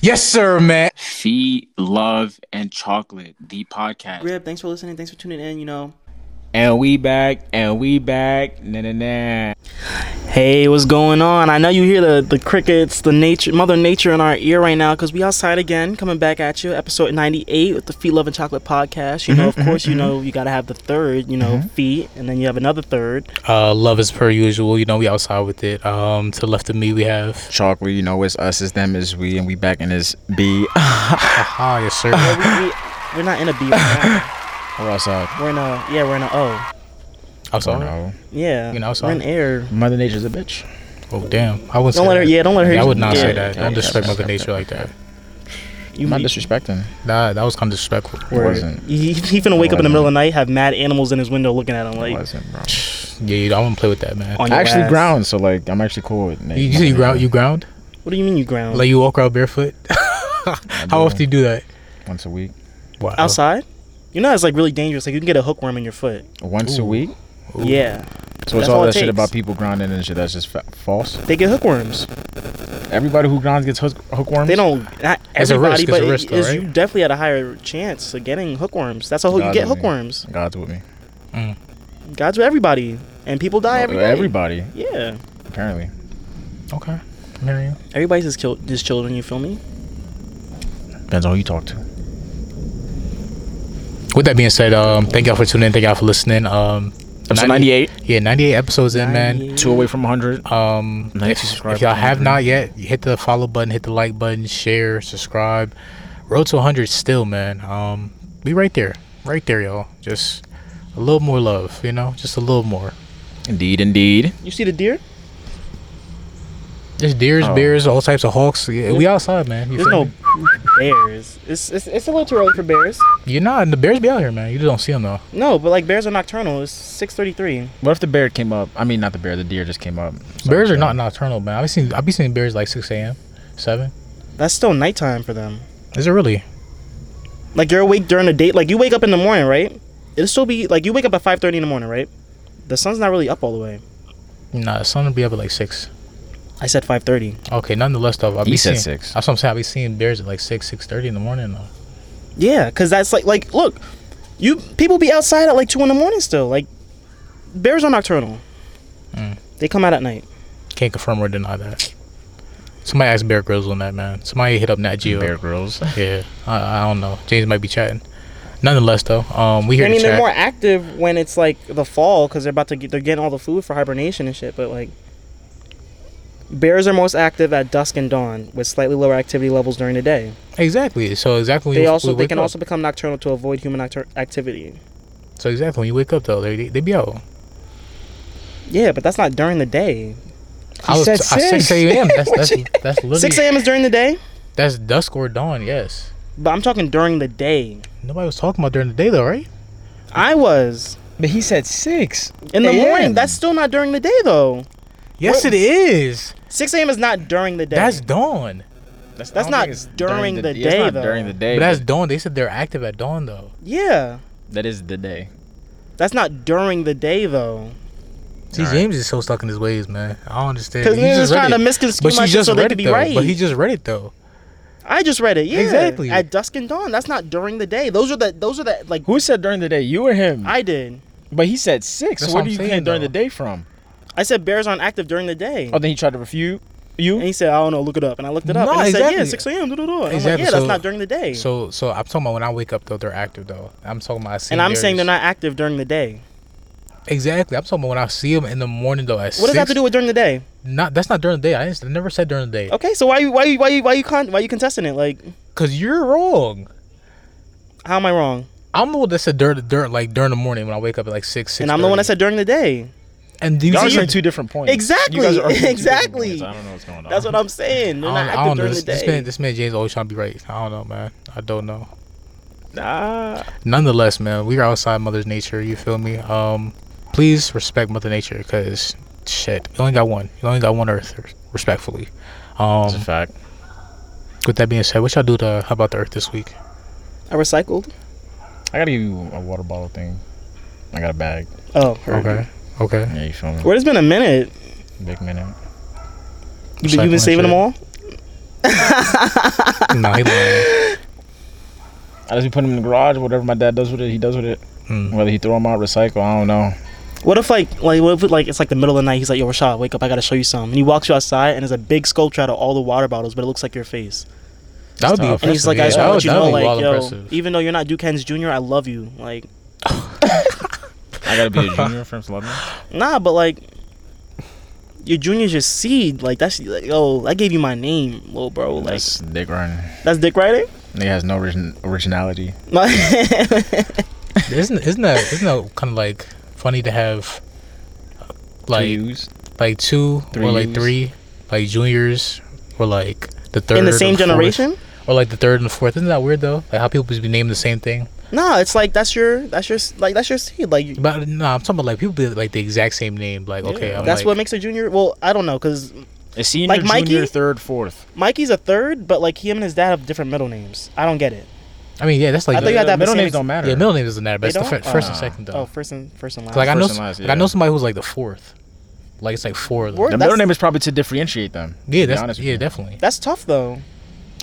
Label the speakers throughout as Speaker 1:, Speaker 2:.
Speaker 1: Yes, sir, man.
Speaker 2: Feed, love, and chocolate. The podcast.
Speaker 3: Rip, thanks for listening. Thanks for tuning in. You know,
Speaker 1: And we back, and we back. Na na na.
Speaker 3: hey, what's going on? I know you hear the the crickets, the nature, Mother Nature in our ear right now because we outside again, coming back at you. Episode ninety eight with the Feet Love and Chocolate podcast. You know,
Speaker 4: Mm-hmm,
Speaker 3: of course, you know you got to have the third, you know, feet, and then you have another third.
Speaker 4: Uh, love is per usual. You know, we outside with it. Um, to the left of me, we have.
Speaker 1: Chocolate, you know, it's us, it's them, it's we, and we back in this B.
Speaker 4: Ah, yes, sir.
Speaker 3: But we, we, we're not in a B right
Speaker 1: We're outside.
Speaker 3: now. We're in a yeah, we're in a O.
Speaker 4: I'm
Speaker 1: Oh,
Speaker 4: sorry.
Speaker 1: no.
Speaker 3: Yeah,
Speaker 4: You know, so-
Speaker 3: we're in air.
Speaker 1: Mother Nature's a bitch.
Speaker 4: Oh, damn. I
Speaker 3: Don't
Speaker 4: wouldn't say
Speaker 3: let her-
Speaker 4: that.
Speaker 3: yeah, don't let her-
Speaker 4: I would not
Speaker 3: yeah.
Speaker 4: say that.
Speaker 1: Yeah,
Speaker 4: Don't
Speaker 1: yeah,
Speaker 4: disrespect
Speaker 1: yeah.
Speaker 4: Mother Nature like that.
Speaker 3: You
Speaker 1: I'm not disrespecting.
Speaker 4: Nah, that was kind of disrespectful.
Speaker 1: It wasn't.
Speaker 3: He, he finna wake up in the middle of the night, have mad animals in his window looking at him
Speaker 1: It
Speaker 3: like
Speaker 1: wasn't, bro.
Speaker 4: Yeah, Oh, you, I wouldn't play with that, man.
Speaker 3: on
Speaker 1: I
Speaker 3: your
Speaker 1: actually
Speaker 3: ass.
Speaker 1: ground, so like, I'm actually cool with
Speaker 4: You, you, say you ground? You ground?
Speaker 3: What do you mean you ground?
Speaker 4: Like you walk around barefoot? How often Oh. do you do that?
Speaker 1: Once a week.
Speaker 4: Wow.
Speaker 3: outside? You know it's like really dangerous. Like you can get a hookworm in your foot.
Speaker 1: Once a
Speaker 4: Ooh.
Speaker 1: week?
Speaker 4: Ooh.
Speaker 3: Yeah,
Speaker 1: So it's
Speaker 3: That's
Speaker 1: all
Speaker 3: all it
Speaker 1: that shit
Speaker 3: takes.
Speaker 1: about people grinding and shit. That's just fa- false.
Speaker 3: they get hookworms.
Speaker 1: Everybody who grinds gets hook- hookworms.
Speaker 3: They don't. Not
Speaker 4: It's a
Speaker 3: everybody,
Speaker 4: risk, it's
Speaker 3: but
Speaker 4: a
Speaker 3: it
Speaker 4: risk though,
Speaker 3: is-
Speaker 4: right?
Speaker 3: you definitely at a higher chance of getting hookworms. That's how you
Speaker 1: God's
Speaker 3: get
Speaker 1: with me.
Speaker 3: hookworms.
Speaker 1: God's with me.
Speaker 3: God's with everybody, and people die every day.
Speaker 1: Everybody,
Speaker 3: Yeah,
Speaker 1: apparently.
Speaker 4: Okay. Marion.
Speaker 3: everybody's his, chil- his children. You feel me?
Speaker 1: Depends on who you talk to.
Speaker 4: With that being said, um, thank y'all for tuning in. Thank y'all for listening. Um,
Speaker 1: Episode 98.
Speaker 4: Yeah, 98 episodes in, man.
Speaker 3: 98.
Speaker 1: Two away from 100.
Speaker 4: Um,
Speaker 1: Nice
Speaker 4: if,
Speaker 1: subscribe
Speaker 4: if y'all
Speaker 1: button,
Speaker 4: have
Speaker 1: man.
Speaker 4: not yet, hit the follow button, hit the like button, share, subscribe. Road to 100 still, man. Um, be right there, right there, y'all. Just a little more love, you know, just a little more.
Speaker 1: Indeed, indeed.
Speaker 3: You see the deer?
Speaker 4: There's deers,
Speaker 1: Oh.
Speaker 4: bears, all types of hawks. Yeah, we outside, man. You
Speaker 3: There's
Speaker 4: feel
Speaker 3: no
Speaker 4: me?
Speaker 3: bears. It's, it's it's a little too early for bears.
Speaker 4: You're not. The bears be out here, man. You just don't see them though.
Speaker 3: No, but like bears are nocturnal. It's six thirty-three.
Speaker 1: What if the bear came up? I mean, not the bear. The deer just came up.
Speaker 4: bears are not nocturnal, man. I've seen. I've been seeing bears like 6 a.m., 7.
Speaker 3: That's still nighttime for them.
Speaker 4: Is it really?
Speaker 3: Like you're awake during the day. Like you wake up in the morning, right? It'll still be like you wake up at five thirty in the morning, right? The sun's not really up all the way.
Speaker 4: Nah, the sun will be up at like six.
Speaker 3: I said five thirty.
Speaker 4: Okay, nonetheless though, I'll
Speaker 1: He
Speaker 4: be
Speaker 1: said
Speaker 4: seeing,
Speaker 1: six.
Speaker 4: That's what I'm saying. I'll be seeing bears at like six, six thirty in the morning though.
Speaker 3: Yeah, cause that's like like look, you people be outside at like two in the morning still. Like bears are nocturnal.
Speaker 4: Mm.
Speaker 3: They come out at night.
Speaker 4: Can't confirm or deny that. Somebody asked Bear Grylls on that man. Somebody hit up Nat Geo.
Speaker 1: Bear grills.
Speaker 4: Yeah, I, I don't know. James might be chatting. Nonetheless though, um, we here
Speaker 3: I mean,
Speaker 4: to
Speaker 3: they're
Speaker 4: chat.
Speaker 3: more active when it's like the fall because they're about to get they're getting all the food for hibernation and shit. But like, bears are most active at dusk and dawn with slightly lower activity levels during the day.
Speaker 4: exactly. So exactly. when
Speaker 3: they
Speaker 4: you-
Speaker 3: also
Speaker 4: we
Speaker 3: they
Speaker 4: wake
Speaker 3: can
Speaker 4: up.
Speaker 3: also become nocturnal to avoid human actor- activity.
Speaker 4: So exactly when you wake up though, they they, they be out.
Speaker 3: Yeah, but that's not during the day.
Speaker 4: I was
Speaker 1: said
Speaker 4: I said
Speaker 1: six.
Speaker 4: six a.m. That's that's that's
Speaker 3: Six
Speaker 4: literally
Speaker 3: a.m. is during the day,
Speaker 4: that's dusk or dawn. Yes.
Speaker 3: but I'm talking during the day.
Speaker 4: Nobody was talking about during the day though, right?
Speaker 3: I was
Speaker 1: But he said six.
Speaker 3: in the
Speaker 1: AM.
Speaker 3: morning. That's still not during the day though.
Speaker 4: Yes,
Speaker 3: What-
Speaker 4: it is.
Speaker 3: Six a.m. is not during the day.
Speaker 4: That's dawn.
Speaker 1: That's,
Speaker 3: That's
Speaker 1: I don't
Speaker 3: not
Speaker 1: think it's
Speaker 3: during the
Speaker 1: It's
Speaker 3: day,
Speaker 1: not
Speaker 3: though.
Speaker 1: during the day.
Speaker 4: But that's dawn. They said they're active at dawn though.
Speaker 3: yeah.
Speaker 1: that is the day.
Speaker 3: That's not during the day though.
Speaker 4: See,
Speaker 1: Alright.
Speaker 4: James is so stuck in his ways, man. I don't understand.
Speaker 3: Because
Speaker 4: He
Speaker 3: niggas
Speaker 4: just read
Speaker 3: trying to
Speaker 4: it.
Speaker 3: misconstrue
Speaker 4: But
Speaker 3: my
Speaker 4: she
Speaker 3: shit
Speaker 4: just
Speaker 3: so they
Speaker 4: read
Speaker 3: could
Speaker 4: it
Speaker 3: be
Speaker 4: though.
Speaker 3: right.
Speaker 4: But he just read it though.
Speaker 3: I just read it. Yeah,
Speaker 4: Exactly.
Speaker 3: At dusk and dawn. That's not during the day. Those are the those are the like
Speaker 1: Who said during the day? You or him?
Speaker 3: I did.
Speaker 1: but he said six.
Speaker 4: That's
Speaker 1: Where
Speaker 4: what
Speaker 1: do
Speaker 4: I'm
Speaker 1: you
Speaker 4: saying,
Speaker 1: get during the
Speaker 4: though.
Speaker 1: day from?
Speaker 3: I said bears aren't active during the day.
Speaker 1: Oh, then he tried to refute
Speaker 3: And
Speaker 1: you.
Speaker 3: he said, I don't know, look it up. And I looked it up.
Speaker 4: No,
Speaker 3: and he said, yeah,
Speaker 4: exactly.
Speaker 3: 6 a.m. duh, duh, duh." And I'm like,
Speaker 4: Exactly,
Speaker 3: yeah, that's
Speaker 4: so-
Speaker 3: not during the day.
Speaker 4: So, so I'm talking about when I wake up though, they're active though. I'm talking about. I see
Speaker 3: and I'm saying they're
Speaker 4: theirs.
Speaker 3: not active during the day.
Speaker 4: exactly. I'm talking about when I see them in the morning though. At
Speaker 3: What does that have to
Speaker 4: six.
Speaker 3: do with Oh. during the day?
Speaker 4: Not that's not during the day. I, didn't, I never said during the day.
Speaker 3: Okay, so why you why you why you why you con- why you contesting it? Like,
Speaker 4: Cause you're wrong.
Speaker 3: how am I wrong?
Speaker 4: I'm the one that said during during like during the morning when I wake up at like six. six
Speaker 3: And I'm the one that said during the day.
Speaker 4: And do you
Speaker 1: Y'all
Speaker 4: see
Speaker 1: are
Speaker 4: your
Speaker 1: on two different points.
Speaker 3: Exactly,
Speaker 1: You guys are on two different
Speaker 3: exactly.
Speaker 1: points. I don't know what's going on.
Speaker 3: That's what I'm saying.
Speaker 4: I
Speaker 3: They're not
Speaker 4: don't, I
Speaker 3: active
Speaker 4: don't know.
Speaker 3: during
Speaker 4: This,
Speaker 3: the
Speaker 4: this man,
Speaker 3: day.
Speaker 4: this man James always trying to be right. I don't know, man. I don't know.
Speaker 3: Nah.
Speaker 4: nonetheless, man, we are outside Mother's Nature. You feel me? Um, please respect Mother Nature, because shit, you only got one. You only got one Earth, r- respectfully.
Speaker 1: That's a
Speaker 4: Um,
Speaker 1: fact.
Speaker 4: with that being said, what y'all do to how about the Earth this week?
Speaker 3: I recycled.
Speaker 1: I gotta give you a water bottle thing. I got a bag.
Speaker 3: Oh, heard.
Speaker 4: Okay, okay.
Speaker 1: Yeah, you feel me?
Speaker 3: Where it's been a minute.
Speaker 1: Big minute.
Speaker 3: You, you
Speaker 4: Recycling
Speaker 3: been saving
Speaker 4: shit.
Speaker 3: them all?
Speaker 4: no, he lying.
Speaker 1: I just be putting them in the garage. Whatever my dad does with it, he does with it.
Speaker 4: Mm.
Speaker 1: Whether he throw them out, recycle, I don't know.
Speaker 3: What if like like what if like it's like the middle of the night? He's like, "Yo, Rashad, wake up! I gotta show you something." And he walks you outside, and there's a big sculpture out of all the water bottles, but it looks like your face.
Speaker 4: That would be
Speaker 1: tough.
Speaker 4: Oh, impressive.
Speaker 3: And he's like, "I just
Speaker 4: yeah,
Speaker 3: want to
Speaker 4: that
Speaker 3: let you
Speaker 4: would- that
Speaker 3: know,
Speaker 4: would be
Speaker 3: like,
Speaker 4: wild
Speaker 3: yo,
Speaker 4: impressive.
Speaker 3: even though you're not Duke Hens Jr., I love you." Like,
Speaker 1: I gotta be a junior from Celebrity.
Speaker 3: nah, but like, your junior's your seed. Like that's like, yo, I gave you my name, little bro. Like
Speaker 1: That's dick running.
Speaker 3: that's Dick Ryder.
Speaker 1: Nigga has no origin- originality.
Speaker 4: Isn't isn't that isn't that kind of like funny to have like
Speaker 1: Views.
Speaker 4: like two or like
Speaker 1: Threes.
Speaker 4: three like juniors or like the third
Speaker 3: in the
Speaker 4: or
Speaker 3: same
Speaker 4: fourth,
Speaker 3: generation.
Speaker 4: or like the third and fourth? Isn't that weird though? Like how people just be named the same thing.
Speaker 3: No, it's like that's your that's your like that's your seed. Like
Speaker 4: But no, I'm talking about like people be like the exact same name. Like okay, I'm
Speaker 3: that's
Speaker 4: like,
Speaker 3: what makes a junior. Well, I don't know because
Speaker 1: A senior,
Speaker 3: Like Mikey?
Speaker 1: junior, third, fourth.
Speaker 3: Mikey's a third, but like him and his dad have different middle names. I don't get it.
Speaker 4: I mean. Yeah, that's like
Speaker 3: I think
Speaker 4: the,
Speaker 3: I- that
Speaker 1: middle
Speaker 3: same
Speaker 1: names
Speaker 3: ex-
Speaker 1: don't matter.
Speaker 4: yeah, middle name doesn't matter, but it's
Speaker 3: They
Speaker 4: the fir-
Speaker 3: don't?
Speaker 4: first and
Speaker 1: Ah.
Speaker 4: second though.
Speaker 3: Oh, first and first and last.
Speaker 4: 'Cause, like I know,
Speaker 1: First
Speaker 4: s-
Speaker 1: and last,
Speaker 4: like, I know
Speaker 1: yeah.
Speaker 4: somebody who's like the fourth. Like it's like four. Of them.
Speaker 3: Fourth?
Speaker 1: The
Speaker 3: That's-
Speaker 1: middle name is probably to differentiate them.
Speaker 4: Yeah,
Speaker 1: to be
Speaker 4: that's,
Speaker 1: honest with
Speaker 4: yeah,
Speaker 1: you.
Speaker 4: definitely.
Speaker 3: That's tough though.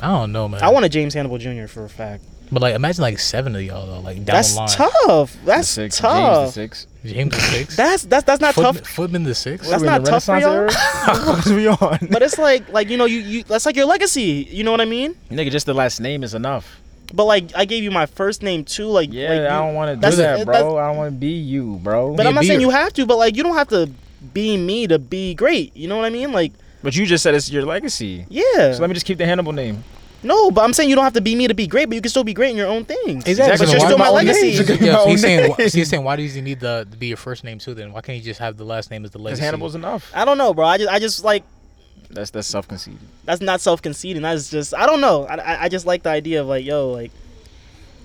Speaker 4: I don't know, man.
Speaker 3: I want a James Hannibal Jr. for a fact.
Speaker 4: but like imagine like seven of y'all though, like down
Speaker 3: that's
Speaker 4: the line.
Speaker 3: tough.
Speaker 1: The
Speaker 3: That's
Speaker 1: six, James the
Speaker 3: tough.
Speaker 1: six.
Speaker 4: James the six.
Speaker 3: That's that's that's not
Speaker 4: Footman,
Speaker 3: tough.
Speaker 4: Footman the six.
Speaker 3: That's
Speaker 1: We in
Speaker 3: not
Speaker 1: the
Speaker 3: tough for
Speaker 1: Renaissance
Speaker 3: y'all.
Speaker 1: era? What is we on?
Speaker 3: But it's like like you know you you that's like your legacy. You know what I mean?
Speaker 1: Nigga, just the last name is enough. But
Speaker 3: But like I gave you my first name too. Like
Speaker 1: yeah,
Speaker 3: like, you-
Speaker 1: I don't want to
Speaker 3: that's-
Speaker 1: do that,
Speaker 3: that's-
Speaker 1: bro. I don't want to be you, bro.
Speaker 3: But
Speaker 4: Yeah,
Speaker 3: I'm not
Speaker 4: be
Speaker 3: saying
Speaker 4: your-
Speaker 3: you have to. But like you don't have to be me to be great. You know what I mean? Like
Speaker 1: But you just said it's your legacy.
Speaker 3: yeah.
Speaker 1: So let me just keep the Hannibal name.
Speaker 3: No, but I'm saying you don't have to be me to be great, but you can still be great in your own things.
Speaker 1: Exactly.
Speaker 3: But you're
Speaker 1: Why
Speaker 3: still
Speaker 1: do
Speaker 3: my
Speaker 1: I need
Speaker 3: legacy.
Speaker 1: you?
Speaker 4: Yeah,
Speaker 1: Yeah,
Speaker 4: so
Speaker 1: my
Speaker 4: he's saying,
Speaker 1: name.
Speaker 4: why, so he's saying, why does he need the to be your first name too? Then why can't he just have the last name as the
Speaker 1: Because
Speaker 4: legacy?
Speaker 1: Hannibal's enough.
Speaker 3: I don't know, bro. I just, I just like
Speaker 1: That's that's self conceited.
Speaker 3: that's not self conceiting. That's just I don't know. I, I, I just like the idea of like yo, like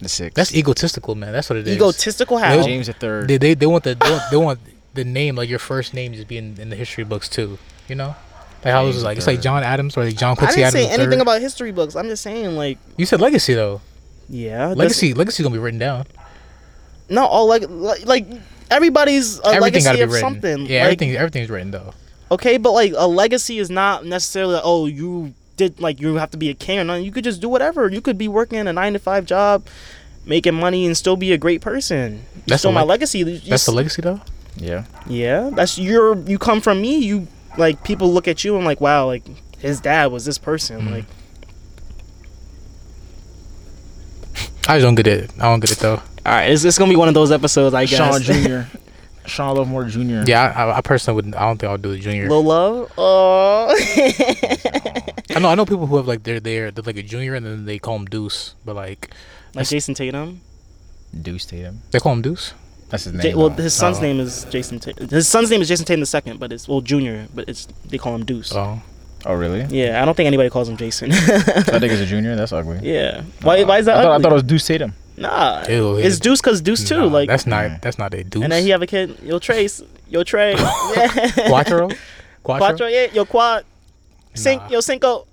Speaker 1: The six.
Speaker 4: That's egotistical, man. That's what it is.
Speaker 3: egotistical how.
Speaker 1: James the third.
Speaker 4: They, they, they want the they want, they want the name like your first name just being in the history books too. You know, like how it was like it's like John Adams or like John
Speaker 3: I
Speaker 4: Quincy
Speaker 3: didn't
Speaker 4: Adams.
Speaker 3: say anything
Speaker 4: III.
Speaker 3: about history books. I'm just saying like
Speaker 4: you said legacy though.
Speaker 3: yeah, that's-
Speaker 4: Legacy legacy gonna be written down.
Speaker 3: No, all like like, like everybody's a
Speaker 4: everything
Speaker 3: legacy
Speaker 4: gotta be
Speaker 3: of
Speaker 4: written.
Speaker 3: something.
Speaker 4: Yeah,
Speaker 3: like,
Speaker 4: everything everything's written though.
Speaker 3: Okay, but like a legacy is not necessarily like, oh you did like you have to be a king or nothing. You could just do whatever. You could be working a nine to five job, making money, and still be a great person. You're
Speaker 4: That's
Speaker 3: still
Speaker 4: the
Speaker 3: my
Speaker 4: leg-
Speaker 3: legacy. You- you
Speaker 4: That's the legacy though.
Speaker 1: yeah.
Speaker 3: Yeah, that's your. You come from me. You like people look at you and like, wow, like his dad was this person. Like,
Speaker 4: I just don't get it. I don't get it though.
Speaker 3: all right, it's, it's gonna be one of those episodes, I
Speaker 1: Sean
Speaker 3: guess.
Speaker 1: Junior. Sean Lovemore Junior.
Speaker 4: Yeah, I, I, I personally wouldn't. I don't think I'll do the junior.
Speaker 3: Lil Love. Oh,
Speaker 4: I know I know people who have like they're they're, they're like a junior and then they call him Deuce, but like
Speaker 3: like Jason Tatum.
Speaker 1: Deuce Tatum.
Speaker 4: they call him Deuce.
Speaker 1: That's his name.
Speaker 3: J- well,
Speaker 1: though.
Speaker 3: his son's
Speaker 4: Oh.
Speaker 3: name is Jason. Ta- his son's name is Jason Tatum the second, but it's well Junior, but it's they call him Deuce.
Speaker 4: So
Speaker 1: oh really?
Speaker 3: Yeah, I don't think anybody calls him Jason.
Speaker 1: That nigga's a junior. That's ugly.
Speaker 3: yeah, why? Why is that?
Speaker 1: I thought, I
Speaker 3: ugly?
Speaker 1: thought it was Deuce Tatum.
Speaker 3: nah,
Speaker 4: Ew,
Speaker 3: it's
Speaker 4: yeah.
Speaker 3: Deuce because Deuce too.
Speaker 4: nah,
Speaker 3: like,
Speaker 4: that's
Speaker 1: Yeah.
Speaker 4: not that's not a Deuce.
Speaker 3: and then he have a kid. Yo Trace. Yo Trey. Yeah.
Speaker 4: Quattro,
Speaker 3: Quattro.
Speaker 4: Quattro.
Speaker 3: Yeah. Yo Quad. Cin-
Speaker 4: Nah.
Speaker 3: Yo Cinco.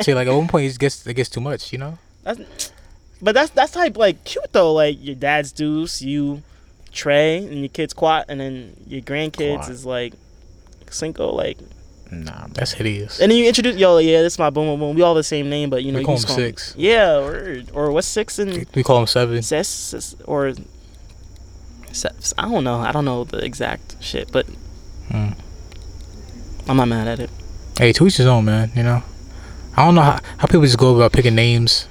Speaker 4: See, like at one point it gets it gets too much, you know.
Speaker 3: That's, but that's that's type like cute though. Like your dad's Deuce, you Trey, and your kids Quat, and then your grandkids
Speaker 1: Quat.
Speaker 3: is like Cinco. Like,
Speaker 1: Nah, bro.
Speaker 4: That's hideous.
Speaker 3: and then you introduce yo, yeah, this is my boom boom boom. We all the same name, but you know
Speaker 4: We
Speaker 3: you
Speaker 4: call
Speaker 3: just
Speaker 4: him
Speaker 3: call 'em-
Speaker 4: Six.
Speaker 3: Yeah, word. or what's six and
Speaker 4: We call him Seven.
Speaker 3: ses, ses- or ses, I don't know. I don't know the exact shit, but
Speaker 4: Mm.
Speaker 3: I'm not mad at it.
Speaker 4: Hey, to each his own, man. You know, I don't know how, how people just go about picking names.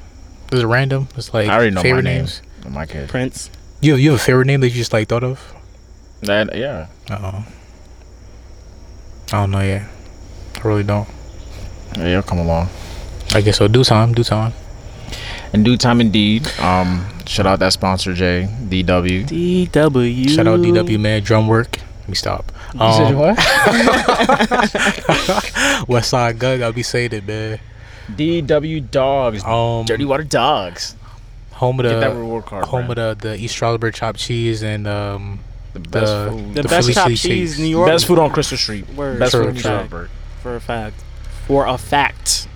Speaker 4: Is it random? It's like
Speaker 1: I already know my
Speaker 4: favorite
Speaker 1: name.
Speaker 4: names.
Speaker 1: My kid.
Speaker 3: Prince.
Speaker 4: You have, you have a favorite name that you just like thought of?
Speaker 1: That yeah.
Speaker 4: Uh-oh. I don't know yet. I really don't.
Speaker 1: Yeah, you'll come along.
Speaker 4: I guess so. Do time, do time.
Speaker 1: In due time, indeed. Um, shout out that sponsor, J DW.
Speaker 3: DW.
Speaker 4: Shout out DW man, drum work. Let me stop. Um,
Speaker 1: what?
Speaker 4: West Side Gug, I'll be saying it, man.
Speaker 1: DW Dogs.
Speaker 4: Um,
Speaker 1: Dirty Water Dogs.
Speaker 4: home of
Speaker 1: Get that
Speaker 4: the
Speaker 1: reward card.
Speaker 4: home
Speaker 1: bruh.
Speaker 4: of the, the East Stroudsburg chopped cheese and um
Speaker 1: the best
Speaker 4: the
Speaker 1: food.
Speaker 3: The,
Speaker 4: The
Speaker 3: best
Speaker 4: Philly
Speaker 3: top
Speaker 4: cheese
Speaker 3: cheese,
Speaker 4: steaks.
Speaker 3: New York.
Speaker 1: best food on Crystal Street.
Speaker 3: Word.
Speaker 1: Best
Speaker 4: True,
Speaker 1: food in
Speaker 4: true.
Speaker 1: Stroudsburg.
Speaker 3: for a fact. For a fact.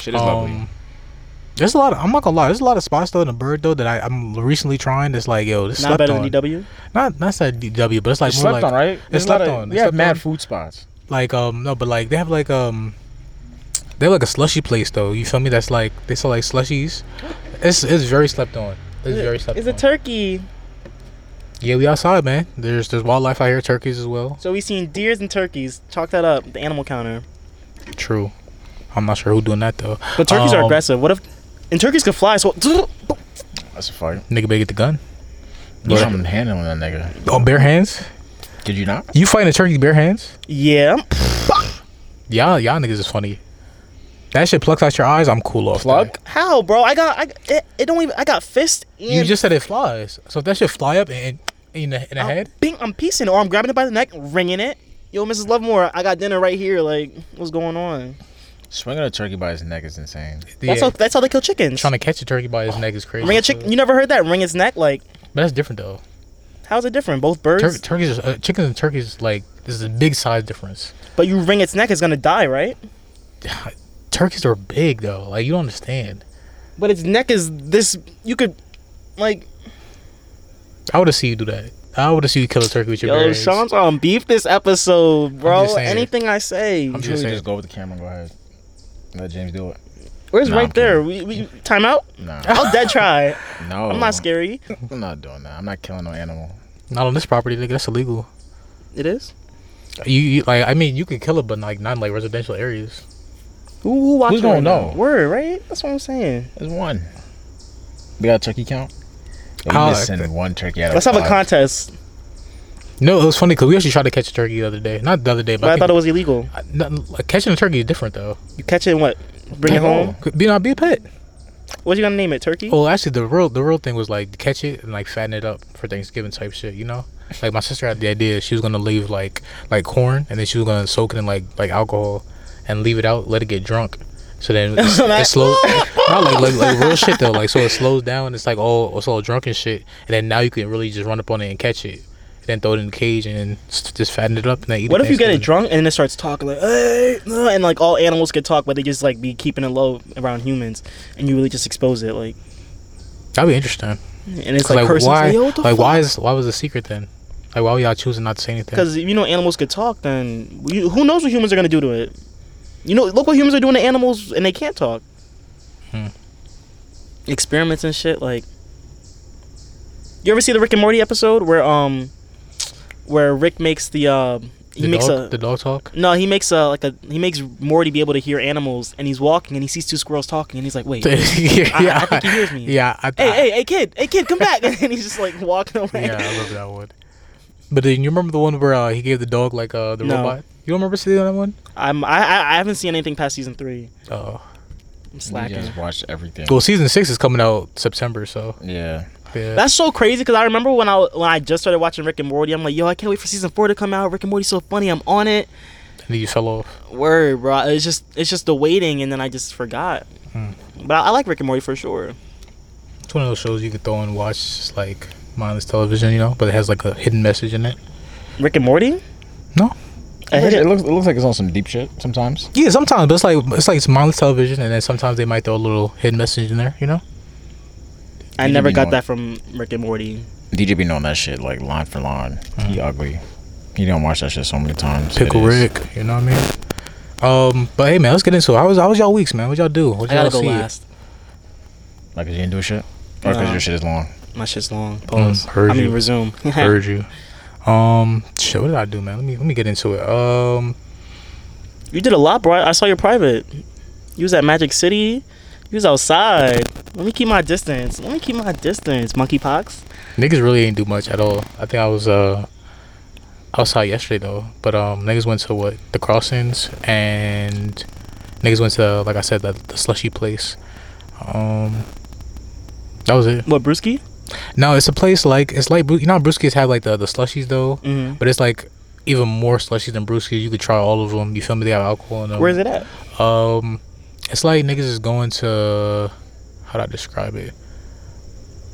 Speaker 1: Shit is lovely.
Speaker 4: um, there's a lot. Of, I'm not gonna lie. There's a lot of spots though in the bird though that I, I'm recently trying. That's like yo, this
Speaker 3: Not
Speaker 4: slept
Speaker 3: better
Speaker 4: on.
Speaker 3: than E DW.
Speaker 4: Not not said DW, but it's like
Speaker 1: It's
Speaker 4: more
Speaker 1: slept
Speaker 4: like
Speaker 1: on, right? There's a
Speaker 4: slept
Speaker 1: lot of-
Speaker 4: on.
Speaker 1: We
Speaker 4: It's
Speaker 1: have
Speaker 4: slept
Speaker 1: mad
Speaker 4: on.
Speaker 1: food spots.
Speaker 4: like um no, but like they have like um They have like a slushy place though. You feel me? That's like they sell like slushies. It's it's very slept on. It's very slept
Speaker 3: It's
Speaker 4: on.
Speaker 3: a turkey.
Speaker 4: yeah, we outside, man. There's there's wildlife out here, turkeys as well.
Speaker 3: So we seen deers and turkeys. Chalk that up. The animal counter.
Speaker 4: True. I'm not sure who doing that though.
Speaker 3: But turkeys are
Speaker 4: Um,
Speaker 3: aggressive. What if? And turkeys could fly. So
Speaker 1: That's a fight.
Speaker 4: Nigga, better get the gun.
Speaker 1: You
Speaker 4: What?
Speaker 1: should have handed on that nigga.
Speaker 4: Oh, bare hands.
Speaker 1: Did you not?
Speaker 4: You fighting a turkey bare hands?
Speaker 3: yeah.
Speaker 4: Y'all y'all niggas is funny. That shit plucks out your eyes. I'm cool off.
Speaker 1: Pluck?
Speaker 4: that.
Speaker 3: How, bro? I got. I it, it don't even. I got fist. And
Speaker 4: You just said it flies. So if that shit fly up and in the, in the
Speaker 3: I'm,
Speaker 4: head,
Speaker 3: Bing, I'm piecing it, or I'm grabbing it by the neck, wringing it. Yo, Mrs. Lovemore, I got dinner right here. Like, what's going on?
Speaker 1: Swinging a turkey by his neck is insane.
Speaker 3: That's
Speaker 4: yeah,
Speaker 3: how. That's how they kill chickens.
Speaker 4: trying to catch a turkey by his neck is crazy.
Speaker 3: Ring a
Speaker 4: too.
Speaker 3: chicken. You never heard that? Ring its neck. Like,
Speaker 4: But that's different though.
Speaker 3: how's it different? Both birds.
Speaker 4: Tur- turkeys, uh, chickens, and turkeys like this is a big size difference.
Speaker 3: But you ring its neck, it's gonna die, right?
Speaker 4: Turkeys are big though. Like you don't understand.
Speaker 3: But its neck is this. You could, like,
Speaker 4: I would have seen you do that. I would have seen you kill a turkey with your bare
Speaker 3: yo,
Speaker 4: hands.
Speaker 3: Sean's on beef this episode, bro.
Speaker 4: just saying.
Speaker 3: Anything I say,
Speaker 4: I'm
Speaker 1: You
Speaker 4: just
Speaker 1: just,
Speaker 4: saying.
Speaker 1: just go with the camera. Go ahead. Let James do it.
Speaker 3: where's
Speaker 1: Nah, I'm
Speaker 3: right there? We, we time out.
Speaker 1: Nah,
Speaker 3: I'll dead try.
Speaker 1: no.
Speaker 3: I'm not scary.
Speaker 1: I'm not doing that. I'm not killing no animal.
Speaker 4: Not on this property, nigga. That's illegal.
Speaker 3: It is.
Speaker 4: You, you like I mean you can kill it, but like not in like residential areas.
Speaker 3: Who, who watching?
Speaker 1: Who's gonna
Speaker 3: right now?
Speaker 1: know?
Speaker 3: Word, right? That's what I'm saying.
Speaker 1: There's one. We got a turkey count. Yo,
Speaker 4: Oh,
Speaker 1: we just send one turkey out of
Speaker 3: Let's have a
Speaker 1: five.
Speaker 3: contest.
Speaker 4: No, it was funny because we actually tried to catch a turkey the other day. Not the other day, but,
Speaker 3: But I thought it was illegal.
Speaker 4: I think- not- like, catching a turkey is different though.
Speaker 3: You catch it and what? Bring it home.
Speaker 4: Could be not be a pet.
Speaker 3: What you gonna name it? Turkey?
Speaker 4: Well, actually, the real the real thing was like catch it and like fatten it up for Thanksgiving type shit. You know, like my sister had the idea she was gonna leave like like corn and then she was gonna soak it in like like alcohol and leave it out, let it get drunk. So then it's, it
Speaker 3: Like,
Speaker 4: slows. not like, like like real shit though. Like so it slows down. It's like all it's all drunk and shit. And then now you can really just run up on it and catch it. And then throw it in the cage and then s- just fatten it up and then eat.
Speaker 3: What if you get it
Speaker 4: Thanksgiving.
Speaker 3: drunk and then it starts talking like, "Hey," uh," and like all animals could talk, but they just like be keeping it low around humans, and you really just expose it, like,
Speaker 4: That'd be interesting.
Speaker 3: and it's
Speaker 4: 'Cause,
Speaker 3: like,
Speaker 4: Like,
Speaker 3: persons
Speaker 4: why?
Speaker 3: like,
Speaker 4: Like, why is why was the secret then? Like why were y'all choosing not to say anything?
Speaker 3: Because if you know animals could talk, then you, who knows what humans are gonna do to it? You know, look what humans are doing to animals, and they can't talk.
Speaker 4: Hmm.
Speaker 3: Experiments and shit. Like, you ever see the Rick and Morty episode where um, where Rick makes the uh, he
Speaker 4: the
Speaker 3: makes
Speaker 4: dog,
Speaker 3: a
Speaker 4: the dog talk.
Speaker 3: No, he makes a like a he makes Morty be able to hear animals, and he's walking and he sees two squirrels talking, and he's like, "Wait, hey,
Speaker 4: yeah,
Speaker 3: I- I think he hears me.
Speaker 4: Yeah, I, I,
Speaker 3: hey, hey, kid, hey, kid, come back!" And he's just like walking away.
Speaker 4: yeah, I love that one. But then you remember the one where uh, he gave the dog like uh, the
Speaker 3: No.
Speaker 4: robot? You don't remember seeing that one?
Speaker 3: I'm I, I I haven't seen anything past season three.
Speaker 4: Oh,
Speaker 3: I'm
Speaker 1: We
Speaker 3: slacking.
Speaker 1: just watched everything.
Speaker 4: well, season six is coming out September, so
Speaker 1: Yeah.
Speaker 4: yeah.
Speaker 3: That's so crazy because I remember when I when I just started watching Rick and Morty, I'm like, "Yo, I can't wait for season four to come out. Rick and Morty's so funny. I'm on it."
Speaker 4: and then you fell off.
Speaker 3: Word, bro. It's just it's just the waiting, and then I just forgot.
Speaker 4: Hmm.
Speaker 3: But I, I like Rick and Morty for sure.
Speaker 4: It's one of those shows you could throw and watch, just like mindless television, you know, but it has like a hidden message in it.
Speaker 3: Rick and Morty.
Speaker 4: No.
Speaker 3: I hit
Speaker 1: It
Speaker 3: it.
Speaker 1: looks, it looks like it's on some deep shit sometimes.
Speaker 4: Yeah, sometimes, but it's like it's like it's mindless television, and then sometimes they might throw a little hidden message in there, you know.
Speaker 3: I
Speaker 1: You
Speaker 3: never
Speaker 1: mean
Speaker 3: got
Speaker 1: what?
Speaker 3: that from Rick and Morty.
Speaker 1: DJ be knowing that shit like line for line. He ugly. He don't watch that shit so many times.
Speaker 4: Mm. Pickle
Speaker 1: It is.
Speaker 4: Rick, you know what I mean? Um, but hey man, let's get into it. How was how was y'all weeks, man? What y'all do? What
Speaker 3: I
Speaker 4: y'all
Speaker 3: gotta go
Speaker 4: see?
Speaker 3: last.
Speaker 1: Like, 'cause you didn't do shit? Or because
Speaker 3: Nah.
Speaker 1: your shit is long?
Speaker 3: My shit's long. Pause.
Speaker 4: Mm, heard
Speaker 3: I mean,
Speaker 4: you.
Speaker 3: resume.
Speaker 4: heard you. Um, shit, what did I do, man? Let me let me get into it. Um,
Speaker 3: you did a lot, bro. I saw your private. You was at Magic City. You was outside. Let me keep my distance. Let me keep my distance. Monkeypox.
Speaker 4: niggas really ain't do much at all. I think I was uh outside yesterday though, but um, niggas went to what the crossings and niggas went to like I said the, the slushy place. Um, that was it.
Speaker 3: What brewski?
Speaker 4: No, it's a place like it's like Bru- you know how Brewskis have like the the slushies though,
Speaker 3: Mhm.
Speaker 4: but it's like even more slushies than Brewskis. You could try all of them. You feel me? They have alcohol in them.
Speaker 3: Where's it at?
Speaker 4: Um, it's like niggas is going to how do I describe it?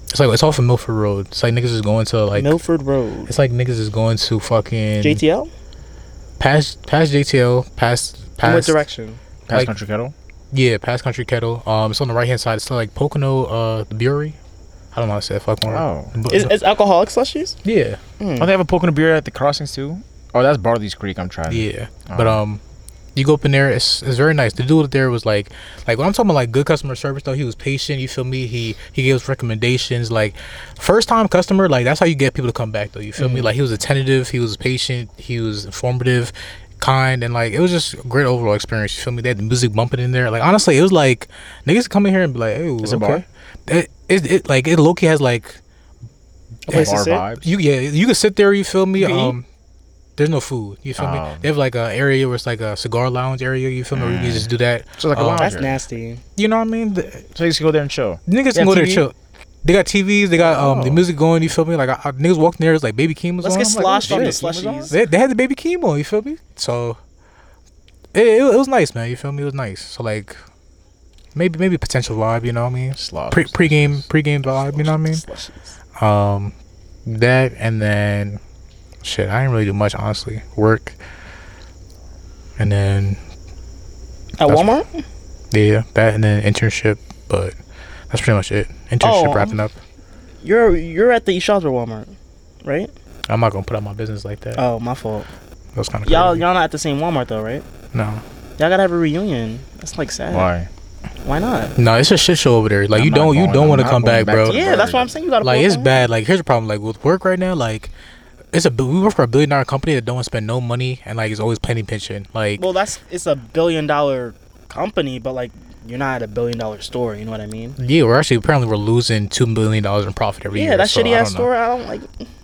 Speaker 4: It's like it's off of Milford Road. It's like niggas is going to like
Speaker 3: Milford Road.
Speaker 4: it's like niggas is going to fucking
Speaker 3: JTL.
Speaker 4: past past JTL past
Speaker 3: In what
Speaker 4: past
Speaker 3: direction?
Speaker 1: Past
Speaker 4: Like-
Speaker 1: Country Kettle?
Speaker 4: yeah past Country Kettle. Um, it's on the right hand side. It's like Pocono uh the Bury. I don't know how to say it. Fuck
Speaker 1: Wow.
Speaker 4: But,
Speaker 3: Is, is alcoholic slushies?
Speaker 4: yeah
Speaker 1: Don't they have a poking beer at the crossings too? Oh, that's Barley's Creek. I'm trying.
Speaker 4: yeah. But um, You go up in there, it's, it's very nice. The dude there was like, like when I'm talking about like good customer service though, he was patient. You feel me? He he gives recommendations. Like first time customer, like that's how you get people to come back though. You feel
Speaker 1: Mm-hmm.
Speaker 4: me? Like he was attentive, he was patient, he was informative, kind, and like it was just a great overall experience. You feel me? They had the music bumping in there. Like honestly, it was like niggas come in here and be like, hey,
Speaker 1: It's
Speaker 4: okay.
Speaker 1: a bar.
Speaker 4: It, it it like it Loki has like
Speaker 3: Okay,
Speaker 1: Bar
Speaker 3: so-
Speaker 1: vibes.
Speaker 4: you yeah, you can sit there. You feel me?
Speaker 3: You can eat.
Speaker 4: Um, there's no food. You feel me?
Speaker 1: Um,
Speaker 4: They have like a area where it's like a cigar lounge area. You feel me? Where you can just do that.
Speaker 1: So like a
Speaker 4: Um,
Speaker 1: lounge.
Speaker 3: That's
Speaker 1: Roger.
Speaker 3: nasty.
Speaker 4: You know what I mean? The-
Speaker 1: So you just go there and chill.
Speaker 4: niggas
Speaker 3: They
Speaker 4: can
Speaker 3: have
Speaker 4: go there
Speaker 3: TV?
Speaker 4: chill. They got TVs. They got um the
Speaker 1: Oh.
Speaker 4: music going. You feel me? Like I, I, niggas walked in there. It's like Baby Keem was
Speaker 3: Let's
Speaker 4: on.
Speaker 3: get
Speaker 4: I'm like, oh,
Speaker 3: sloshed on the
Speaker 4: shit.
Speaker 3: slushies.
Speaker 4: They, they had the Baby Keem on. You feel me? So it, it, it was nice, man. You feel me? It was nice. So like maybe maybe potential vibe. You know what I mean?
Speaker 1: Slob.
Speaker 4: Pre pre-game pre-game vibe. You know what I mean?
Speaker 1: Slushies.
Speaker 4: Um, that and then shit. I didn't really do much honestly. Work. And then
Speaker 3: At
Speaker 4: That's-
Speaker 3: Walmart?
Speaker 4: yeah, that and then internship. But that's pretty much it. Internship
Speaker 3: Oh.
Speaker 4: wrapping up.
Speaker 3: You're you're at the East Shopper Walmart, right?
Speaker 4: I'm not gonna put out my business like that.
Speaker 3: Oh, my fault.
Speaker 4: that was kind of
Speaker 3: Y'all y'all not at the same Walmart though, right?
Speaker 4: no,
Speaker 3: Y'all gotta have a reunion. That's like sad.
Speaker 1: Why?
Speaker 3: Why not?
Speaker 4: no, it's a shit show over there. Like
Speaker 1: I'm
Speaker 4: you
Speaker 1: not
Speaker 4: don't you
Speaker 1: going-
Speaker 4: don't
Speaker 1: I'm
Speaker 4: want to
Speaker 1: not
Speaker 4: come
Speaker 1: going
Speaker 4: back,
Speaker 1: back
Speaker 4: bro.
Speaker 1: to-
Speaker 3: Yeah, that's what I'm saying. You gotta
Speaker 4: Like
Speaker 3: pull
Speaker 4: it's
Speaker 3: up.
Speaker 4: bad. Like here's the problem. Like with work right now, like. It's a we work for a billion dollar company that don't spend no money and like is always planning pension. Like
Speaker 3: Well, that's it's a billion dollar company, but like you're not at a billion dollar store. You know what I mean?
Speaker 4: yeah, we're actually apparently we're losing two million dollars in profit every year.
Speaker 3: yeah, that
Speaker 4: so
Speaker 3: shitty
Speaker 4: I
Speaker 3: ass
Speaker 4: don't know.
Speaker 3: store. I don't like.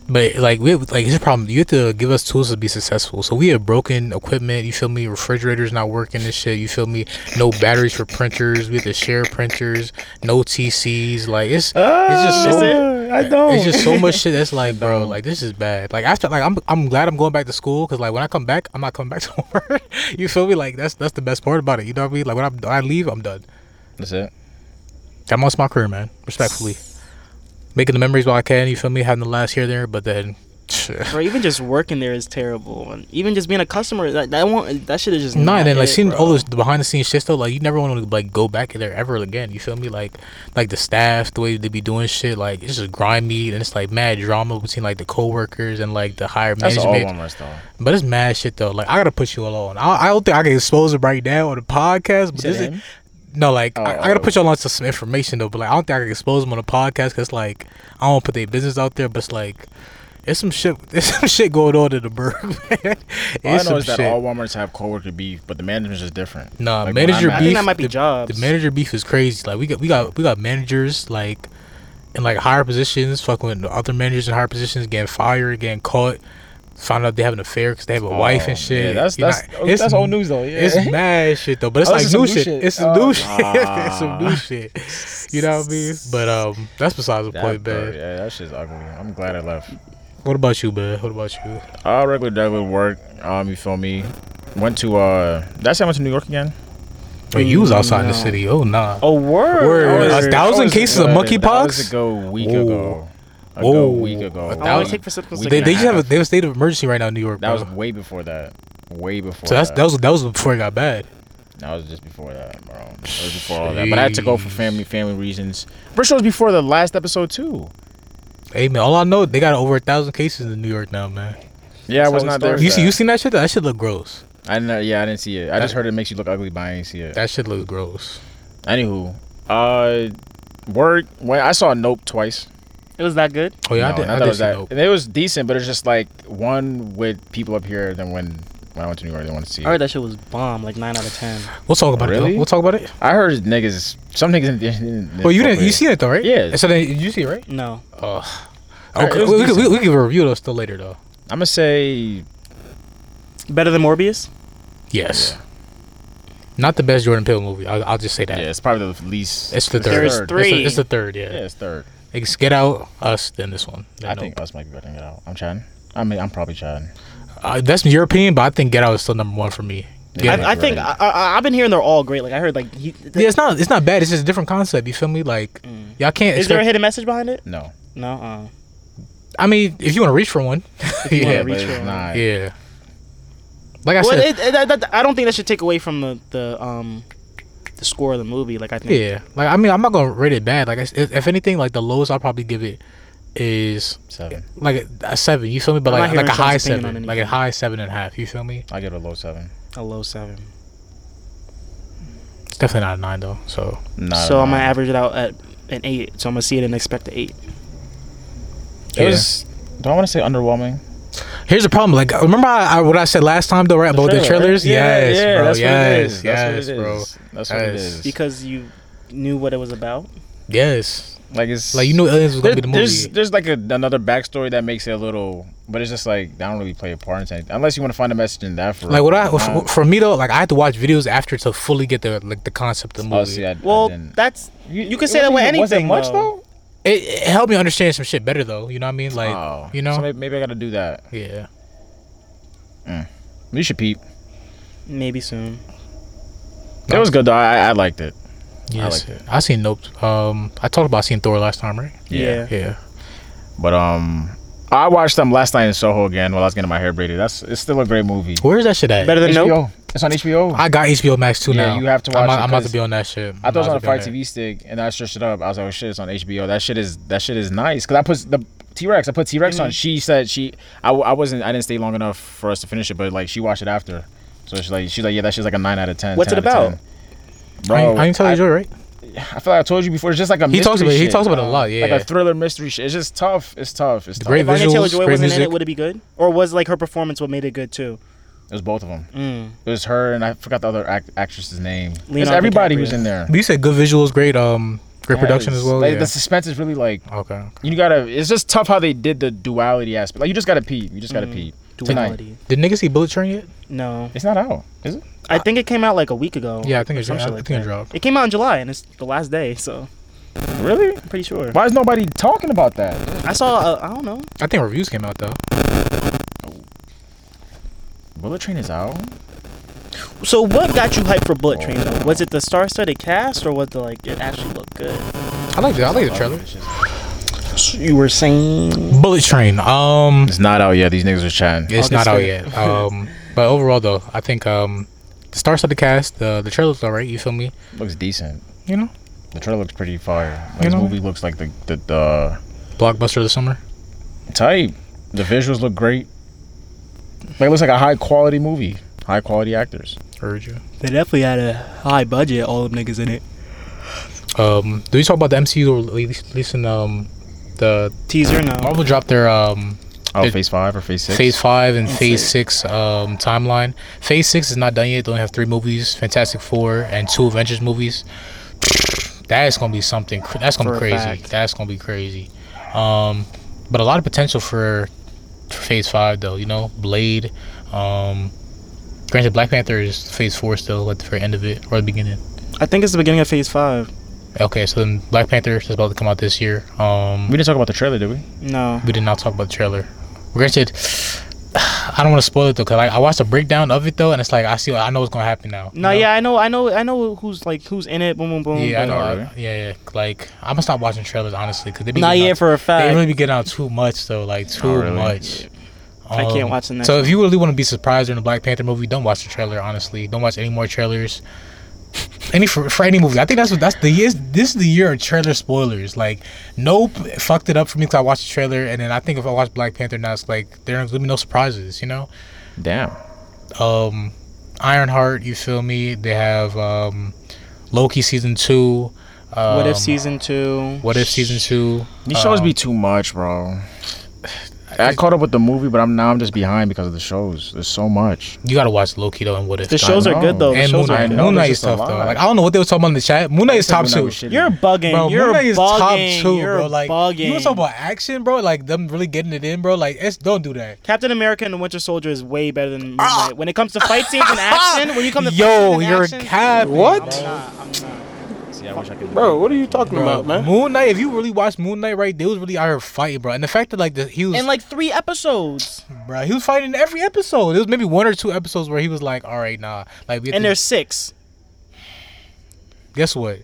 Speaker 4: But like we have, like here's the problem. You have to give us tools to be successful. So we have broken equipment. You feel me? Refrigerators not working. This shit. You feel me? No batteries for printers. We have to share printers. No TCs. Like it's it's just so.
Speaker 1: I don't.
Speaker 4: It's just so much shit that's like, bro, like this is bad. Like after, like I'm, I'm glad I'm going back to school because like when I come back, I'm not coming back to work. you feel me? Like that's that's the best part about it. You know what I mean? Like when I'm, I leave, I'm done.
Speaker 1: That's it.
Speaker 4: I'm on my career, man. Respectfully, making the memories while I can. You feel me? Having the last year there, but then,
Speaker 3: Or even just working there is terrible, and even just being a customer that that won't that shit is just
Speaker 4: No,
Speaker 3: not
Speaker 4: and then like
Speaker 3: it,
Speaker 4: seeing
Speaker 3: bro.
Speaker 4: all those the behind the scenes shit though, like you never want to like go back in there ever again. You feel me? Like like the staff, the way they be doing shit, like it's just grimy and it's like mad drama between like the coworkers and like the higher
Speaker 1: That's all
Speaker 4: management.
Speaker 1: Walmart's though.
Speaker 4: But it's mad shit though. Like I gotta put you all on. I, I don't think I can expose it right now on the podcast. But
Speaker 1: said
Speaker 4: this is,
Speaker 1: him?
Speaker 4: no, like I, I
Speaker 1: Oh,
Speaker 4: gotta
Speaker 1: oh.
Speaker 4: put y'all on to some information though. But like I don't think I can expose them on the podcast because like I don't put their business out there. But it's like. It's some shit. There's some shit going on in the burg,
Speaker 1: All
Speaker 4: man. It's
Speaker 1: I know
Speaker 4: some
Speaker 1: is that
Speaker 4: shit.
Speaker 1: all Walmarts have coworker beef, but the management's just different.
Speaker 4: Nah,
Speaker 1: Like, when
Speaker 4: manager
Speaker 1: I'm
Speaker 3: I
Speaker 1: at-
Speaker 3: think
Speaker 4: beef.
Speaker 3: that might be
Speaker 4: the-
Speaker 3: jobs.
Speaker 4: The manager beef is crazy. Like we got we got we got managers like in like higher positions, fucking with other managers in higher positions, getting fired, getting caught, found out they have an affair because they have a wife
Speaker 1: Oh,
Speaker 4: and shit.
Speaker 1: Yeah, that's
Speaker 4: You're
Speaker 1: that's
Speaker 4: not-
Speaker 1: that's, old news though. Yeah.
Speaker 4: It's mad shit though, but it's
Speaker 1: Oh,
Speaker 4: like
Speaker 1: this is
Speaker 4: new
Speaker 1: some
Speaker 4: shit.
Speaker 1: new shit.
Speaker 4: It's some
Speaker 1: Oh. ah.
Speaker 4: new shit. it's some new shit. You know what I mean? But um, that's besides the
Speaker 1: That
Speaker 4: point,
Speaker 1: bird,
Speaker 4: man.
Speaker 1: yeah, that shit's ugly. I'm glad I left.
Speaker 4: What about you, man? What about you?
Speaker 1: Uh, regular regular work. Um, you feel me? Went to uh, did I say I went to New York again? Mm,
Speaker 4: Wait, you was outside the
Speaker 3: no.
Speaker 4: city. Oh nah.
Speaker 3: a word.
Speaker 4: Word.
Speaker 1: That was-
Speaker 4: A thousand
Speaker 1: that was
Speaker 4: cases of
Speaker 1: good.
Speaker 4: monkeypox?
Speaker 1: That was a go week
Speaker 4: Whoa.
Speaker 1: ago. A
Speaker 4: Whoa.
Speaker 1: go week
Speaker 4: A
Speaker 1: ago.
Speaker 4: thousand-
Speaker 3: I want to take for something.
Speaker 1: We-
Speaker 4: They,
Speaker 1: and
Speaker 4: they
Speaker 1: a
Speaker 4: just have a
Speaker 1: half.
Speaker 4: they have a state of emergency right now in New York.
Speaker 1: That was
Speaker 4: bro.
Speaker 1: way before that. Way before.
Speaker 4: so that's
Speaker 1: that.
Speaker 4: that was that was before it got bad.
Speaker 1: That was just before that, bro. It was before all that. But I had to go for
Speaker 4: Jeez.
Speaker 1: family family reasons. Bristol was before the last episode too.
Speaker 4: Hey man, all I know they got over a thousand cases in New York now, man.
Speaker 1: Yeah, I was not
Speaker 3: That's how it
Speaker 1: there.
Speaker 3: started.
Speaker 1: for
Speaker 4: You see,
Speaker 1: that.
Speaker 4: you seen that shit? That shit look gross.
Speaker 1: I didn't know, yeah, I didn't see it. I just
Speaker 4: That-
Speaker 1: heard it makes you look ugly, but I didn't see it.
Speaker 4: That shit look gross.
Speaker 1: Anywho, uh, work. When I saw Nope twice.
Speaker 3: It was that good.
Speaker 4: Oh yeah,
Speaker 1: No,
Speaker 4: I did.
Speaker 1: not
Speaker 4: I
Speaker 1: that
Speaker 4: did
Speaker 1: was
Speaker 4: see
Speaker 1: that.
Speaker 4: Nope.
Speaker 1: And it was decent, but it's just like one with people up here than when when I went to New York. They want to see.
Speaker 3: I heard that shit was bomb, like nine out of ten.
Speaker 4: We'll talk about it.
Speaker 1: Really?
Speaker 4: though. We'll talk about it.
Speaker 1: I heard niggas. Some niggas. Didn't, didn't,
Speaker 4: Well, you didn't. You
Speaker 1: fuck
Speaker 4: seen it though, right?
Speaker 1: Yeah.
Speaker 4: So then you see it, right?
Speaker 3: No,
Speaker 4: Oh.
Speaker 1: Alright,
Speaker 4: Okay.
Speaker 1: it was
Speaker 4: we, we, can- we,
Speaker 1: decent.
Speaker 4: we can give a review though still later though.
Speaker 1: with it. I'm gonna say
Speaker 3: better than Morbius.
Speaker 4: Yes. Not the best Jordan Peele movie. I'll, I'll just say
Speaker 1: yeah.
Speaker 4: that.
Speaker 1: It's probably the least.
Speaker 4: It's the
Speaker 1: it's
Speaker 4: third.
Speaker 3: There's
Speaker 1: third.
Speaker 4: It's, the,
Speaker 3: three.
Speaker 4: it's the third. Yeah.
Speaker 1: Yeah, it's third.
Speaker 4: It's Get Out, Us, then this one. Then
Speaker 1: I
Speaker 4: Nope.
Speaker 1: think us might be working it out. I'm trying. I mean, I'm probably trying.
Speaker 4: uh, that's European, but I think Get Out is still number one for me.
Speaker 1: Yeah,
Speaker 4: Get Out.
Speaker 3: I, I think I,
Speaker 1: right.
Speaker 3: I, I've been hearing they're all great. Like I heard like he,
Speaker 4: Yeah, it's not. It's not bad. It's just a different concept. You feel me? Like y'all can't.
Speaker 3: is there a
Speaker 4: expect-
Speaker 3: hidden message behind it?
Speaker 1: No.
Speaker 3: No. Uh,
Speaker 4: I mean, if you want to reach for one,
Speaker 3: you wanna
Speaker 4: yeah,
Speaker 1: but
Speaker 3: reach
Speaker 1: it's
Speaker 3: for it.
Speaker 1: not.
Speaker 4: yeah. Like I
Speaker 3: well, it,
Speaker 4: said,
Speaker 3: it, that, that, I don't think that should take away from the the um the score of the movie. Like I think
Speaker 4: yeah. Like I mean, I'm not gonna rate it bad. Like I s if if anything, like the lowest I'll probably give it is
Speaker 1: Seven.
Speaker 4: like a seven. You feel me? But
Speaker 3: I'm not
Speaker 4: like like
Speaker 3: hearing
Speaker 4: a high
Speaker 3: Sean's opinion
Speaker 4: seven,
Speaker 3: on
Speaker 4: like a
Speaker 3: anything.
Speaker 4: high seven and a half. You feel me?
Speaker 1: I give it a low seven.
Speaker 3: a low seven.
Speaker 4: It's definitely not a nine though. So
Speaker 1: Nah,
Speaker 3: so I'm
Speaker 1: nah.
Speaker 3: gonna average it out at an eight. So I'm gonna see it and expect an eight.
Speaker 1: It was. Do I want to say underwhelming?
Speaker 4: Here's the problem. Like, remember I, I, what I said last time though, right? About the trailers. yes, bro.
Speaker 1: that's
Speaker 4: yes,
Speaker 1: what it is.
Speaker 4: yes,
Speaker 1: That's
Speaker 4: bro.
Speaker 1: what it
Speaker 4: Yes.
Speaker 1: is. That's what it is.
Speaker 3: because you knew what it was about.
Speaker 4: Yes.
Speaker 1: Like it's
Speaker 4: Like you knew aliens was
Speaker 1: There,
Speaker 4: gonna be the
Speaker 1: there's
Speaker 4: movie.
Speaker 1: there's like a, another backstory that makes it a little, but it's just like I don't really play a part in anything unless you want to find a message in that. For
Speaker 4: Like what I
Speaker 1: Um,
Speaker 4: for, for me though, like I had to watch videos after to fully get the like the concept of the
Speaker 1: oh,
Speaker 4: movie.
Speaker 1: see, I,
Speaker 3: Well,
Speaker 1: I didn't.
Speaker 3: that's you can
Speaker 1: it
Speaker 3: say that with
Speaker 1: wasn't-
Speaker 3: anything.
Speaker 1: Was it much
Speaker 3: though.
Speaker 1: though?
Speaker 4: it, it helped me understand some shit better though. You know what I mean? Like
Speaker 1: oh,
Speaker 4: you know,
Speaker 1: so maybe, maybe I got to do that.
Speaker 4: yeah.
Speaker 1: You should peep.
Speaker 3: Maybe soon.
Speaker 1: It was good though. I, I liked it.
Speaker 4: Yes,
Speaker 1: liked it.
Speaker 4: I, seen Nope. Um, I talked about seeing Thor last time, right?
Speaker 3: Yeah.
Speaker 4: Yeah.
Speaker 1: But um, I watched them last night in Soho again while I was getting my hair braided. That's it's still a great movie.
Speaker 4: Where's that shit at?
Speaker 3: Better than
Speaker 1: HBO.
Speaker 3: nope.
Speaker 1: It's on HBO. I,
Speaker 4: I got HBO Max too
Speaker 1: Yeah,
Speaker 4: now.
Speaker 1: you have to watch
Speaker 4: I'm,
Speaker 1: it
Speaker 4: I'm about to
Speaker 1: 'cause
Speaker 4: be on that shit.
Speaker 1: thought it was on a Fire TV stick, and I searched it up. I was like, oh shit, it's on HBO. That shit is that shit is nice. Cause I put the T Rex. I put T Rex on.
Speaker 4: Mm-hmm.
Speaker 1: She said she I, w- I wasn't I didn't stay long enough for us to finish it, but like she watched it after. So she's like she's like yeah, that shit's like a nine out of ten.
Speaker 3: What's
Speaker 1: 10
Speaker 3: it
Speaker 1: out of
Speaker 3: about?
Speaker 1: 10. Bro,
Speaker 4: I, ain't- I ain't tell you, Joe, right?
Speaker 1: I feel like I told you before. It's just like a
Speaker 4: He talks
Speaker 1: mystery
Speaker 4: about it- he
Speaker 1: shit.
Speaker 4: talks about it a lot,
Speaker 1: like
Speaker 4: yeah.
Speaker 1: a thriller mystery shit. It's just tough. It's tough. It's tough.
Speaker 4: great
Speaker 1: It
Speaker 3: If Anya
Speaker 4: visuals,
Speaker 3: Taylor Joy
Speaker 4: great
Speaker 3: wasn't in
Speaker 4: music.
Speaker 3: it, would it be good? Or was like her performance what made it good too?
Speaker 1: was both of them.
Speaker 3: Mm.
Speaker 1: It was her and I forgot the other act- actress's name. It's
Speaker 3: Leonardo
Speaker 1: everybody
Speaker 3: DiCaprio.
Speaker 1: who's in there.
Speaker 4: But you said good visuals, great um, great production as
Speaker 1: Yes.
Speaker 4: well.
Speaker 1: Like,
Speaker 4: yeah.
Speaker 1: The suspense is really like
Speaker 4: okay. okay.
Speaker 1: you gotta. It's just tough how they did the duality aspect. Like you just gotta pee. You just
Speaker 4: Mm-hmm.
Speaker 1: gotta pee. Tonight.
Speaker 3: Duality.
Speaker 4: Did niggas see Bullet Train yet?
Speaker 3: No,
Speaker 1: It's not out, is it?
Speaker 3: I think it came out like a week ago.
Speaker 4: Yeah, I think
Speaker 3: or
Speaker 4: it
Speaker 3: some
Speaker 4: dropped.
Speaker 3: shit
Speaker 4: I
Speaker 3: like
Speaker 4: think it
Speaker 3: that.
Speaker 4: dropped.
Speaker 3: It came out in July, and it's the last day, so
Speaker 1: Really?
Speaker 3: I'm pretty sure.
Speaker 1: Why is nobody talking about that?
Speaker 3: I saw. uh, I I don't know.
Speaker 4: I think reviews came out though.
Speaker 1: Bullet Train is out.
Speaker 3: So what got you hyped for Bullet Train though? Was it the star-studded cast, or was the like it actually looked good?
Speaker 4: I like the I like the trailer.
Speaker 3: You were saying
Speaker 4: Bullet Train. Um,
Speaker 1: It's not out yet. These niggas are chatting.
Speaker 4: it's
Speaker 3: August
Speaker 4: not out
Speaker 3: third.
Speaker 4: yet. Um, but overall though, I think um, the stars of the cast, the the trailer's alright. You feel me?
Speaker 1: Looks decent.
Speaker 4: You know,
Speaker 1: The trailer looks pretty fire. Like,
Speaker 4: You
Speaker 1: this
Speaker 4: know-
Speaker 1: movie looks like the the, the
Speaker 4: blockbuster of the summer.
Speaker 1: type. The visuals look great. Like it looks like a high quality movie. High quality actors.
Speaker 4: Heard you.
Speaker 3: they definitely had a high budget. All them niggas in it.
Speaker 4: Um, do we talk about the MCU or at least, at least in um, the
Speaker 3: Teaser no.
Speaker 4: Marvel dropped their um
Speaker 1: Oh,
Speaker 4: It-
Speaker 1: phase five or phase six?
Speaker 4: Phase Five and Phase Six um timeline. Phase Six is not done yet. They only have three movies: Fantastic Four and two Avengers movies. That's gonna be something. cr- That's gonna
Speaker 3: For
Speaker 4: be
Speaker 3: a
Speaker 4: crazy.
Speaker 3: fact.
Speaker 4: That's gonna be crazy. Um, but a lot of potential for, for Phase Five though. You know, Blade. Um, granted, Black Panther is Phase Four still at the very end of it or the beginning.
Speaker 3: I think it's the beginning of Phase Five.
Speaker 4: Okay, so then Black Panther is about to come out this year. Um,
Speaker 1: We didn't talk about the trailer, did we?
Speaker 3: No.
Speaker 4: we did not talk about the trailer. Granted, I don't want to spoil it though, cause like I watched a breakdown of it though, and it's like I see, I know what's gonna happen now.
Speaker 3: No, yeah, I know, I know, I know who's like who's in it. Boom, boom, boom.
Speaker 4: yeah,
Speaker 3: but-
Speaker 4: I know,
Speaker 1: already.
Speaker 4: I- yeah, yeah. Like I'm gonna stop watching trailers honestly, cause they be
Speaker 3: Not
Speaker 4: getting
Speaker 3: yet
Speaker 4: out-
Speaker 3: for a fact.
Speaker 4: They really be getting out too much though, like too
Speaker 1: really.
Speaker 4: much.
Speaker 3: I
Speaker 4: Um,
Speaker 3: can't watch the next.
Speaker 4: So
Speaker 3: one.
Speaker 4: if you really want to be surprised during the Black Panther movie, don't watch the trailer. Honestly, don't watch any more trailers. Any for, for any movie, I think that's what that's the year. This is the year of trailer spoilers. Like, nope, it fucked it up for me because I watched the trailer, and then I think if I watch Black Panther now, it's like there's gonna be no surprises. You know,
Speaker 1: Damn.
Speaker 4: um, Ironheart, you feel me? They have um, Loki season two. Um,
Speaker 3: what if season two?
Speaker 4: What if season two?
Speaker 1: These shows
Speaker 3: Um,
Speaker 1: be too much, bro. I caught up with the movie, but I'm now I'm just behind because of the shows. There's so much.
Speaker 4: You gotta watch Loki though, and what if
Speaker 3: The shows are
Speaker 1: know.
Speaker 3: good though. The
Speaker 4: and
Speaker 3: shows
Speaker 4: Moon
Speaker 3: are
Speaker 4: Knight.
Speaker 1: good.
Speaker 4: Moon
Speaker 1: There's
Speaker 4: Knight is
Speaker 1: just a
Speaker 4: tough though.
Speaker 1: lot.
Speaker 4: Like I don't know what they were talking about in the chat. Moon Knight is top
Speaker 1: Moon Knight
Speaker 4: two.
Speaker 1: was shitty.
Speaker 3: You're bugging.
Speaker 4: Bro,
Speaker 3: You're
Speaker 4: Moon Knight is top
Speaker 3: bugging.
Speaker 4: two,
Speaker 3: You're
Speaker 4: bro. Like
Speaker 3: bugging.
Speaker 4: you want to talk about action, bro? Like them really getting it in, bro. Like it's don't do that.
Speaker 3: Captain America and the Winter Soldier is way better than Moon Knight. When it comes to fight scenes and action, when you come to
Speaker 4: Ah! Yo,
Speaker 3: fight scenes and
Speaker 4: you're
Speaker 3: action,
Speaker 4: cap.
Speaker 3: I'm
Speaker 5: What?
Speaker 3: not. I'm not.
Speaker 1: See, I wish I could.
Speaker 5: Bro, what are you talking
Speaker 4: Bro,
Speaker 5: about, man?
Speaker 4: Moon Knight. If you really watch Moon Knight, right, they was really out here fighting, bro. And the fact that like the, he was,
Speaker 3: In like three episodes,
Speaker 4: bro, he was fighting in every episode. There was maybe one or two episodes where he was like, all right, nah. Like, we have
Speaker 3: and
Speaker 4: to-
Speaker 3: there's six.
Speaker 4: guess what?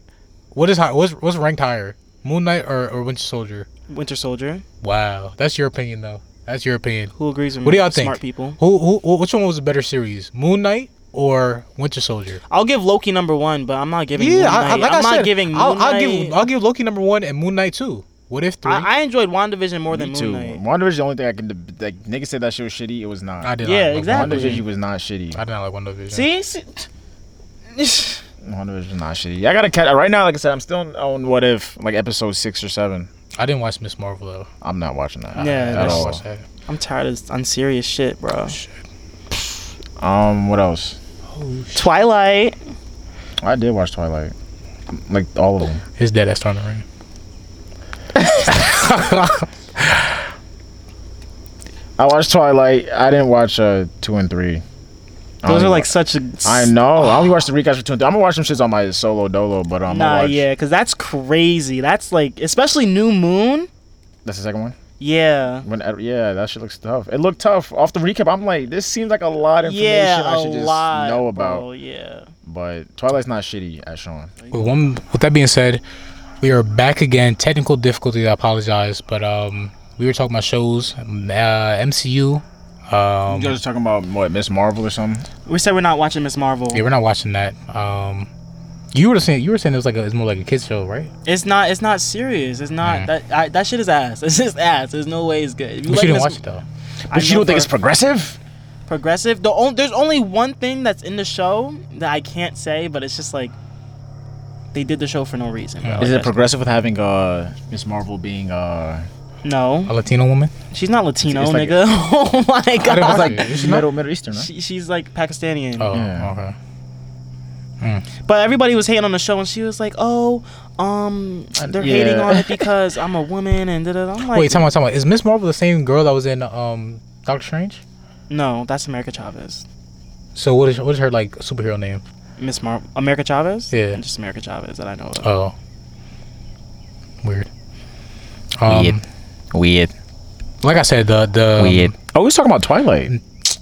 Speaker 4: What is high? What's what's ranked higher, Moon Knight or, or Winter Soldier?
Speaker 3: Winter Soldier.
Speaker 4: Wow, that's your opinion though. That's your opinion.
Speaker 3: Who agrees with me?
Speaker 4: What do y'all think?
Speaker 3: Smart people.
Speaker 4: Who, who, who which one was a better series, Moon Knight or Winter Soldier?
Speaker 3: I'll give Loki number one, but I'm not giving. Moon
Speaker 4: Yeah, I, I,
Speaker 3: Knight.
Speaker 4: like
Speaker 3: I'm
Speaker 4: I
Speaker 3: not
Speaker 4: said,
Speaker 3: giving. Moon
Speaker 4: I'll, I'll
Speaker 3: Knight-
Speaker 4: give I'll give Loki number one and Moon Knight two. What if three?
Speaker 3: I, I enjoyed WandaVision more than
Speaker 1: Me
Speaker 3: Moon
Speaker 1: too.
Speaker 3: Knight.
Speaker 1: WandaVision's the only thing I can. deb- Like niggas said that shit was shitty. It was not.
Speaker 4: did
Speaker 3: Yeah,
Speaker 4: like
Speaker 3: exactly.
Speaker 1: WandaVision was not shitty.
Speaker 4: I did not like WandaVision.
Speaker 3: See, see
Speaker 1: WandaVision's not shitty. I gotta catch right now. Like I said, I'm still on, on what if like episode six or seven.
Speaker 4: I didn't watch Miss Marvel though.
Speaker 1: I'm not watching that.
Speaker 3: Yeah,
Speaker 4: I, I
Speaker 1: at
Speaker 4: didn't
Speaker 3: that's-
Speaker 1: all.
Speaker 4: watch that.
Speaker 3: I'm tired of this unserious shit, bro.
Speaker 1: Um, what else?
Speaker 3: Twilight.
Speaker 1: I did watch Twilight, like all of them.
Speaker 4: His dead ass starting to ring.
Speaker 1: I watched Twilight. I didn't watch uh two and three. I
Speaker 3: Those
Speaker 1: only
Speaker 3: are like
Speaker 1: wa-
Speaker 3: such a.
Speaker 1: I know. I only watched the recaps for two and three. I'm gonna watch some shits on my solo dolo, but um,
Speaker 3: Nah,
Speaker 1: i
Speaker 3: yeah, because that's crazy. That's like, especially New Moon.
Speaker 1: That's the second one.
Speaker 3: Yeah.
Speaker 1: When yeah, that shit looks tough. It looked tough. Off the recap, I'm like, this seems like a lot of information
Speaker 3: Yeah,
Speaker 1: I
Speaker 3: a
Speaker 1: should just
Speaker 3: lot.
Speaker 1: know about.
Speaker 3: bro, yeah.
Speaker 1: But Twilight's not shitty at Sean.
Speaker 4: With, one, with that being said, we are back again. Technical difficulties. I apologize, but um, we were talking about shows, um, uh, MCU. Um,
Speaker 1: You guys are talking about what Miss Marvel or something?
Speaker 3: We said we're not watching Miss Marvel.
Speaker 4: yeah, we're not watching that. Um, you were saying you were saying it was like a, it's more like a kids show, right?
Speaker 3: It's not. It's not serious. It's not
Speaker 4: Mm.
Speaker 3: that. I, that shit is ass. It's just ass. There's no way it's good. If
Speaker 4: But you didn't
Speaker 3: Miss-
Speaker 4: watch it though.
Speaker 3: I
Speaker 1: But you
Speaker 3: know
Speaker 1: don't think it's
Speaker 3: for
Speaker 1: progressive?
Speaker 3: progressive? The only there's only one thing that's in the show that I can't say, but it's just like they did the show for no reason. bro.
Speaker 1: Is it
Speaker 3: That's-
Speaker 1: progressive with having uh Miss Marvel being uh?
Speaker 3: no,
Speaker 4: A Latino woman.
Speaker 3: she's not Latino,
Speaker 1: it's like-
Speaker 3: nigga. oh my
Speaker 4: didn't
Speaker 3: god.
Speaker 4: watch
Speaker 1: like
Speaker 4: it. Is she
Speaker 1: Middle Middle Eastern, right?
Speaker 3: She, she's like Pakistani.
Speaker 4: Oh,
Speaker 1: Yeah.
Speaker 4: okay.
Speaker 3: But everybody was hating on the show, and she was like, "Oh, um, they're
Speaker 1: yeah.
Speaker 3: hating on it because I'm a woman." And da-da. I'm like,
Speaker 4: Wait, time out, time out. Is Miss Marvel the same girl that was in um Doctor Strange?
Speaker 3: "No, that's America Chavez,
Speaker 4: So what is what is her like superhero name?
Speaker 3: Miss Mar, America Chavez."
Speaker 4: Yeah.
Speaker 3: just America Chavez that I know of.
Speaker 4: Oh, weird. Um,
Speaker 1: Weird. Weird.
Speaker 4: like I said, the the
Speaker 1: Oh, we was talking about Twilight.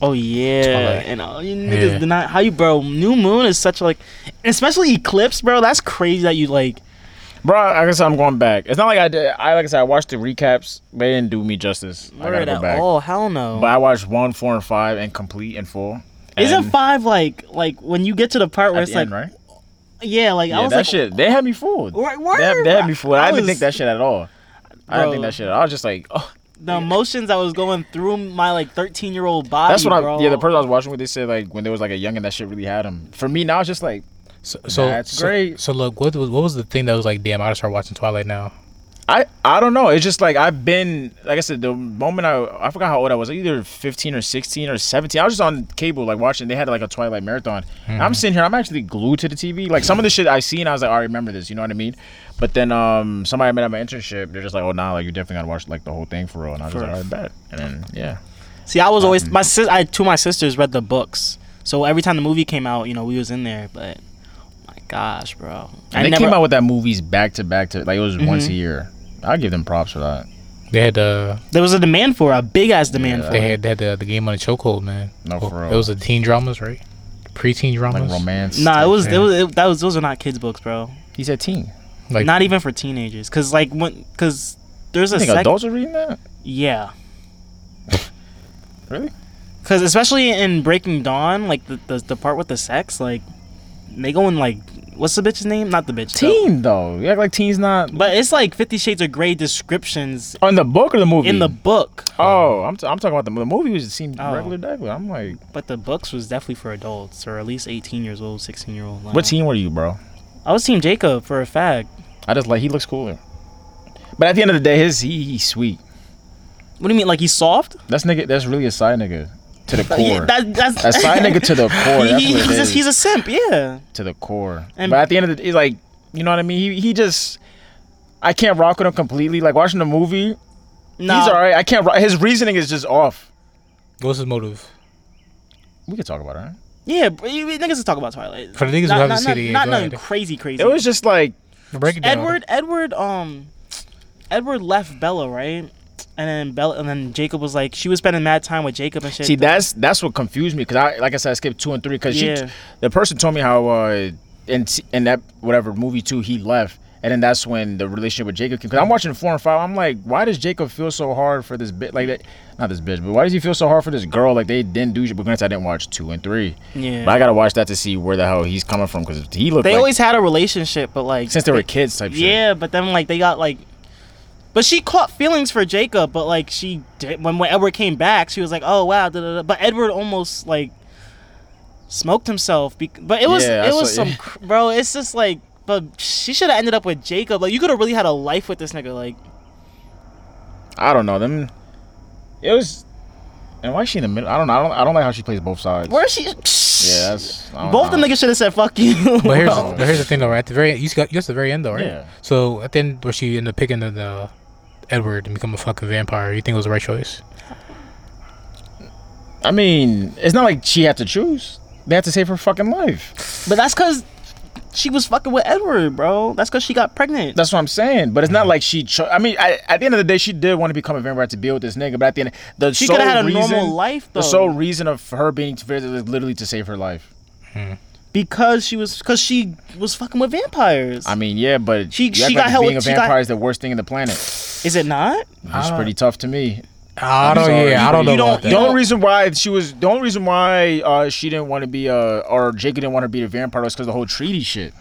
Speaker 3: Oh yeah,
Speaker 4: Twilight.
Speaker 3: and all you
Speaker 4: Yeah.
Speaker 3: niggas did not. How you, bro? New Moon is such like, especially Eclipse, bro. That's crazy that you like.
Speaker 1: Bro, I guess I'm going back. It's not like I did. I like I said, I watched the recaps. They didn't do me justice. I gotta
Speaker 3: word
Speaker 1: go
Speaker 3: at
Speaker 1: back.
Speaker 3: all. Oh, hell no.
Speaker 1: But I watched one, four, and five, and complete and full.
Speaker 3: Isn't
Speaker 1: And
Speaker 3: five like like when you get to the part
Speaker 1: at
Speaker 3: where it's
Speaker 1: the
Speaker 3: like
Speaker 1: end, right?
Speaker 3: yeah, like I
Speaker 1: yeah,
Speaker 3: was
Speaker 1: that
Speaker 3: like,
Speaker 1: shit. They had me fooled.
Speaker 3: Right,
Speaker 1: They had, they had me fooled. I,
Speaker 3: I
Speaker 1: didn't
Speaker 3: was-
Speaker 1: think that shit at all. I didn't think
Speaker 3: Bro.
Speaker 1: that shit. At all. I was just like, oh,
Speaker 3: the emotions that was going through my like thirteen year old body.
Speaker 1: that's what
Speaker 3: bro.
Speaker 1: I. Yeah, the person I was watching with, they said like when there was like a young and that shit really had him. For me now, it's just like
Speaker 4: So, so
Speaker 1: That's
Speaker 4: so-
Speaker 1: great.
Speaker 4: So, look, what was what was the thing that was like? Damn, I gotta start watching Twilight now.
Speaker 1: I I don't know. It's just like I've been like I said the moment I I forgot how old I was either 15 or 16 or 17. I was just on cable like watching. They had like a Twilight marathon. And I'm sitting here. I'm actually glued to the TV. Like some of the shit I seen, I was like, "Oh, I remember this. You know what I mean? But then um somebody I met at my internship. They're just like, oh nah, like you definitely gotta watch like the whole thing for real. And I was just
Speaker 3: For-
Speaker 1: like, alright, bet. And then yeah,
Speaker 3: See, I was
Speaker 1: Mm.
Speaker 3: always my sis. I two of my sisters read the books, so every time the movie came out, you know, we was in there. But oh my gosh, bro,
Speaker 1: and they came out with that movies back to back to like it was once a year. I give them props for that.
Speaker 4: They had uh,
Speaker 3: There was a demand for it, a big ass demand for
Speaker 4: they
Speaker 3: it.
Speaker 4: had they had the, the game on the chokehold, man.
Speaker 1: Uh, No,
Speaker 4: Oh,
Speaker 1: for real.
Speaker 4: It was the teen dramas, right? Pre-teen
Speaker 1: Like
Speaker 4: dramas, like,
Speaker 1: romance.
Speaker 3: Nah, it
Speaker 1: type
Speaker 3: was
Speaker 1: shit.
Speaker 3: it was it, that was those are not kids books, bro.
Speaker 1: He's a teen.
Speaker 3: not even for teenagers, cause like when cause there's
Speaker 1: You
Speaker 3: a
Speaker 1: think
Speaker 3: sec-
Speaker 1: adults are reading that?
Speaker 3: yeah,
Speaker 1: Really?
Speaker 3: cause especially in Breaking Dawn, like the the, the part with the sex, like they go in like what's the bitch's name? Not the bitch. the-
Speaker 1: Teen though. You act like teen's not
Speaker 3: but it's like Fifty Shades of Grey descriptions
Speaker 1: On Oh, the book or the movie?
Speaker 3: in the book,
Speaker 1: oh, I'm, t- I'm talking about the, mo- the movie. Was seemed
Speaker 3: Oh.
Speaker 1: regular, regular. I'm like,
Speaker 3: but the books was definitely for adults or at least eighteen years old, sixteen year old.
Speaker 1: what team were you, bro?
Speaker 3: I was Team Jacob for a fact.
Speaker 1: I just like he looks cooler. But at the end of the day, his he, he's sweet.
Speaker 3: What do you mean? Like he's soft?
Speaker 1: That's nigga. That's really a side nigga to the core.
Speaker 3: Yeah, that, that's
Speaker 1: a side nigga to the core.
Speaker 3: He-
Speaker 1: That's
Speaker 3: he-
Speaker 1: what it
Speaker 3: he's, a,
Speaker 1: is.
Speaker 3: he's a simp, yeah.
Speaker 1: to the core.
Speaker 3: And-
Speaker 1: but at the end of the day, like, you know what I mean? He he just. I can't rock with him completely. Like watching the movie,
Speaker 3: Nah,
Speaker 1: he's all right. I can't. Rock, his reasoning is just off.
Speaker 4: What's his motive?
Speaker 1: We could talk about it. Right?
Speaker 3: Yeah, but you, you niggas can talk about Twilight.
Speaker 4: For the niggas who
Speaker 3: not,
Speaker 4: haven't
Speaker 3: not,
Speaker 4: seen
Speaker 3: not,
Speaker 4: it yet,
Speaker 3: not
Speaker 4: go
Speaker 3: nothing
Speaker 4: ahead.
Speaker 3: crazy, crazy.
Speaker 1: It was just like
Speaker 4: Break it down.
Speaker 3: Edward. Edward. Um, Edward left Bella, right? And then Bella, and then Jacob was like, she was spending mad time with Jacob and shit.
Speaker 1: See, that's that's what confused me because I, like I said, I skipped two and three because
Speaker 3: Yeah.
Speaker 1: she, the person told me how uh, in t- in that whatever movie two he left, and then that's when the relationship with Jacob came. Because I'm watching four and five, I'm like, why does Jacob feel so hard for this bit like that? Not this bitch, but why does he feel so hard for this girl? Like they didn't do shit. But granted, I didn't watch two and three.
Speaker 3: Yeah.
Speaker 1: But I gotta watch that to see where the hell he's coming from because he looked
Speaker 3: they
Speaker 1: like
Speaker 3: always had a relationship, but like,
Speaker 1: since they were kids type shit.
Speaker 3: yeah, but then like they got like, but she caught feelings for Jacob, but like she did, when when Edward came back, she was like, oh wow, da, da, da. but Edward almost like. smoked himself. Bec- but it was
Speaker 1: Yeah, I
Speaker 3: it was
Speaker 1: saw-
Speaker 3: some cr- bro. It's just like, but she should have ended up with Jacob. Like you could have really had a life with this nigga. Like
Speaker 1: I don't know them. It was, and why is she in the middle? I don't know. I don't. I don't like how she plays both sides.
Speaker 3: where is she?
Speaker 1: Yeah, that's I don't
Speaker 3: Both the
Speaker 1: know.
Speaker 3: niggas should have said fuck you.
Speaker 4: But here's,
Speaker 1: Wow.
Speaker 4: but here's the thing though, right? At the very you got you got to the very end though, right?
Speaker 1: Yeah.
Speaker 4: So at the end where she ended up picking the, the Edward and become a fucking vampire, you think it was the right choice?
Speaker 1: I mean, it's not like she had to choose. They had to save her fucking life.
Speaker 3: but that's because she was fucking with Edward, bro. That's because she got pregnant.
Speaker 1: That's what I'm saying. But it's
Speaker 3: Mm-hmm.
Speaker 1: not like she. Cho- I mean, I, at the end of the day, she did want to become a vampire to deal with this nigga. But at the end, the
Speaker 3: She
Speaker 1: sole
Speaker 3: could have had a
Speaker 1: reason,
Speaker 3: normal life though,
Speaker 1: The sole reason of her being vampire is literally to save her life.
Speaker 3: because she was because she was fucking with vampires.
Speaker 1: I mean, yeah, but
Speaker 3: She-
Speaker 1: you act
Speaker 3: she
Speaker 1: like
Speaker 3: got held-
Speaker 1: being a
Speaker 3: she got-
Speaker 1: vampire is the worst thing in the planet.
Speaker 3: Is it not?
Speaker 1: It's pretty tough to me.
Speaker 4: I don't.
Speaker 1: sorry.
Speaker 4: Yeah, I don't know.
Speaker 1: You
Speaker 4: about
Speaker 3: don't-
Speaker 4: that.
Speaker 1: The only reason why she was the only reason why uh, she didn't want to be a or Jacob didn't want to be a vampire was because the whole treaty shit.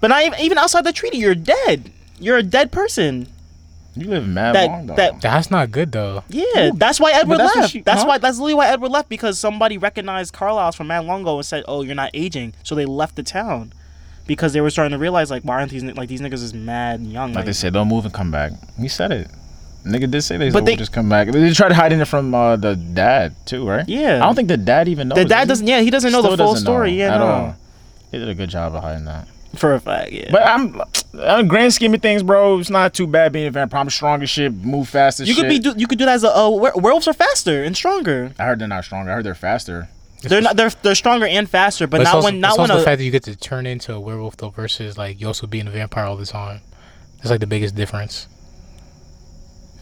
Speaker 3: But not even, even outside the treaty, you're dead. You're a dead person.
Speaker 1: You live mad
Speaker 3: That-
Speaker 1: long though.
Speaker 3: that-
Speaker 4: That's not good though.
Speaker 3: Yeah, that's why Edward
Speaker 1: that's what
Speaker 3: left.
Speaker 1: she-
Speaker 3: that's
Speaker 1: huh?
Speaker 3: why that's literally why Edward left because somebody recognized Carlisle from Mad Longo and said, "Oh, you're not aging," so they left the town because they were starting to realize like, why aren't these ni- like these niggas is mad young?
Speaker 1: Like
Speaker 3: Like,
Speaker 1: they said, don't move and come back. He said it. Nigga did say they
Speaker 3: But
Speaker 1: said,
Speaker 3: they-
Speaker 1: "We'll just come back. They tried hiding it from uh, the dad too, right?
Speaker 3: Yeah.
Speaker 1: I don't think the dad even knows.
Speaker 3: the
Speaker 1: does
Speaker 3: dad
Speaker 1: he?
Speaker 3: doesn't. Yeah, he doesn't know the
Speaker 1: Still
Speaker 3: full
Speaker 1: doesn't know
Speaker 3: story. Yeah,
Speaker 1: at
Speaker 3: no,
Speaker 1: all. They did a good job of hiding that.
Speaker 3: for a fact. Yeah,
Speaker 1: But I'm, on the grand scheme of things, bro, it's not too bad being a vampire. I'm strong as shit, move fast as
Speaker 3: you
Speaker 1: shit.
Speaker 3: could be do, you could do that as a uh, were- werewolves are faster and stronger.
Speaker 1: I heard they're not stronger. I heard they're faster.
Speaker 3: They're not they're they're stronger and faster, but,
Speaker 4: But it's
Speaker 3: not
Speaker 4: also,
Speaker 3: when not
Speaker 4: it's
Speaker 3: when
Speaker 4: also the
Speaker 3: a,
Speaker 4: fact that you get to turn into a werewolf though versus like you also being a vampire all the time. That's like the biggest difference.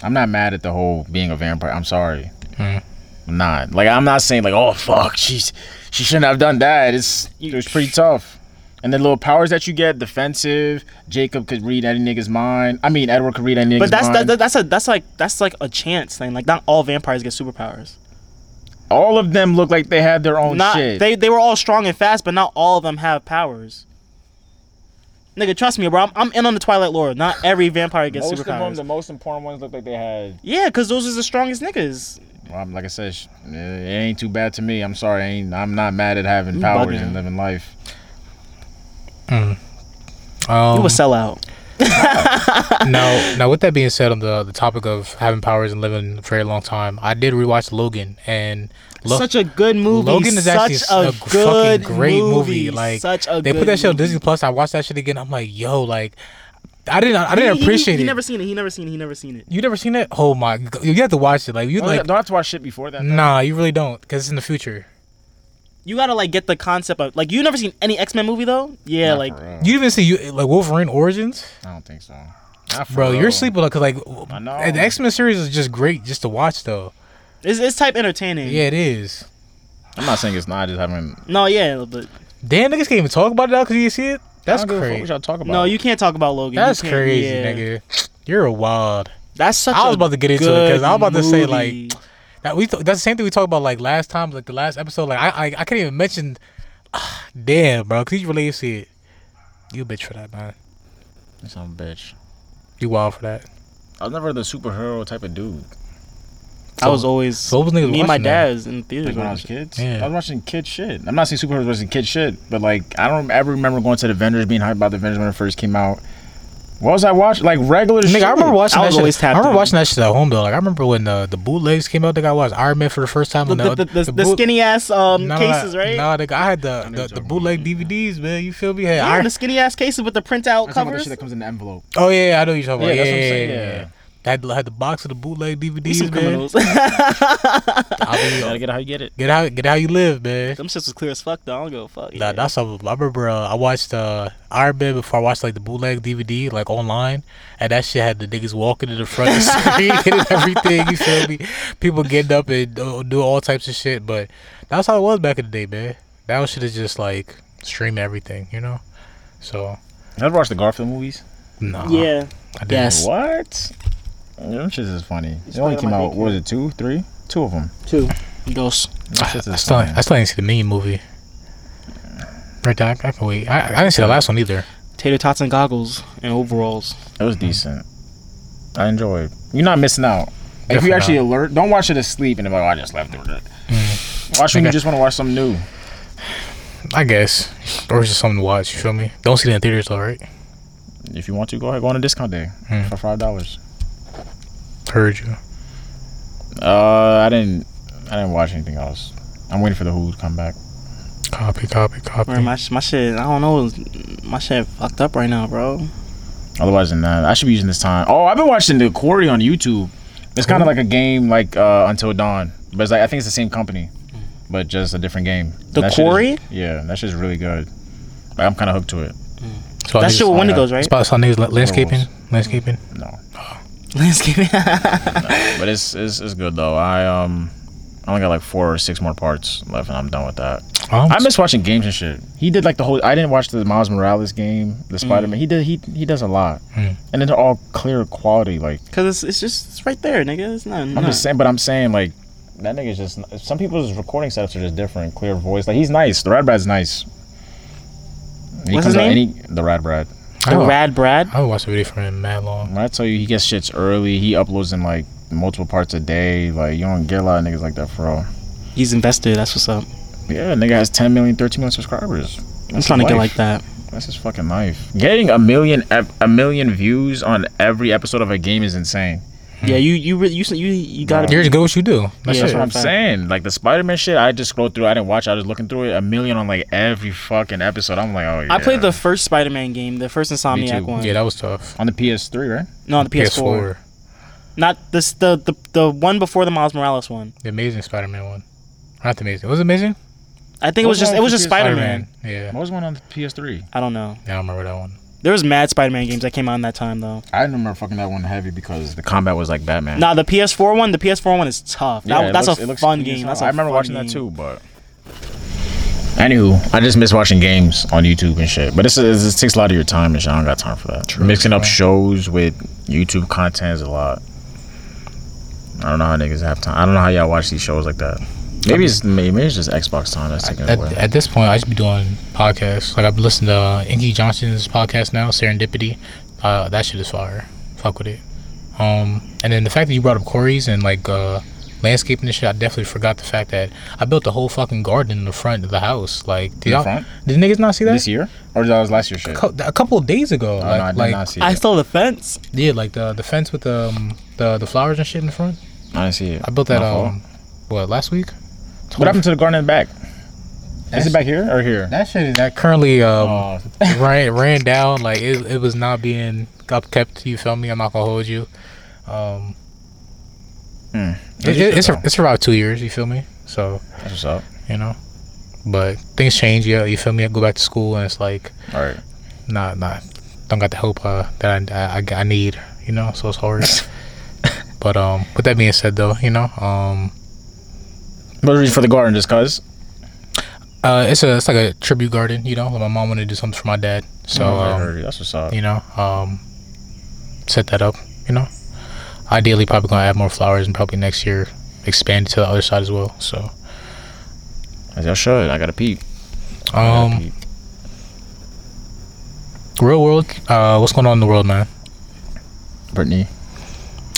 Speaker 1: I'm not mad at the whole being a vampire. I'm sorry.
Speaker 3: Hmm.
Speaker 4: Mm.
Speaker 1: I'm not like I'm not saying like oh fuck she's she shouldn't have done that. It's it was pretty tough. And the little powers that you get, defensive. Jacob could read any nigga's mind. I mean, Edward could read any nigga's
Speaker 3: but that's
Speaker 1: mind.
Speaker 3: that, that's a that's like that's like a chance thing. Like not all vampires get superpowers.
Speaker 1: All of them look like they had their own
Speaker 3: not
Speaker 1: shit.
Speaker 3: they they were all strong and fast, but not all of them have powers. Nigga, trust me, bro. I'm, I'm in on the Twilight lore. Not every vampire gets
Speaker 1: most of them,
Speaker 3: superpowers.
Speaker 1: the most important ones, look like they had.
Speaker 3: Yeah, cause those are the strongest niggas.
Speaker 1: Well, I'm- like I said, sh- eh, it ain't too bad to me. I'm sorry. I ain't, I'm not mad at having powers
Speaker 3: bugging.
Speaker 1: and living life.
Speaker 3: You
Speaker 4: Um,
Speaker 3: a sellout.
Speaker 4: now, now with that being said, on the the topic of having powers and living a very long time, I did rewatch Logan and Lo-
Speaker 3: such a good movie.
Speaker 4: Logan is actually
Speaker 3: such
Speaker 4: a,
Speaker 3: a,
Speaker 4: fucking
Speaker 3: good
Speaker 4: great movie. Like
Speaker 3: such a
Speaker 4: they
Speaker 3: good
Speaker 4: put that shit on
Speaker 3: movie.
Speaker 4: Disney Plus. I watched that shit again. I'm like, yo, like I didn't, I didn't
Speaker 3: He- he-
Speaker 4: appreciate
Speaker 3: he,
Speaker 4: it.
Speaker 3: He never seen it. He never seen it. He never seen it.
Speaker 4: you never seen it? Oh my, god. you have to watch it. Like you
Speaker 1: Don't,
Speaker 4: like,
Speaker 1: Oh, don't have to watch shit before that.
Speaker 4: nah, you really don't, because it's in the future.
Speaker 3: You gotta like get the concept of like you never seen any X Men movie though. Yeah,
Speaker 1: Not
Speaker 3: like
Speaker 1: for real.
Speaker 4: You didn't even see you like Wolverine Origins,
Speaker 1: I don't think so. Not for
Speaker 4: bro.
Speaker 1: real.
Speaker 4: You're sleeping because like
Speaker 1: I know.
Speaker 4: the X Men series is just great just to watch though.
Speaker 3: it's, it's type
Speaker 1: Mm-hmm.
Speaker 3: entertaining.
Speaker 4: Yeah, it is.
Speaker 1: I'm not saying it's not. I just haven't.
Speaker 3: No, yeah, but
Speaker 4: Damn, niggas can't even talk about it now because you didn't see it. That's
Speaker 1: I don't give a fuck What
Speaker 4: crazy.
Speaker 1: y'all talk about?
Speaker 3: no, you can't talk about Logan. You
Speaker 4: That's
Speaker 3: can't-
Speaker 4: crazy,
Speaker 3: yeah.
Speaker 4: nigga. You're a wild.
Speaker 3: That's such.
Speaker 4: I was
Speaker 3: a
Speaker 4: about to get into it, 'cause I was about to say,
Speaker 3: good
Speaker 4: like,
Speaker 3: movie.
Speaker 4: That we th- that's the same thing we talked about like last time, like the last episode. Like I I, I can't even mention. Ah, damn, bro, could you really see it? You a bitch for that, man.
Speaker 1: some bitch.
Speaker 4: You wild for that.
Speaker 1: I was never the superhero type of dude.
Speaker 3: I was always
Speaker 4: so those niggas
Speaker 3: me and my
Speaker 4: watching that.
Speaker 3: dad's in theaters.
Speaker 1: Like when I was
Speaker 3: watching.
Speaker 1: kids,
Speaker 4: Yeah.
Speaker 1: I was watching kid shit. I'm not saying superheroes wasn't kid shit, but like I don't ever remember going to the Avengers being hyped about the Avengers when it first came out. What was I watching? Like regular shit.
Speaker 4: Nigga, I remember watching
Speaker 3: I
Speaker 4: that
Speaker 3: was
Speaker 4: shit.
Speaker 3: always
Speaker 4: I
Speaker 3: tapped
Speaker 4: remember
Speaker 3: in.
Speaker 4: watching that shit at home though. Like I remember when uh, the bootlegs came out. Nigga, I watched Iron Man for the first time.
Speaker 3: The,
Speaker 4: and
Speaker 3: the, the, the, the
Speaker 4: boot-
Speaker 3: skinny ass um,
Speaker 4: Nah,
Speaker 3: cases, right?
Speaker 4: Nah, nigga, I had the
Speaker 1: know
Speaker 4: the,
Speaker 1: what
Speaker 4: the
Speaker 1: you're
Speaker 4: bootleg
Speaker 1: talking
Speaker 4: DVDs, man. You feel me? Hey,
Speaker 3: yeah,
Speaker 4: Iron-
Speaker 3: the skinny ass cases with the printout
Speaker 1: I'm talking about the
Speaker 3: covers.
Speaker 1: shit that comes in the envelope.
Speaker 4: oh yeah, yeah, I know what you're talking
Speaker 1: Yeah,
Speaker 4: about.
Speaker 1: that's
Speaker 4: yeah,
Speaker 1: what I'm
Speaker 4: yeah,
Speaker 1: saying,
Speaker 4: yeah,
Speaker 1: yeah.
Speaker 4: yeah. I had, I had the box of the bootleg
Speaker 3: We
Speaker 4: DVDs,
Speaker 3: some
Speaker 4: man.
Speaker 3: criminals. Them
Speaker 4: I'll be-
Speaker 1: get how you get it.
Speaker 4: Get out, get how you live, man.
Speaker 3: shits was clear as fuck though. I don't give a fuck.
Speaker 4: Nah,
Speaker 3: yeah.
Speaker 4: that's how I remember. Uh, I watched uh, Iron Man before I watched like the bootleg DVD, like online, and that shit had the niggas walking to the front of the screen and everything. You feel me? People getting up and uh, doing all types of shit. But that's how it was back in the day, man. Now shit is just like streaming everything, you know. So
Speaker 1: I've watched the Garfield movies.
Speaker 4: nah,
Speaker 3: yeah.
Speaker 4: I didn't.
Speaker 3: Yes.
Speaker 1: What? Them shits is funny. It only
Speaker 3: playing
Speaker 1: came
Speaker 3: my
Speaker 1: out.
Speaker 3: daycare.
Speaker 1: What was it? Two, three, two of them.
Speaker 3: Two. Ghosts.
Speaker 1: Them shits
Speaker 4: I
Speaker 1: is
Speaker 4: still,
Speaker 1: funny.
Speaker 4: I still didn't see the minion movie. Right, I, I can wait. I, I didn't see the last one either.
Speaker 3: Tater tots and goggles and overalls.
Speaker 1: It was decent. I enjoyed. You're not missing out. if
Speaker 4: Definitely
Speaker 1: you actually alert, don't watch it asleep and be Mm-hmm. like, oh, I just left it. Watch when
Speaker 4: Okay.
Speaker 1: you just want to watch something new.
Speaker 4: I guess. Or it's just something to watch, you feel me? Don't see it in theaters though, right?
Speaker 1: If you want to, go ahead. Go on a discount day
Speaker 4: Hmm.
Speaker 1: for five dollars.
Speaker 4: Heard you.
Speaker 1: Uh, I didn't. I didn't watch anything else. I'm waiting for the Who to come back.
Speaker 4: Copy, copy, copy.
Speaker 3: Bro, my sh- my shit. I don't know. My shit fucked up right now, bro.
Speaker 1: Otherwise than that, I should be using this time. Oh, I've been watching the Quarry on YouTube. It's kind of like a game like uh, Until Dawn, but it's like I think it's the same company, but just a different game.
Speaker 3: The
Speaker 1: That shit is-
Speaker 3: Quarry?
Speaker 1: yeah, that shit's really good. Like, I'm kind of hooked to it.
Speaker 4: It's about
Speaker 3: That
Speaker 4: niggas-
Speaker 3: shit with
Speaker 1: saw
Speaker 3: Wendigos,
Speaker 4: It's
Speaker 3: right?
Speaker 4: about some niggas la- landscaping, landscaping.
Speaker 1: No,
Speaker 3: Landscaping.
Speaker 1: but it's it's, it's good though. I um. I only got like four or six more parts left, and I'm done with that.
Speaker 4: Um,
Speaker 1: I miss watching games and shit. He did like the whole. I didn't watch the Miles Morales game,
Speaker 3: Mm.
Speaker 1: the Spider Man. He did. He he does a lot,
Speaker 4: Mm.
Speaker 1: and it's all clear quality. Like
Speaker 3: Cause it's it's just it's right there, nigga. It's not.
Speaker 1: I'm
Speaker 3: nah.
Speaker 1: just saying, but I'm saying like that nigga's just some people's recording setups are just different. Clear voice, like he's nice. The Rad Brad's nice. He comes
Speaker 3: What's his
Speaker 1: out
Speaker 3: name?
Speaker 1: any- the Rad Brad.
Speaker 3: the
Speaker 4: I haven't-
Speaker 3: Rad Brad.
Speaker 4: I haven't watched a video from him mad long.
Speaker 1: When I tell you he gets shits early, he uploads in like multiple parts a day. Like you don't get a lot of niggas like that for real.
Speaker 3: He's invested. That's what's up.
Speaker 1: Yeah, nigga has 10 million, 13 million subscribers.
Speaker 3: I'm
Speaker 1: That's
Speaker 3: trying to
Speaker 1: his
Speaker 3: get
Speaker 1: life.
Speaker 3: like that.
Speaker 1: That's his fucking life. Getting a million ep- a million views on every episode of a game is insane.
Speaker 3: Yeah, you you really you s- you you gotta.
Speaker 4: Here's go what you do. That's
Speaker 3: Yeah.
Speaker 1: That's
Speaker 4: it.
Speaker 1: what I'm
Speaker 3: fact.
Speaker 1: saying. Like the Spider Man shit, I just scrolled through. I didn't watch. it, I was looking through it. A million on like every fucking episode. I'm like, oh yeah.
Speaker 3: I played the first Spider-Man game, the first
Speaker 1: Me
Speaker 3: Insomniac
Speaker 1: too.
Speaker 3: one.
Speaker 4: Yeah, that was tough.
Speaker 1: on the PS3, right?
Speaker 3: No, the PS4. Not this the, the the one before the Miles Morales one.
Speaker 4: The Amazing Spider-Man one. Not the Amazing. Was it Amazing?
Speaker 3: I think it
Speaker 1: What
Speaker 3: was just
Speaker 1: one
Speaker 3: it
Speaker 1: for
Speaker 3: was just
Speaker 1: PS4?
Speaker 3: Spider-Man.
Speaker 4: Yeah.
Speaker 1: What was one on the PS3?
Speaker 3: I don't know.
Speaker 4: Yeah, I remember that one.
Speaker 3: There was mad Spider-Man games that came out in that time though.
Speaker 1: I remember fucking that one heavy because the combat was like Batman.
Speaker 3: Nah, the PS4 one, the PS4 one is tough. That,
Speaker 1: it
Speaker 3: that's
Speaker 1: looks-
Speaker 3: a
Speaker 1: it looks
Speaker 3: fun
Speaker 1: clean as
Speaker 3: game.
Speaker 1: hell.
Speaker 3: That's a
Speaker 1: I remember
Speaker 3: fun
Speaker 1: watching that
Speaker 3: game.
Speaker 1: too, but. Anywho, I just miss watching games on YouTube and shit. But this is, this takes a lot of your time and shit. I don't got time for that. Mixing up
Speaker 4: true.
Speaker 1: shows with YouTube content is a lot. I don't know how niggas have time. I don't know how y'all watch these shows like that. Maybe it's maybe it's just Xbox time that's taking it
Speaker 4: At,
Speaker 1: away.
Speaker 4: at this point, I should be doing podcasts. Like I've listened to uh, Inky Johnson's podcast now, Serendipity. Uh, that shit is fire. Fuck with it. Um, and then the fact that you brought up quarries and like uh, landscaping and shit, I definitely forgot the fact that I built a whole fucking garden in the front of the house. Like, did,
Speaker 1: the
Speaker 4: y'all,
Speaker 1: front?
Speaker 4: did niggas not see that?
Speaker 1: This year or that was last year's shit?
Speaker 4: Cou- a couple of days ago,
Speaker 1: Oh,
Speaker 4: like,
Speaker 1: no, I did
Speaker 4: like
Speaker 1: not see it.
Speaker 3: I
Speaker 1: I,
Speaker 3: stole the fence.
Speaker 4: yeah, like the the fence with the um, the the flowers and shit in the front.
Speaker 1: didn't see it.
Speaker 4: I built that
Speaker 1: My fault.
Speaker 4: um, what last week?
Speaker 1: What happened to the garden in the back? Is it back here or here?
Speaker 4: That shit is that currently um,
Speaker 1: Oh,
Speaker 4: ran ran down like it, it was not being upkept. You feel me? I'm not gonna hold you. Um,
Speaker 1: Hmm.
Speaker 4: it, it, it's it's around two years. You feel me? So
Speaker 1: that's what's up.
Speaker 4: you know, but things change. Yeah, you feel me? I go back to school and it's like
Speaker 1: All right.
Speaker 4: nah, nah, don't got the help uh, that I, I I need. You know, so it's hard. but um, with that being said, though, you know, um,
Speaker 1: What reason for the garden? Just cause.
Speaker 4: uh, it's a it's like a tribute garden. You know, like my mom wanted to do something for my dad, so.
Speaker 1: Oh,
Speaker 4: um,
Speaker 1: that's what's up.
Speaker 4: you know, um, set that up, you know. Ideally, probably gonna add more flowers and probably next year expand it to the other side as well. So,
Speaker 1: As y'all should. I got to peep. I gotta
Speaker 4: um,
Speaker 1: peep.
Speaker 4: real world, uh, what's going on in the world, man?
Speaker 1: Brittany.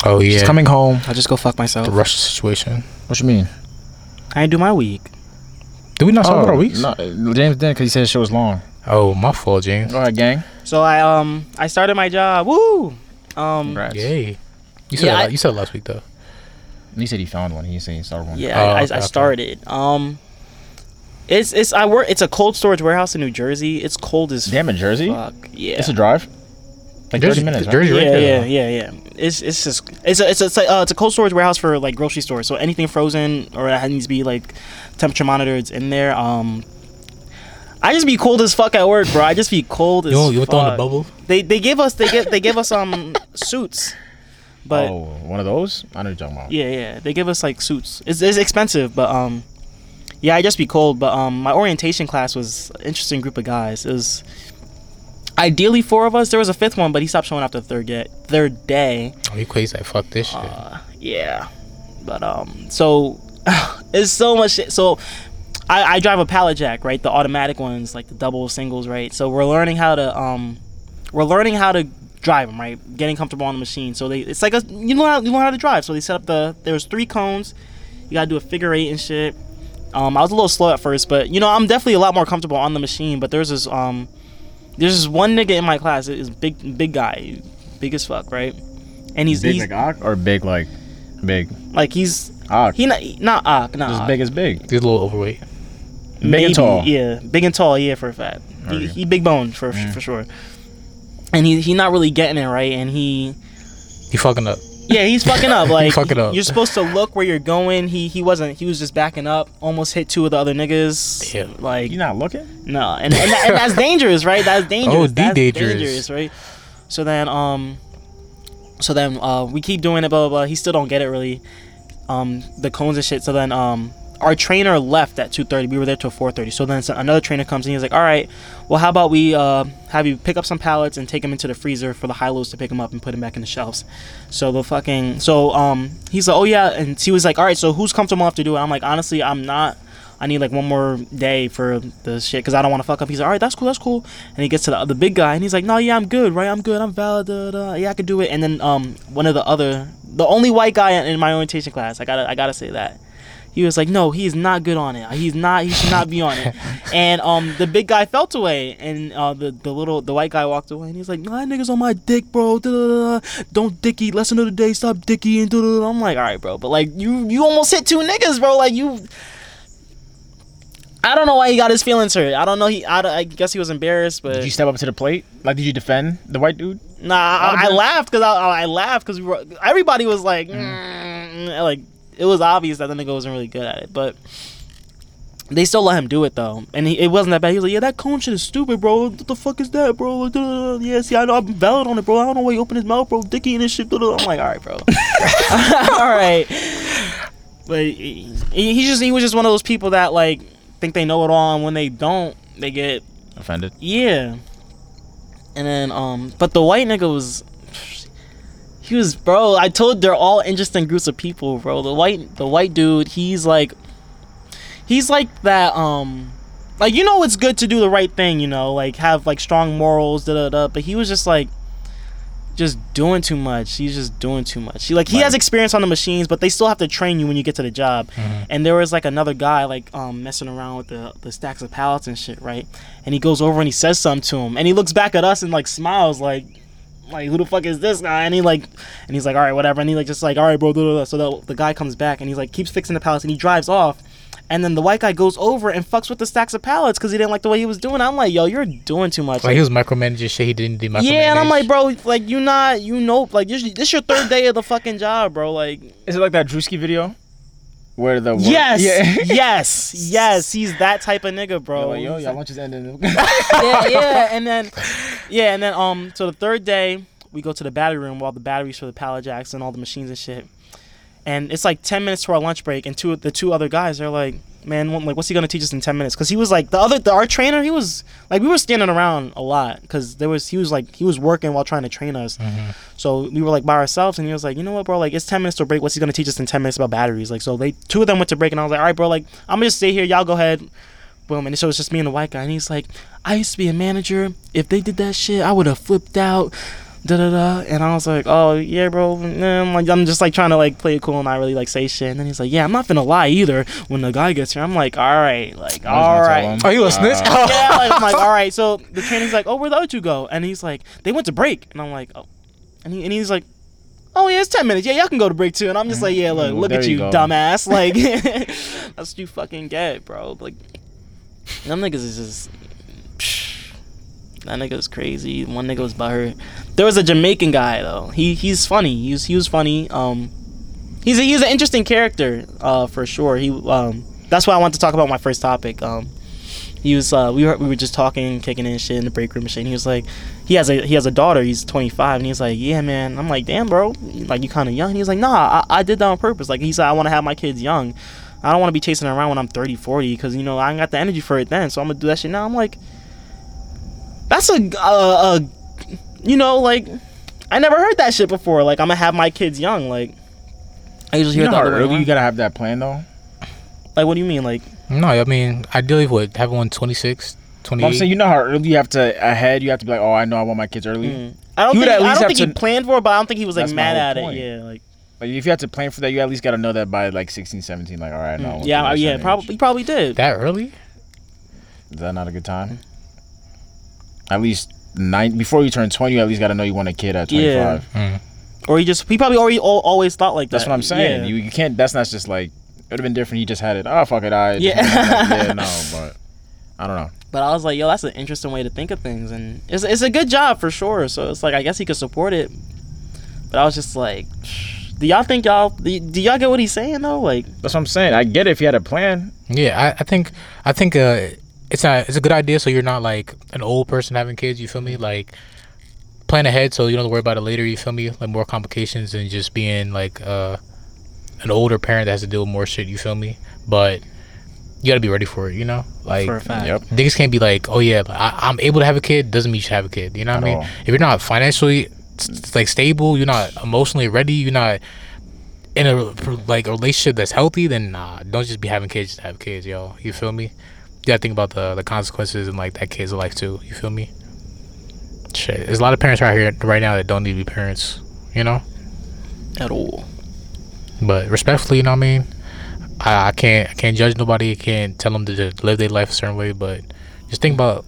Speaker 4: Oh yeah,
Speaker 1: She's coming home.
Speaker 3: I just go fuck myself.
Speaker 4: the Russia situation.
Speaker 1: What you mean?
Speaker 3: I ain't do my week.
Speaker 4: Did we not talk about our weeks?
Speaker 1: Oh, no, James didn't because he said the show was long.
Speaker 4: Oh, my fault, James.
Speaker 1: Go ahead, gang.
Speaker 3: So I um I started my job. Woo. Um
Speaker 1: Congrats.
Speaker 4: Yay. You said
Speaker 3: Yeah,
Speaker 4: that,
Speaker 3: I-
Speaker 4: la- you said last week though.
Speaker 1: He said he found one. He didn't say he started one.
Speaker 3: Yeah,
Speaker 4: Oh,
Speaker 3: I,
Speaker 4: okay,
Speaker 3: I, I
Speaker 4: okay.
Speaker 3: started. Um, it's it's I work. It's a cold storage warehouse in New Jersey. It's cold as
Speaker 1: Damn in Jersey.
Speaker 3: fuck. Yeah.
Speaker 1: It's a drive. Like
Speaker 4: Jersey-
Speaker 1: thirty minutes. Right?
Speaker 4: Jersey right
Speaker 3: yeah,
Speaker 4: there,
Speaker 3: yeah,
Speaker 4: though.
Speaker 3: yeah, yeah. It's it's just it's a it's a, it's a, uh, it's a cold storage warehouse for like grocery stores. So anything frozen or that needs to be like temperature monitored is in there. Um, I just be cold as fuck at work, bro. I just be cold as
Speaker 4: You want- you want
Speaker 3: fuck.
Speaker 4: to throw in the bubble?
Speaker 3: They they give us they get they give us um suits, but
Speaker 1: oh, one of those. I know what you're talking about.
Speaker 3: Yeah, yeah. They give us like suits. It's, it's expensive, but um, yeah, I just be cold. But um, my orientation class was an interesting group of guys. It was ideally four of us. There was a fifth one, but he stopped showing after the third get third day.
Speaker 4: Oh, you crazy? Like, fuck this shit.
Speaker 3: Yeah, but um, so it's so much. Shit. So I, I drive a pallet jack, right? The automatic ones, like the double singles, right? So we're learning how to um, we're learning how to drive them, right? Getting comfortable on the machine. So they, it's like a you know how, you learn how to drive. So they set up the there was three cones. You gotta do a figure eight and shit. Um, I was a little slow at first, but you know, I'm definitely a lot more comfortable on the machine. But there's this um, there's this one nigga in my class. Is big, big guy, big as fuck, right? And he's,
Speaker 1: big
Speaker 3: he's
Speaker 1: like Ock or big like big
Speaker 3: like he's
Speaker 1: Ock.
Speaker 3: he not not uh, Ock, not
Speaker 1: Just
Speaker 3: Ock.
Speaker 1: big as big.
Speaker 4: He's a little overweight.
Speaker 1: Big and tall.
Speaker 3: Yeah, big and tall. Yeah, for a fact.
Speaker 1: Okay.
Speaker 3: He, he big boned for
Speaker 1: Mm.
Speaker 3: for sure. And he he not really getting it right, and he
Speaker 4: He fucking up.
Speaker 3: yeah he's fucking up. Like
Speaker 4: Fucking up.
Speaker 3: you're supposed to look where you're going. He he wasn't. He was just backing up. Almost hit two of the other niggas.
Speaker 4: Yeah.
Speaker 3: Like
Speaker 1: You not looking?
Speaker 3: no, and, and, that- and that's dangerous, right? That's dangerous.
Speaker 4: Oh, the
Speaker 3: that's
Speaker 4: dangerous.
Speaker 3: right? So then, um, so then uh, we keep doing it, blah blah blah. He still don't get it really, um, the cones and shit. So then, um, our trainer left at two thirty. We were there till four thirty. So then so- another trainer comes in. He's like, "All right, well, how about we uh, have you pick up some pallets and take them into the freezer for the high lows to pick them up and put them back in the shelves." So the fucking so um, he's like, "Oh yeah," and he was like, "All right, so who's comfortable enough to do it?" I'm like, "Honestly, I'm not." I need like one more day for the shit because I don't want to fuck up. He's like, all right, that's cool, that's cool. And he gets to the, the big guy and he's like, no, yeah, I'm good, right? I'm good, I'm valid, da, da, da. yeah, I can do it. And then um, one of the other, the only white guy in, in my orientation class, I gotta, I gotta say that. He was like, no, he's not good on it. He's not. He should not be on it. and um, the big guy felt away, and uh, the the little the white guy walked away, and he's like, nah, niggas on my dick, bro. Da, da, da, da. Don't dicky. Lesson of the day, stop dicky. And da, da, da. I'm like, all right, bro, but like you you almost hit two niggas, bro. Like you I don't know why he got his feelings hurt. I don't know. He, I, don't- I guess he was embarrassed, but
Speaker 1: Did you step up to the plate? Like, did you defend the white dude?
Speaker 3: nah, I, I laughed because I, I laughed because we were, everybody was like, "Mm," like it was obvious that the nigga wasn't really good at it, but they still let him do it though, and he, it wasn't that bad. He was like, yeah, that cone shit is stupid, bro. What the fuck is that, bro? Like, duh, duh, duh. Yeah, see, I know I'm valid on it, bro. I don't know why he opened his mouth, bro. Dicky and this shit. duh, duh, duh." I'm like, all right, bro. all right. But he, he he just he was just one of those people that like think they know it all, and when they don't, they get
Speaker 1: Offended.
Speaker 3: yeah. And then um but the white nigga was he was bro, I told they're all interesting groups of people, bro. The white the white dude, he's like he's like that um like you know it's good to do the right thing, you know, like have like strong morals, da da da but he was just like just doing too much. He's just doing too much. He like he has experience on the machines, but they still have to train you when you get to the job. And there was like another guy like um messing around with the the stacks of pallets and shit, right? And he goes over and he says something to him, and he looks back at us and like smiles like. Like who the fuck is this guy? And he like, and he's like, all right, whatever. And he like just like, all right, bro. Blah, blah, blah. So the, the guy comes back and he's like, keeps fixing the pallets, and he drives off. And then the white guy goes over and fucks with the stacks of pallets because he didn't like the way he was doing. it. I'm like, yo, you're doing too much.
Speaker 4: Like he was micromanaging shit. He didn't do micromanage.
Speaker 3: Yeah, and I'm like, bro, like you not, you know, like this, this your third day of the fucking job, bro. Like,
Speaker 1: Is it like that Drewski video? Where the
Speaker 3: yes,
Speaker 1: Yeah.
Speaker 3: yes, yes, he's that type of nigga, bro.
Speaker 1: Like, yo,
Speaker 3: He's
Speaker 1: y'all lunch is ending.
Speaker 3: yeah, yeah, and then yeah, and then um, so the third day we go to the battery room while the batteries for the pallet jacks and all the machines and shit. And it's like ten minutes to our lunch break, and two the two other guys are like, "Man, what- like, what's he gonna teach us in ten minutes?" Because he was like the other the, our trainer. He was like we were standing around a lot because there was he was like he was working while trying to train us.
Speaker 1: Mm-hmm.
Speaker 3: So we were like by ourselves, and he was like, "You know what, bro? Like it's ten minutes to break. What's he gonna teach us in ten minutes about batteries?" Like so they two of them went to break, and I was like, "All right, bro. Like I'm gonna just stay here. Y'all go ahead." Boom, and so it's just me and the white guy, and he's like, "I used to be a manager. If they did that shit, I would have flipped out." Da da da, and I was like, "Oh yeah, bro." Nah, I'm, like, I'm just like trying to like play it cool and not really like say shit. And then he's like, "Yeah, I'm not gonna lie either." When the guy gets here, I'm like, "All right, like all right."
Speaker 4: oh, he
Speaker 1: Uh,
Speaker 4: was snitch.
Speaker 3: Yeah, like, I'm like, "All right." So the trainer's like, "Oh, where the other two go?" And he's like, "They went to break." And I'm like, "Oh," and, he, and he's like. Oh yeah, it's ten minutes. Yeah, y'all can go to break too. And I'm just like, yeah, look,
Speaker 1: Well, Mm-hmm.
Speaker 3: look
Speaker 1: there
Speaker 3: at
Speaker 1: you
Speaker 3: you,
Speaker 1: go.
Speaker 3: dumbass. Like, that's what you fucking get, bro. Like, them niggas is just. That nigga was crazy. One nigga was butthurt. There was a Jamaican guy though. He he's funny. He was he was funny. Um, he's a, he's an interesting character, uh, for sure. He um, that's why I wanted to talk about my first topic. Um, he was uh, we were we were just talking, kicking in shit in the break room and shit. And he was like, he has a he has a daughter. He's 25, and he's like, yeah, man. I'm like, damn, bro, like you kind of young. And he was like, nah, I, I did that on purpose. Like he said, I want to have my kids young. I don't want to be chasing around when I'm 30, 40, because you know I ain't got the energy for it then. So I'm gonna do that shit now. I'm like, that's a uh, a, you know, like I never heard that shit before. Like I'm gonna have my kids young. Like I usually
Speaker 1: You
Speaker 3: hear
Speaker 1: know
Speaker 3: that
Speaker 1: how
Speaker 3: early.
Speaker 1: early you gotta have that plan though.
Speaker 3: like what do you mean? Like
Speaker 4: No, I mean, ideally, what having one 26, 28.
Speaker 1: But I'm saying you know how early you have to ahead. You have to be like, oh, I know I want my kids early.
Speaker 3: I don't
Speaker 1: He would
Speaker 3: think
Speaker 1: at
Speaker 3: Mm. I
Speaker 1: least have
Speaker 3: don't think
Speaker 1: to-
Speaker 3: he planned for it, but I don't think he was like
Speaker 1: That's my
Speaker 3: mad
Speaker 1: whole
Speaker 3: at
Speaker 1: point.
Speaker 3: it. Yeah, like
Speaker 1: Like if you had to plan for that, you at least got to know that by like 16, 17. Like, all right, no. I want to
Speaker 3: mm. yeah,
Speaker 1: reach
Speaker 3: yeah,
Speaker 1: that age.
Speaker 3: probably probably did.
Speaker 4: That early?
Speaker 1: Is that not a good time? At least nine before you turn twenty, you at least got to know you want a kid at twenty
Speaker 3: Yeah.
Speaker 1: five.
Speaker 3: or he just he probably already al always thought like that.
Speaker 1: That's what I'm saying.
Speaker 3: Yeah.
Speaker 1: You you can't. That's not just like it would have been different. He just had it. Oh fuck it, I
Speaker 3: Yeah.
Speaker 1: yeah no, but I don't know.
Speaker 3: but I was like, yo, that's an interesting way to think of things, and it's it's a good job for sure. So it's like I guess he could support it, but I was just like, do y'all think y'all do do y'all get what he's saying though? Like,
Speaker 1: That's what I'm saying. I get it if you had a plan.
Speaker 4: Yeah, I, I think I think uh, it's not it's a good idea. So you're not like an old person having kids. You feel me? Like plan ahead so you don't worry about it later. You feel me? Like more complications than just being like uh, an older parent that has to deal with more shit. You feel me? But you gotta be ready for it. You know, like
Speaker 3: for a fact,
Speaker 1: Yep.
Speaker 4: niggas can't be like, oh yeah, I, I'm able to have a kid. Doesn't mean you should have a kid. You know what
Speaker 1: At
Speaker 4: I mean?
Speaker 1: all.
Speaker 4: If you're not financially s- like stable, you're not emotionally ready, you're not in a like a relationship that's healthy, then nah, don't just be having kids just to have kids, yo. You feel me? You gotta think about the the consequences and like that kid's life too. You feel me? Shit, there's a lot of parents out here right now that don't need to be parents. You know.
Speaker 3: at all.
Speaker 4: But respectfully, you know what I mean. I, I can't I can't judge nobody. I can't tell them to just live their life a certain way. But just think about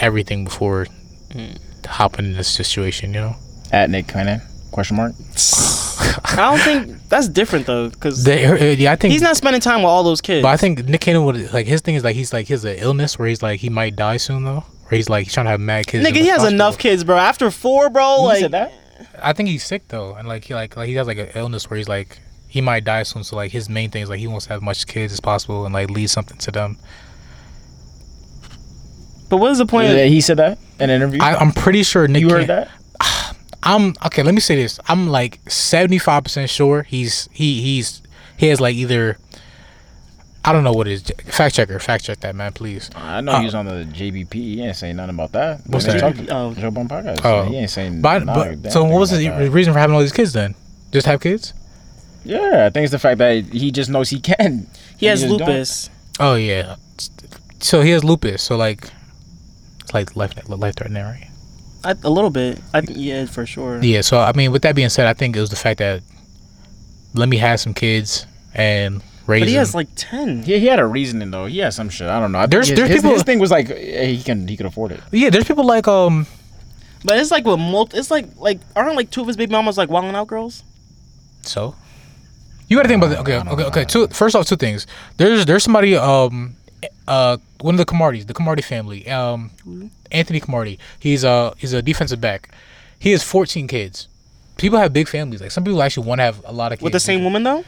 Speaker 4: everything before
Speaker 3: Mm.
Speaker 4: hopping in this situation. You know,
Speaker 1: At Nick Cannon? Question mark.
Speaker 3: I don't think that's different though, because
Speaker 4: They- uh, yeah, I think.
Speaker 3: he's not spending time with all those kids.
Speaker 4: but I think Nick Cannon would like his thing is like he's like he has an illness where he's like he might die soon though. Where he's like he's trying to have mad kids. in
Speaker 3: Nigga,
Speaker 4: the
Speaker 3: he has
Speaker 4: hospital.
Speaker 3: enough kids, bro. After four, bro,
Speaker 1: He
Speaker 3: like
Speaker 1: said that.
Speaker 4: I think he's sick though, and like he like like he has like an illness where he's like he might die soon. So like his main thing is like he wants to have as much kids as possible and like leave something to them.
Speaker 3: But what is the point?
Speaker 1: Yeah,
Speaker 3: Of,
Speaker 1: he said that in an interview.
Speaker 4: I, I'm pretty sure Nick.
Speaker 1: you
Speaker 4: Cannon-
Speaker 1: heard that?
Speaker 4: I'm okay. Let me say this. I'm like seventy five percent sure he's he he's he has like either I don't know what it is. Fact checker, fact check that man, please.
Speaker 1: I know he was on the JBP. He ain't saying nothing about that.
Speaker 4: Oh. What's
Speaker 1: When they
Speaker 4: that?
Speaker 1: talked-
Speaker 3: Oh.
Speaker 1: Joe Bone podcast.
Speaker 4: Oh.
Speaker 1: he ain't saying.
Speaker 4: But,
Speaker 1: nah,
Speaker 4: but
Speaker 1: damn
Speaker 4: so
Speaker 1: thing
Speaker 4: what was
Speaker 1: about
Speaker 4: the
Speaker 1: that.
Speaker 4: reason for having all these kids then? Just have kids?
Speaker 1: Yeah, I think it's the fact that he just knows he can.
Speaker 3: he has
Speaker 1: just don't.
Speaker 3: lupus.
Speaker 4: Oh yeah. So he has lupus. So like, it's like life life threatening, right?
Speaker 3: I, a little bit. I th- yeah, for sure.
Speaker 4: Yeah. So I mean, with that being said, I think it was the fact that let me have some kids and raise.
Speaker 3: But he
Speaker 4: them.
Speaker 3: has like ten.
Speaker 1: Yeah, he had a reasoning though. He had some shit. I don't know. I think
Speaker 4: There's-
Speaker 1: his,
Speaker 4: there's
Speaker 1: his-
Speaker 4: people-
Speaker 1: His thing was like eh, he can he could afford it.
Speaker 4: yeah. There's people like um.
Speaker 3: But it's like with multi. It's like like aren't like two of his baby mamas like wilding out girls?
Speaker 4: So, you got to think about
Speaker 1: Uh,
Speaker 4: that. Okay,
Speaker 1: I don't
Speaker 4: okay,
Speaker 1: know.
Speaker 4: okay. Two, first off, two things. There's there's somebody um uh one of the Camardi's, the Camardi family. Um, Anthony Camardi. He's a he's a defensive back. He has 14 kids. People have big families. Like some people actually want to have a lot of kids.
Speaker 3: With the same woman though?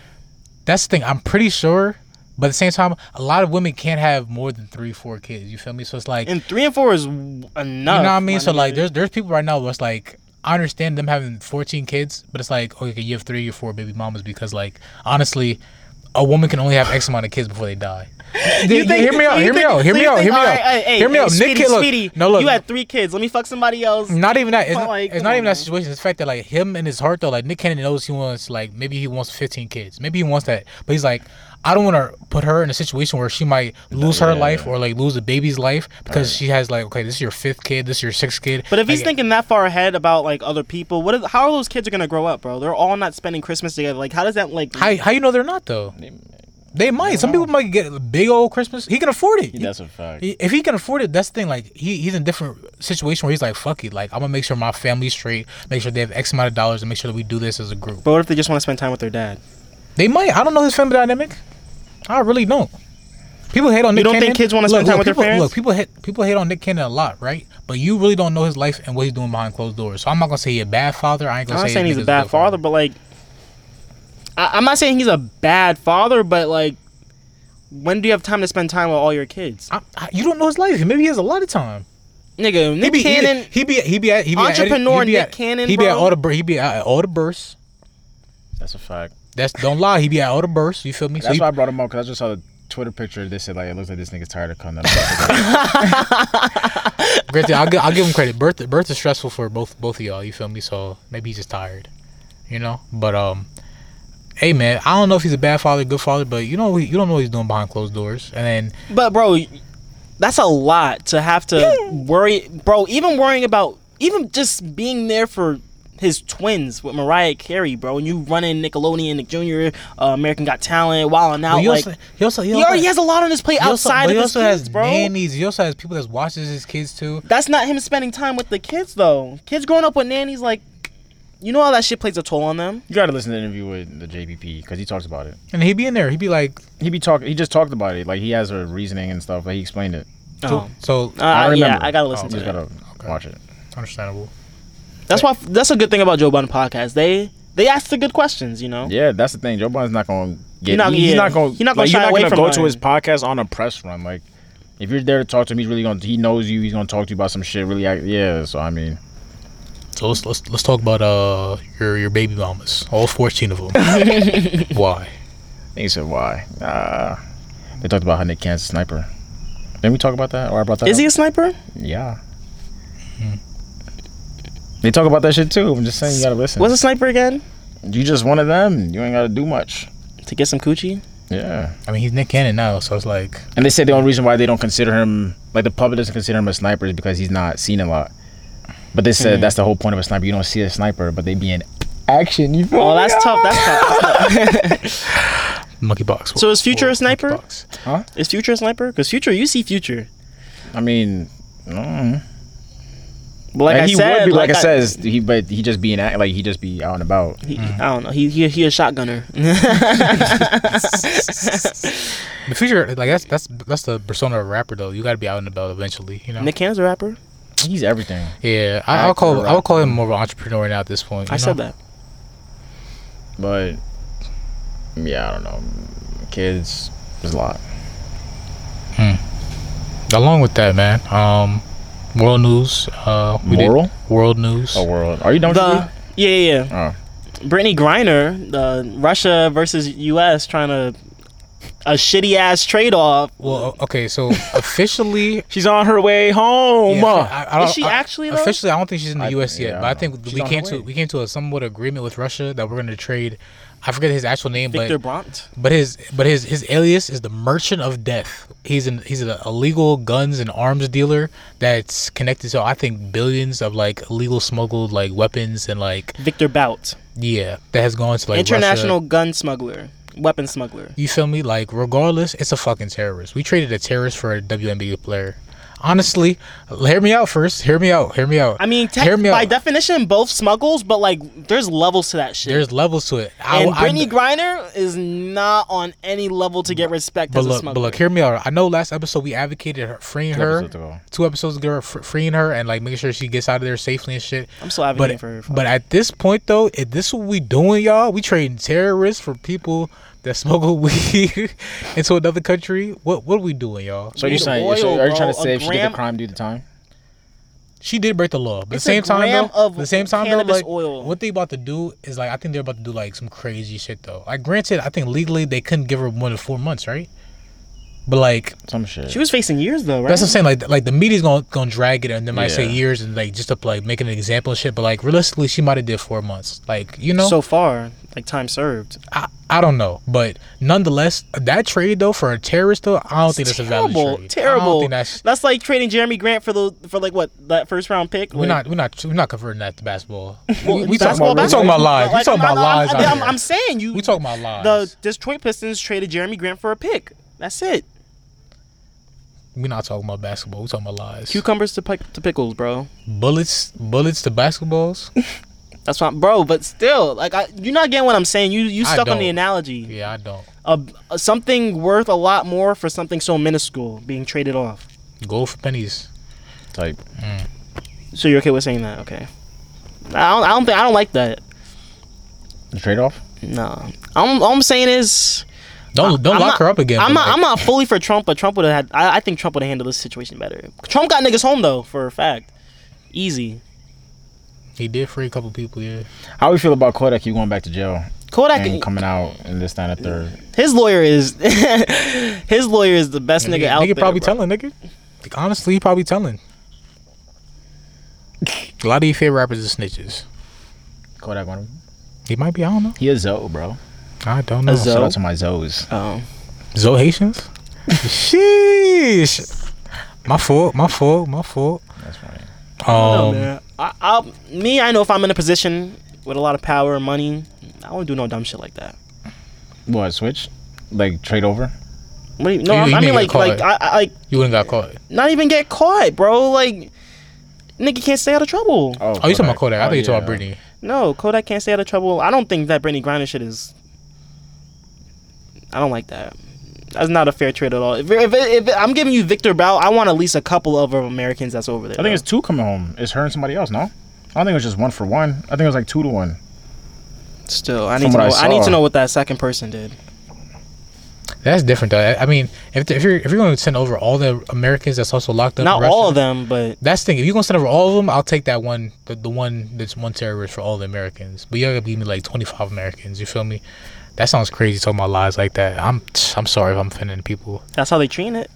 Speaker 4: That's the thing. I'm pretty sure. But at the same time, a lot of women can't have more than three, four kids. You feel me? So it's like
Speaker 3: And three and four is w- enough.
Speaker 4: you know what I mean?
Speaker 3: my
Speaker 4: So
Speaker 3: nigga.
Speaker 4: like, there's there's people right now where it's like, I understand them having 14 kids, but it's like, okay, you have three or four baby mamas because like, honestly, a woman can only have X amount of kids before they die. you
Speaker 3: think-
Speaker 4: hear me
Speaker 3: so
Speaker 4: out.
Speaker 3: you
Speaker 4: Hear me
Speaker 3: think-
Speaker 4: out. Hear
Speaker 3: so
Speaker 4: me
Speaker 3: you
Speaker 4: out.
Speaker 3: think,
Speaker 4: Hear me
Speaker 3: all
Speaker 4: out.
Speaker 3: right, hey, hey,
Speaker 4: Hear me
Speaker 3: hey,
Speaker 4: out. Nick,
Speaker 3: Sweetie,
Speaker 4: Kid- look,
Speaker 3: Sweetie,
Speaker 4: no look.
Speaker 3: You had three kids. Let me fuck somebody else.
Speaker 4: Not even that. It's,
Speaker 3: Oh,
Speaker 4: not-
Speaker 3: like,
Speaker 4: it's
Speaker 3: come
Speaker 4: not
Speaker 3: on,
Speaker 4: even that
Speaker 3: man.
Speaker 4: situation. It's the fact that like him in his heart though, like Nick Cannon knows he wants like maybe he wants 15 kids. Maybe he wants that, but he's like, I don't want to put her in a situation where she might lose her
Speaker 1: yeah,
Speaker 4: life
Speaker 1: yeah.
Speaker 4: or like lose the baby's life because she has like, okay, this is your fifth kid, this is your sixth kid.
Speaker 3: But if he's
Speaker 4: Like,
Speaker 3: thinking that far ahead about like other people, what? Are, how are those kids are gonna grow up, bro? They're all not spending Christmas together. Like, how does that like?
Speaker 4: How how you know they're not though? They might. Some people might get a big old Christmas. He can afford it.
Speaker 1: That's a fact.
Speaker 4: He- if he can afford it, that's the thing. Like he, he's in a different situation where he's like, "Fuck it, like I'm gonna make sure my family's straight, make sure they have X amount of dollars, and make sure that we do this as a group."
Speaker 3: but what if they just want to spend time with their dad?
Speaker 4: They might. I don't know his family dynamic. I really don't. People hate on Nick.
Speaker 3: don't think
Speaker 4: Cannon.
Speaker 3: kids wanna
Speaker 4: Look,
Speaker 3: spend time with
Speaker 4: look,
Speaker 3: their
Speaker 4: people-
Speaker 3: parents?
Speaker 4: Look, people hate people hate on Nick Cannon a lot, right? But you really don't know his life and what he's doing behind closed doors. So I'm not gonna say he's a bad father. I ain't
Speaker 3: I'm
Speaker 4: gonna
Speaker 3: not
Speaker 4: say
Speaker 3: saying he's a
Speaker 4: nigga's
Speaker 3: bad
Speaker 4: good
Speaker 3: father, but like, I, I'm not saying he's a bad father, but like, when do you have time to spend time with all your kids,
Speaker 4: I, I, you don't know his life. Maybe he has a lot of time.
Speaker 3: nigga? Nick
Speaker 4: he be,
Speaker 3: Cannon,
Speaker 4: He be he be at, he be at-
Speaker 3: Entrepreneur
Speaker 4: he be
Speaker 3: Nick
Speaker 4: at,
Speaker 3: Cannon,
Speaker 4: He be at
Speaker 3: bro.
Speaker 4: all the bur- he be at all the bursts.
Speaker 1: That's a fact.
Speaker 4: That's don't lie. He be at all the bursts. You feel me? So
Speaker 1: That's
Speaker 4: he-
Speaker 1: why I brought him up because I just saw the Twitter picture. They said like it looks like this nigga's tired of coming.
Speaker 4: granted, I'll, gi- I'll give him credit. Birth birth is stressful for both both of y'all. You feel me? So maybe he's just tired. You know. But um, hey man, I don't know if he's a bad father, good father, but you know you don't know what he's doing behind closed doors. And then
Speaker 3: But bro, that's a lot to have to worry, bro. Even worrying about even just being there for his twins with Mariah Carey, bro, and you running Nickelodeon, Nick Jr., uh, American Got Talent, wilding out.
Speaker 4: But he
Speaker 3: Oh, like
Speaker 4: also- he also- he
Speaker 3: he,
Speaker 4: also-
Speaker 3: already has a lot on his plate
Speaker 4: He also-
Speaker 3: outside of
Speaker 4: but he
Speaker 3: his
Speaker 4: also
Speaker 3: kids,
Speaker 4: has
Speaker 3: bro.
Speaker 4: nannies. He also has people that watches his kids too.
Speaker 3: That's not him spending time with the kids though. Kids growing up with nannies, like, you know how that shit plays a toll on them.
Speaker 1: You gotta listen to the interview with the JPP because he talks about it.
Speaker 4: And he'd be in there. He'd be like,
Speaker 1: He be talking. He just talked about it. Like he has a reasoning and stuff. Like he explained it.
Speaker 3: Oh.
Speaker 4: so
Speaker 3: Uh, I yeah,
Speaker 1: remember. Oh,
Speaker 3: I gotta listen
Speaker 1: You
Speaker 3: to
Speaker 1: just
Speaker 3: that.
Speaker 1: gotta watch it.
Speaker 4: understandable.
Speaker 3: That's why. That's a good thing about Joe Budden podcast. They they ask the good questions. You know.
Speaker 1: Yeah, that's the thing. Joe Biden's not gonna
Speaker 3: You're
Speaker 1: get.
Speaker 3: not-
Speaker 1: he's
Speaker 3: yeah.
Speaker 1: not gonna.
Speaker 3: You're not gonna
Speaker 1: like,
Speaker 3: shy away
Speaker 1: gonna
Speaker 3: from
Speaker 1: go
Speaker 3: Biden.
Speaker 1: to his podcast on a press run. Like, if you're there to talk to him, he's really gonna. He knows you. He's gonna talk to you about some shit. Really, act- yeah. So I mean,
Speaker 4: So let's let's, let's talk about uh your your baby mamas, all fourteen of them. Why?
Speaker 1: I think he said why. Uh, they talked about how Nick Cannon's a sniper. Didn't we talk about that? Or I brought that?
Speaker 3: Is he
Speaker 1: up?
Speaker 3: a sniper?
Speaker 1: Yeah. They talk about that shit too. I'm just saying, you gotta listen.
Speaker 3: What's a sniper again?
Speaker 1: You just one of them. You ain't gotta do much.
Speaker 3: To get some coochie.
Speaker 1: Yeah.
Speaker 4: I mean, he's Nick Cannon now, so it's like
Speaker 1: And they said the only reason why they don't consider him, like the public doesn't consider him a sniper, is because he's not seen a lot. But they said that's the whole point of a sniper. You don't see a sniper, but they be in action. You feel
Speaker 3: Oh,
Speaker 1: me?
Speaker 3: that's tough. That's tough.
Speaker 4: monkey box.
Speaker 3: So is Future a sniper?
Speaker 4: Monkey box.
Speaker 3: Is Future a sniper? Because Future, you see Future.
Speaker 1: I mean, mm.
Speaker 3: But like,
Speaker 1: And
Speaker 3: I
Speaker 1: he
Speaker 3: said,
Speaker 1: would be, like, I says, he but he just be in act, like he just be out and about.
Speaker 3: he, I don't know. He he, he a shotgunner.
Speaker 4: The future, like that's that's that's the persona of a rapper though. You got to be out and about eventually, you know.
Speaker 3: Nick Cannon's a rapper.
Speaker 1: He's everything.
Speaker 4: yeah, I, I'll
Speaker 1: Rapper,
Speaker 4: call I
Speaker 1: rapper.
Speaker 4: would call him more of an entrepreneur now at this point.
Speaker 3: I
Speaker 4: you
Speaker 3: said
Speaker 4: know?
Speaker 3: that.
Speaker 1: But yeah, I don't know. Kids, there's a lot.
Speaker 4: Along with that, man. Um, world news. Uh, we did-
Speaker 1: Moral? Oh.
Speaker 4: world news.
Speaker 1: A world. Are you done with
Speaker 3: The yeah yeah. yeah.
Speaker 1: Oh.
Speaker 3: Brittany Griner, the Russia versus U.S. trying to a shitty ass trade off.
Speaker 4: Well, okay, so officially,
Speaker 1: She's on her way home.
Speaker 4: yeah, I, I don't,
Speaker 3: Is she
Speaker 4: I-
Speaker 3: actually, though?
Speaker 4: Officially, I don't think she's in the
Speaker 1: I-
Speaker 4: U.S. yet,
Speaker 1: yeah, I
Speaker 4: but I
Speaker 1: don't
Speaker 4: think
Speaker 1: know.
Speaker 4: we
Speaker 1: She's on
Speaker 4: came
Speaker 1: her
Speaker 4: to
Speaker 1: way.
Speaker 4: we came to a somewhat agreement with Russia that we're going to trade. I forget his actual name,
Speaker 3: Victor
Speaker 4: but
Speaker 3: Bront.
Speaker 4: but his but his his alias is the Merchant of Death. He's an he's an illegal guns and arms dealer that's connected to I think billions of like illegal smuggled like weapons and like
Speaker 3: Victor Bout.
Speaker 4: yeah that has gone to like Russia.
Speaker 3: International gun smuggler. Weapon smuggler.
Speaker 4: You feel me? Like, regardless, it's a fucking terrorist. We traded a terrorist for a WNBA player. Honestly, hear me out first. Hear me out. Hear me out.
Speaker 3: I mean, tech,
Speaker 4: hear me
Speaker 3: by
Speaker 4: out.
Speaker 3: definition, both smuggles, but like, there's levels to that shit.
Speaker 4: There's levels to it. I,
Speaker 3: and
Speaker 4: I-
Speaker 3: Brittany Griner is not on any level to get respect
Speaker 4: but
Speaker 3: as a
Speaker 4: look, but
Speaker 3: smuggler.
Speaker 4: look, hear me out. I know last episode we advocated her freeing
Speaker 1: Two
Speaker 4: her.
Speaker 1: episodes ago.
Speaker 4: Two episodes ago, fr- freeing her and like making sure she gets out of there safely and shit.
Speaker 3: I'm still advocating
Speaker 4: But,
Speaker 3: for her.
Speaker 4: but at this point though, if this what we doing, y'all, we trading terrorists for people that smuggle weed into another country. What what are we doing, y'all?
Speaker 1: So you
Speaker 3: Need
Speaker 1: saying?
Speaker 3: oil,
Speaker 1: so are you
Speaker 3: bro.
Speaker 1: trying to say
Speaker 3: A
Speaker 1: if she did
Speaker 3: gram-
Speaker 1: the crime, do the time?
Speaker 4: She did break the law, but at
Speaker 3: It's
Speaker 4: the
Speaker 3: a
Speaker 4: same time
Speaker 3: gram
Speaker 4: though,
Speaker 3: of
Speaker 4: the same time though,
Speaker 3: cannabis
Speaker 4: like
Speaker 3: oil.
Speaker 4: what they about to do is like I think they're about to do like some crazy shit though. Like granted, I think legally they couldn't give her more than four months, right? But like
Speaker 1: Some shit.
Speaker 3: she was facing years though, right?
Speaker 4: that's what I'm saying. Like like the media's gonna gonna drag it and they might say
Speaker 1: Yeah.
Speaker 4: years and like just to like make an example and shit. But like realistically, she might have did four months. Like you know,
Speaker 3: So far, like time served.
Speaker 4: I, I don't know, but nonetheless, that trade though for a terrorist though, I don't think that's a valid
Speaker 3: terrible,
Speaker 4: trade. I don't
Speaker 3: terrible.
Speaker 4: think
Speaker 3: That's...
Speaker 4: that's
Speaker 3: like trading Jeremy Grant for the for like what that first round pick.
Speaker 4: we're
Speaker 3: Like-
Speaker 4: not we're not we're not converting that to basketball.
Speaker 3: Well,
Speaker 4: we, we talking
Speaker 3: basketball,
Speaker 4: about we talking about
Speaker 3: basketball.
Speaker 4: lives. We
Speaker 3: Like,
Speaker 4: talking
Speaker 3: I'm-
Speaker 4: about
Speaker 3: I'm-
Speaker 4: lives. out
Speaker 3: I'm,
Speaker 4: here.
Speaker 3: I'm saying you.
Speaker 4: We talking about lives.
Speaker 3: the Detroit Pistons traded Jeremy Grant for a pick. That's it.
Speaker 4: We're not talking about basketball. We're talking about lies.
Speaker 3: Cucumbers to, pick, to pickles, bro.
Speaker 4: bullets, bullets to basketballs.
Speaker 3: That's not, bro. But still, like, I, you're not getting what I'm saying. You you
Speaker 4: I
Speaker 3: stuck on the
Speaker 4: don't.
Speaker 3: analogy.
Speaker 4: yeah, I don't.
Speaker 3: A something worth a lot more for something so minuscule being traded off.
Speaker 4: Gold for pennies.
Speaker 1: type.
Speaker 3: So you're okay with saying that? Okay. I don't. I don't think. I don't like that.
Speaker 1: The trade off?
Speaker 3: No. I'm. All I'm saying is.
Speaker 4: Don't don't
Speaker 3: I'm
Speaker 4: lock
Speaker 3: not-
Speaker 4: her up again.
Speaker 3: I'm
Speaker 4: but,
Speaker 3: not.
Speaker 4: like,
Speaker 3: I'm not fully for Trump, but Trump would have had. I, I think Trump would have handled this situation better. Trump got niggas home though, for a fact. Easy.
Speaker 4: He did free a couple people. Yeah,
Speaker 1: How we feel about Kodak keep going back to jail
Speaker 3: Kodak,
Speaker 1: and coming out and this, that, and the third?
Speaker 3: his lawyer is, his lawyer is the best nigga, out
Speaker 4: nigga
Speaker 3: there.
Speaker 4: probably
Speaker 3: bro.
Speaker 4: telling nigga. Like, honestly, he probably telling. A lot of your favorite rappers are snitches.
Speaker 1: Kodak one of them.
Speaker 4: He might be. I don't know.
Speaker 1: He a Zoe, bro.
Speaker 4: I don't know.
Speaker 3: A Zo-
Speaker 4: Zo
Speaker 1: Shout
Speaker 3: Zoe?
Speaker 1: out to my Zoes.
Speaker 3: Oh,
Speaker 4: Haitians. Sheesh. My fault. My fault. My fault.
Speaker 1: That's funny.
Speaker 4: Um,
Speaker 3: man. I, I'll me. I know if I'm in a position with a lot of power or money, I won't do no dumb shit like that.
Speaker 1: What switch? Like trade over?
Speaker 3: What do you, no,
Speaker 4: You-
Speaker 3: I,
Speaker 4: you
Speaker 3: I
Speaker 4: mean
Speaker 3: mean like
Speaker 4: get
Speaker 3: like I,
Speaker 4: caught.
Speaker 3: I like
Speaker 4: You wouldn't got caught.
Speaker 3: not even get caught, bro. Like nigga can't stay out of trouble.
Speaker 4: Oh, you talking about
Speaker 1: Kodak.
Speaker 4: Kodak? I thought you talking
Speaker 1: yeah.
Speaker 4: about Britney.
Speaker 3: No, Kodak can't stay out of trouble. I don't think that Brittany Griner shit is. I don't like that. That's not a fair trade at all. If, if, if, I'm giving you Victor Bout, I want at least a couple of Americans that's over there.
Speaker 1: I think it's two coming home. It's her and somebody else. No, I don't think it was just one for one. I think it was like two to one.
Speaker 3: it's still. I
Speaker 1: from
Speaker 3: need to
Speaker 1: what I
Speaker 3: know. I, need
Speaker 1: saw.
Speaker 3: to know what that second person did.
Speaker 4: That's different though. I I mean, if, if you're if you're going to send over all the Americans that's also locked up, in
Speaker 3: not all
Speaker 4: Russia-
Speaker 3: of them, but
Speaker 4: That's the thing. If you're gonna send over all of them, I'll take that one, the, the one that's one terrorist for all the Americans. But you're gonna give me like 25 Americans. You feel me? That sounds crazy talking about lies like that. I'm I'm sorry if I'm offending people.
Speaker 3: that's how they treat it.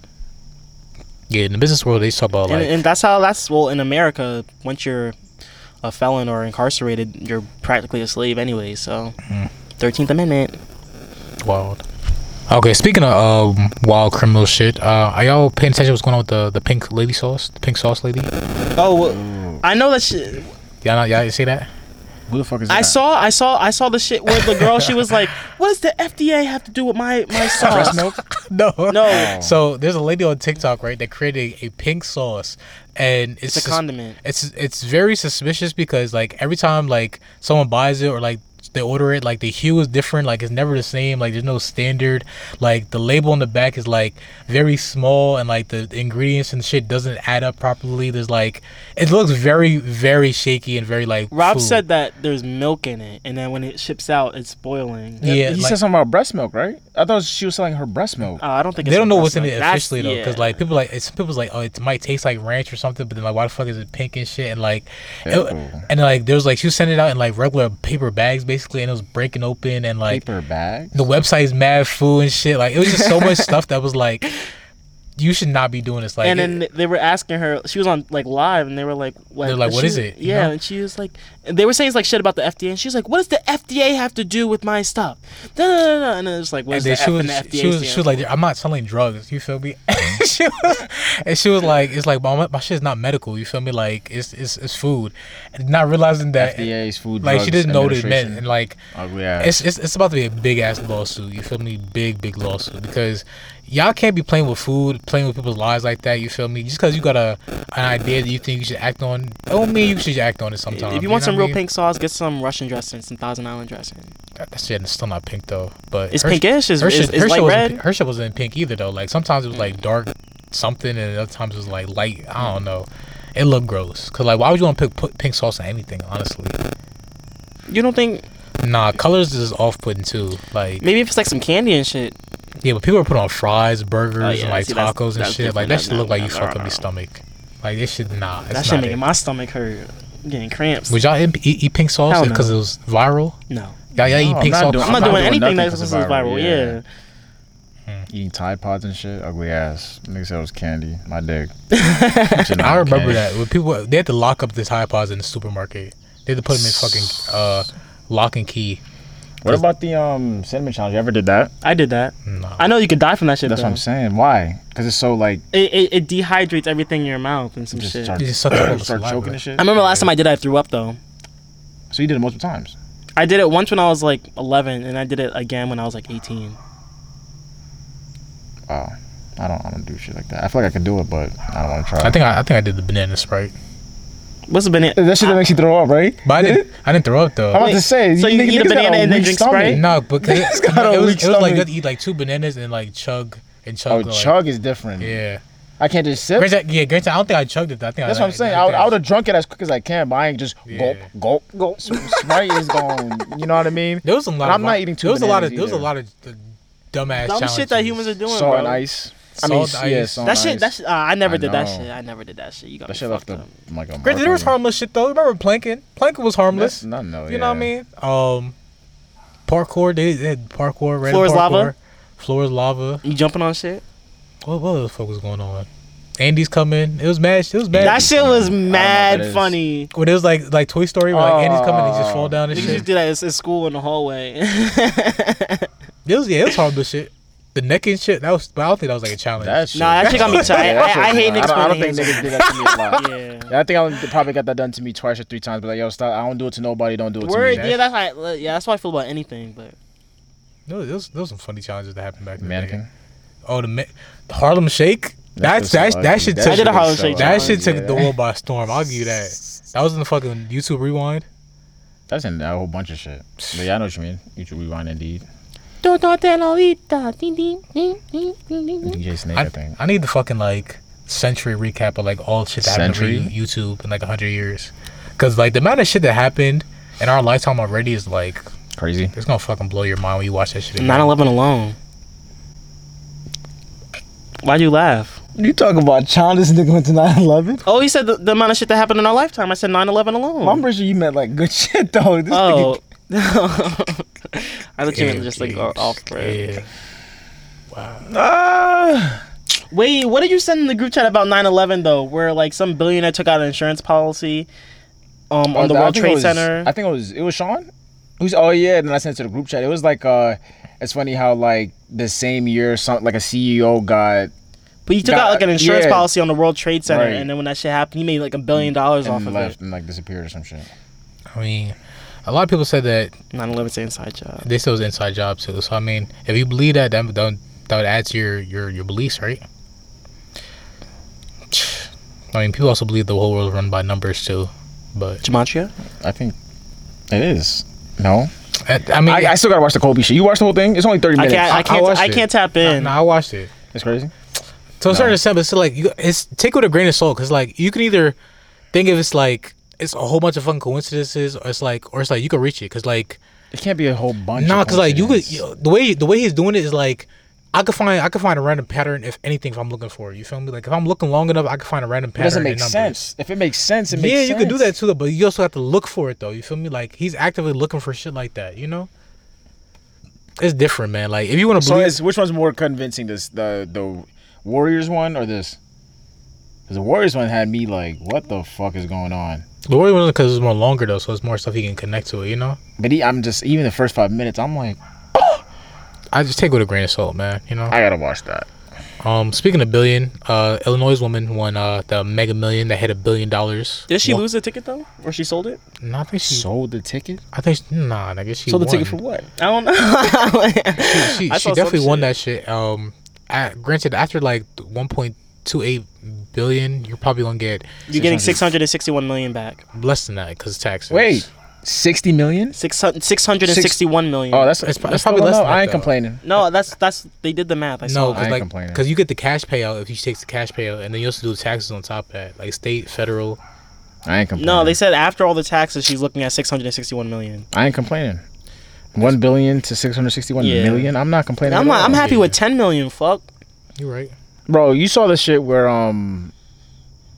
Speaker 4: Yeah, in the business world, they just talk about
Speaker 3: and,
Speaker 4: like
Speaker 3: and that's how that's well in America. Once you're a felon or incarcerated, you're practically a slave anyway. So, Thirteenth Amendment.
Speaker 4: wild. Okay, speaking of um, wild criminal shit, uh, are y'all paying attention to what's going on with the, the pink lady sauce, the pink sauce lady?
Speaker 3: Oh, well, I know that. Shit,
Speaker 4: Y'all not, y'all see that?
Speaker 1: Who the fuck is that?
Speaker 3: I saw, I saw, I saw the shit where the girl she was like, "What does the FDA have to do with my my sauce?"
Speaker 1: breast milk.
Speaker 4: No,
Speaker 3: No.
Speaker 4: So there's a lady on TikTok right that created a pink sauce, and
Speaker 3: It's
Speaker 4: it's,
Speaker 3: a
Speaker 4: sus-
Speaker 3: condiment.
Speaker 4: It's it's very suspicious because like every time like someone buys it or like they order it, like the hue is different. Like it's never the same. Like there's no standard. Like the label on the back is like very small, and like the ingredients and shit doesn't add up properly. There's like it looks very very shaky and very like.
Speaker 3: Rob
Speaker 4: food.
Speaker 3: said that there's milk in it, and then when it ships out, it's boiling.
Speaker 4: Yeah,
Speaker 1: he
Speaker 4: like-
Speaker 1: said something about breast milk, right? I thought she was selling her breast milk.
Speaker 3: Uh, I don't think it's
Speaker 4: they don't know
Speaker 3: breast
Speaker 4: what's in
Speaker 3: milk.
Speaker 4: it
Speaker 3: That's-
Speaker 4: officially though, because
Speaker 3: yeah.
Speaker 4: like people like it's people's like oh it might taste like ranch or something, but then like why the fuck is it pink and shit and like it-
Speaker 1: Ew.
Speaker 4: and like there was like she was sending it out in like regular paper bags basically and it was breaking open and like
Speaker 1: Paper bags.
Speaker 4: the website's mad fool and shit like it was just so much stuff that was like you should not be doing this like
Speaker 3: and
Speaker 4: it-
Speaker 3: then they were asking her. She was on like live, and they were like, "What?"
Speaker 4: They're like,
Speaker 3: she
Speaker 4: "What is
Speaker 3: was-
Speaker 4: it?" You
Speaker 3: Yeah,
Speaker 4: know?
Speaker 3: and she was like, and they were saying like shit about the FDA, and she was like, "What does the FDA have to do with my stuff?" No, no, no, no. And it was like, "What's
Speaker 4: and
Speaker 3: the
Speaker 4: then
Speaker 3: F
Speaker 4: she
Speaker 3: and
Speaker 4: was,
Speaker 3: the FDA?"
Speaker 4: she was, she was
Speaker 3: stand
Speaker 4: like,
Speaker 3: for?"
Speaker 4: I'm not selling drugs. You feel me?
Speaker 1: Mm-hmm.
Speaker 4: she was, and she was like, it's like my my shit's not medical. You feel me? Like it's it's, it's food, and not realizing that
Speaker 1: FDA's food.
Speaker 4: like
Speaker 1: drugs
Speaker 4: she didn't know what it
Speaker 1: administration.
Speaker 4: meant, and like
Speaker 1: Ugly ass.
Speaker 4: It's, it's it's about to be a big ass lawsuit. You feel me? Big big lawsuit because y'all can't be playing with food, playing with people's lives like that. You feel me? Just because you got a an idea that you think you should act on, don't mean you should act on it sometimes.
Speaker 3: if you want
Speaker 4: know
Speaker 3: some
Speaker 4: what I
Speaker 3: real
Speaker 4: mean?
Speaker 3: pink sauce, get some Russian dressing, some Thousand Island dressing.
Speaker 4: that shit is still not pink though. But
Speaker 3: It's
Speaker 4: her-
Speaker 3: pinkish. It's,
Speaker 4: Her
Speaker 3: it's,
Speaker 4: shit,
Speaker 3: it's
Speaker 4: her shit
Speaker 3: light
Speaker 4: wasn't,
Speaker 3: red. Mm.
Speaker 4: pi- her shit wasn't pink either though. Like sometimes it was like dark something, and other times it was like light. I don't know. It looked gross. Cause like why would you want to put, put pink sauce on anything? Honestly,
Speaker 3: You don't think
Speaker 4: nah. Colors is off putting too. Like
Speaker 3: maybe if it's like some candy and shit?
Speaker 4: Yeah, but people are putting on fries, burgers,
Speaker 3: Oh, yeah,
Speaker 4: and like
Speaker 3: see, that's-
Speaker 4: tacos and
Speaker 3: that's
Speaker 4: shit.
Speaker 3: different.
Speaker 4: Like that should
Speaker 3: No,
Speaker 4: look like
Speaker 3: no,
Speaker 4: you
Speaker 3: no,
Speaker 4: fucking
Speaker 3: no, no.
Speaker 4: me stomach. Like this should nah. It's
Speaker 3: That
Speaker 4: not
Speaker 3: shit making
Speaker 4: it.
Speaker 3: my stomach hurt, getting cramps.
Speaker 4: Would y'all eat, eat, eat pink sauce
Speaker 3: Hell no.
Speaker 4: because it was viral?
Speaker 3: no,
Speaker 4: Y'all, y'all
Speaker 1: No,
Speaker 4: eat
Speaker 1: I'm
Speaker 4: pink
Speaker 1: not
Speaker 4: sauce.
Speaker 1: doing-
Speaker 3: I'm not doing anything
Speaker 1: nothing
Speaker 3: that's
Speaker 1: 'cause it's
Speaker 3: supposed to be
Speaker 1: viral,
Speaker 3: viral.
Speaker 1: yeah.
Speaker 3: yeah.
Speaker 1: Eating Tide Pods and shit. Ugly ass. Nigga said it was candy. My dick.
Speaker 4: I remember that when people they had to lock up the Tide Pods in the supermarket. They had to put them in fucking uh, lock and key.
Speaker 1: What about the um cinnamon challenge? You ever did that?
Speaker 3: I did that.
Speaker 4: Nah.
Speaker 3: I know you could die from that shit.
Speaker 1: That's
Speaker 3: though.
Speaker 1: what I'm saying. Why? Because it's so like
Speaker 3: It, it, it dehydrates everything in your mouth and some
Speaker 1: just
Speaker 3: shit.
Speaker 1: start,
Speaker 4: You just suck up all the
Speaker 1: start
Speaker 4: saliva.
Speaker 1: choking and shit.
Speaker 3: I remember last time I did it, I threw up though.
Speaker 1: So you did it multiple times.
Speaker 3: I did it once when I was like 11, and I did it again when I was like 18.
Speaker 1: Wow. I don't. I don't do shit like that. I feel like I could do it, but I don't want to try.
Speaker 4: I think I, I think I did the banana sprite,
Speaker 3: What's a banana?
Speaker 1: that shit that makes you throw up, right?
Speaker 4: but I didn't I didn't throw up though.
Speaker 1: I'm about to say.
Speaker 3: so you
Speaker 1: niggas-
Speaker 3: eat a
Speaker 1: niggas got
Speaker 3: banana and then
Speaker 1: weak
Speaker 3: drink
Speaker 1: stomach.
Speaker 3: Sprite?
Speaker 4: No, because it,
Speaker 1: Niggas got a
Speaker 4: it was,
Speaker 1: weak
Speaker 4: it was like
Speaker 1: stomach.
Speaker 4: you had to eat like two bananas and like chug and
Speaker 1: Oh,
Speaker 4: chug. like,
Speaker 1: chug is different.
Speaker 4: Yeah.
Speaker 1: I can't just sip.
Speaker 4: Granted, yeah, granted, I don't think I chugged it. though. I think I,
Speaker 1: That's what I'm saying. I,
Speaker 4: think
Speaker 1: I would have drunk it as quick as I can, but I ain't just
Speaker 4: Yeah.
Speaker 1: gulp, gulp, gulp. Sprite is going. You know what I mean?
Speaker 4: There was a lot.
Speaker 1: And
Speaker 4: of
Speaker 1: I'm not eating two
Speaker 4: There was a lot of.
Speaker 1: bananas
Speaker 4: There was a
Speaker 1: either.
Speaker 4: lot of the dumbass.
Speaker 3: Dumb shit that
Speaker 4: challenges.
Speaker 3: humans are doing,
Speaker 1: Salt
Speaker 3: bro.
Speaker 1: and ice.
Speaker 4: Salt,
Speaker 1: I mean, yeah,
Speaker 4: ice.
Speaker 1: salt
Speaker 3: That
Speaker 1: and
Speaker 3: shit,
Speaker 1: ice.
Speaker 3: that shit, uh, I never
Speaker 1: I
Speaker 3: did that
Speaker 1: know.
Speaker 3: shit. I never did that shit. You got
Speaker 1: That
Speaker 3: me
Speaker 1: shit left
Speaker 3: fucked
Speaker 1: the
Speaker 3: up.
Speaker 1: like a.
Speaker 4: Granted, there was harmless shit though. Remember planking? Planking was harmless.
Speaker 1: No, no,
Speaker 4: You know what I mean? Um, parkour. They, they had parkour. Red
Speaker 3: Floor is
Speaker 4: parkour.
Speaker 3: lava?
Speaker 4: Floor is lava.
Speaker 3: You jumping on shit?
Speaker 4: What, what the fuck was going on? Andy's coming. It was mad. It was mad.
Speaker 3: That shit was
Speaker 1: I don't know what that
Speaker 3: mad
Speaker 1: is.
Speaker 3: funny.
Speaker 4: when it was like like Toy Story, where like Andy's coming, and he just
Speaker 1: Oh.
Speaker 4: fall down and
Speaker 3: Niggas
Speaker 4: shit.
Speaker 3: just do that at at school in the hallway.
Speaker 4: It was yeah, it was horrible shit. the neck and shit. That was, but I don't think that was like a challenge.
Speaker 1: That shit.
Speaker 3: Nah, that shit got me tight.
Speaker 1: Yeah, that
Speaker 3: I-
Speaker 1: shit
Speaker 3: I
Speaker 1: was
Speaker 3: hate
Speaker 1: wild. I don't, I don't
Speaker 3: niggas
Speaker 1: think niggas did that to me a lot.
Speaker 3: Yeah.
Speaker 1: Yeah, I think I only- probably got that done to me twice or three times. But like, yo, stop! I don't do it to nobody. Don't do it
Speaker 3: Word,
Speaker 1: to me.
Speaker 3: yeah, that's how I, yeah, that's how I feel about anything. But
Speaker 4: No, those those some funny challenges that happened back then.
Speaker 1: Mannequin.
Speaker 4: Oh, the, ma- the Harlem Shake. That's
Speaker 1: shit was
Speaker 4: that
Speaker 1: so
Speaker 4: that
Speaker 1: ugly.
Speaker 4: shit.
Speaker 1: That
Speaker 4: took-
Speaker 3: I did a
Speaker 1: was
Speaker 3: Harlem
Speaker 1: so
Speaker 3: Shake
Speaker 1: ugly.
Speaker 4: That shit
Speaker 1: Yeah,
Speaker 4: took the
Speaker 1: that-
Speaker 4: world by storm. I'll give you that. That was in the fucking YouTube rewind.
Speaker 1: That's in a whole bunch of shit. But yeah, I know what you mean. You should rewind indeed. DJ Snake, I,
Speaker 4: I,
Speaker 1: think.
Speaker 4: I need the fucking like century recap of like all shit that happened
Speaker 1: Century?
Speaker 4: to YouTube in like hundred years. Cause like the amount of shit that happened in our lifetime already is like
Speaker 1: Crazy.
Speaker 4: it's gonna fucking blow your mind when you watch that shit. again.
Speaker 3: 9/11 alone. Why'd you laugh?
Speaker 5: You talk about Chon, this nigga went to 9-11?
Speaker 3: Oh, he said the, the amount of shit that happened in our lifetime. I said 9/11 alone.
Speaker 5: I'm pretty sure you meant like good shit though. This
Speaker 3: oh.
Speaker 5: nigga
Speaker 3: I thought you meant
Speaker 4: Yeah,
Speaker 3: just like
Speaker 4: yeah,
Speaker 3: off brand.
Speaker 4: Yeah.
Speaker 5: Ah.
Speaker 3: Wait, what did you send in the group chat about 9/11 though? Where like some billionaire took out an insurance policy um, on the
Speaker 1: Oh, I
Speaker 3: World
Speaker 1: think it
Speaker 3: Trade
Speaker 1: was-
Speaker 3: Center.
Speaker 1: I think it was it was Sean. Who's oh yeah, and then I sent it to the group chat. It was like uh it's funny how like the same year some like a CEO got
Speaker 3: but he took
Speaker 1: got-
Speaker 3: out like an insurance
Speaker 1: yeah.
Speaker 3: policy on the World Trade Center,
Speaker 1: Right.
Speaker 3: and then when that shit happened, he made like a billion dollars off
Speaker 1: and
Speaker 3: of
Speaker 1: left
Speaker 3: it.
Speaker 1: and like disappeared or some shit.
Speaker 4: I mean, a lot of people said that
Speaker 3: 9/11's an inside job.
Speaker 4: this was an inside job too. So I mean, if you believe that, that that, that would add to your, your your beliefs, right? I mean, people also believe the whole world is run by numbers too, but
Speaker 3: Gematria?
Speaker 1: I think it is. No,
Speaker 4: I, I mean,
Speaker 1: I, I still gotta watch the Kobe shit. You watched the whole thing? It's only thirty
Speaker 3: I
Speaker 1: minutes.
Speaker 3: can't. I can't. I,
Speaker 4: watched it.
Speaker 3: can't tap
Speaker 4: nah,
Speaker 3: in.
Speaker 4: nah, I watched it.
Speaker 1: It's crazy.
Speaker 4: So a certain extent, but still, like, you, it's take it with a grain of salt, cause like you can either think if it's like it's a whole bunch of fucking coincidences, or it's like, or it's like you can reach it, cause like
Speaker 1: It can't be a whole bunch.
Speaker 4: Nah,
Speaker 1: of
Speaker 4: cause like you could
Speaker 1: coincidence.
Speaker 4: you- the way the way he's doing it is like I could find I could find a random pattern if anything if I'm looking for it. You feel me? Like if I'm looking long enough, I could find a random
Speaker 1: It
Speaker 4: pattern.
Speaker 1: doesn't
Speaker 4: in
Speaker 1: make
Speaker 4: numbers.
Speaker 1: sense. If it makes sense, it makes
Speaker 4: yeah,
Speaker 1: sense.
Speaker 4: you could do that too, though, but you also have to look for it though. You feel me? Like he's actively looking for shit like that. You know, it's different, man. Like if you want to
Speaker 1: So
Speaker 4: believe,
Speaker 1: is, which one's more convincing? This the the Warriors one or this? Because the Warriors one had me like, what the fuck is going on?
Speaker 4: the Warrior one because it's more longer though, so it's more stuff he can connect to it. You know,
Speaker 1: But he, I'm just even the first five minutes, I'm like,
Speaker 4: I just take it with a grain of salt, man. You know.
Speaker 1: I gotta watch that.
Speaker 4: Um, speaking of billion, uh, Illinois woman won uh the Mega Million that hit a billion dollars.
Speaker 3: Did she
Speaker 4: Won-
Speaker 3: lose the ticket though, or she sold it?
Speaker 4: Nah, I think she.
Speaker 1: Sold the ticket.
Speaker 4: I think she, nah, nigga, she
Speaker 1: Sold the
Speaker 4: won.
Speaker 1: ticket for what?
Speaker 3: I don't know.
Speaker 4: she, she,
Speaker 3: I
Speaker 4: she
Speaker 3: saw some
Speaker 4: definitely won
Speaker 3: shit.
Speaker 4: that shit. Um, at, granted, after like 1.28 billion, you're probably gonna get
Speaker 3: You're getting
Speaker 1: 600.
Speaker 3: 661 million back.
Speaker 4: less than that because taxes.
Speaker 1: Wait, sixty million?
Speaker 3: 600, 661 million.
Speaker 1: Oh, that's it's,
Speaker 4: It's pro- it's probably less than
Speaker 1: I
Speaker 4: that,
Speaker 1: ain't
Speaker 4: though.
Speaker 1: complaining.
Speaker 3: no, that's that's they did the math. I
Speaker 4: no,
Speaker 3: saw.
Speaker 1: I
Speaker 4: because
Speaker 1: ain't
Speaker 4: like,
Speaker 1: complaining.
Speaker 4: because you get the cash payout if you take the cash payout, and then you also do the taxes on top of that, like state, federal.
Speaker 1: I ain't complaining.
Speaker 3: No, they said after all the taxes, she's looking at 661 million.
Speaker 1: I ain't complaining. One billion to six hundred sixty-one
Speaker 3: Yeah.
Speaker 1: million. I'm not complaining.
Speaker 3: I'm
Speaker 1: at all.
Speaker 3: I'm happy
Speaker 4: yeah.
Speaker 3: with 10 million. Fuck.
Speaker 4: You're right.
Speaker 1: Bro, you saw the shit where um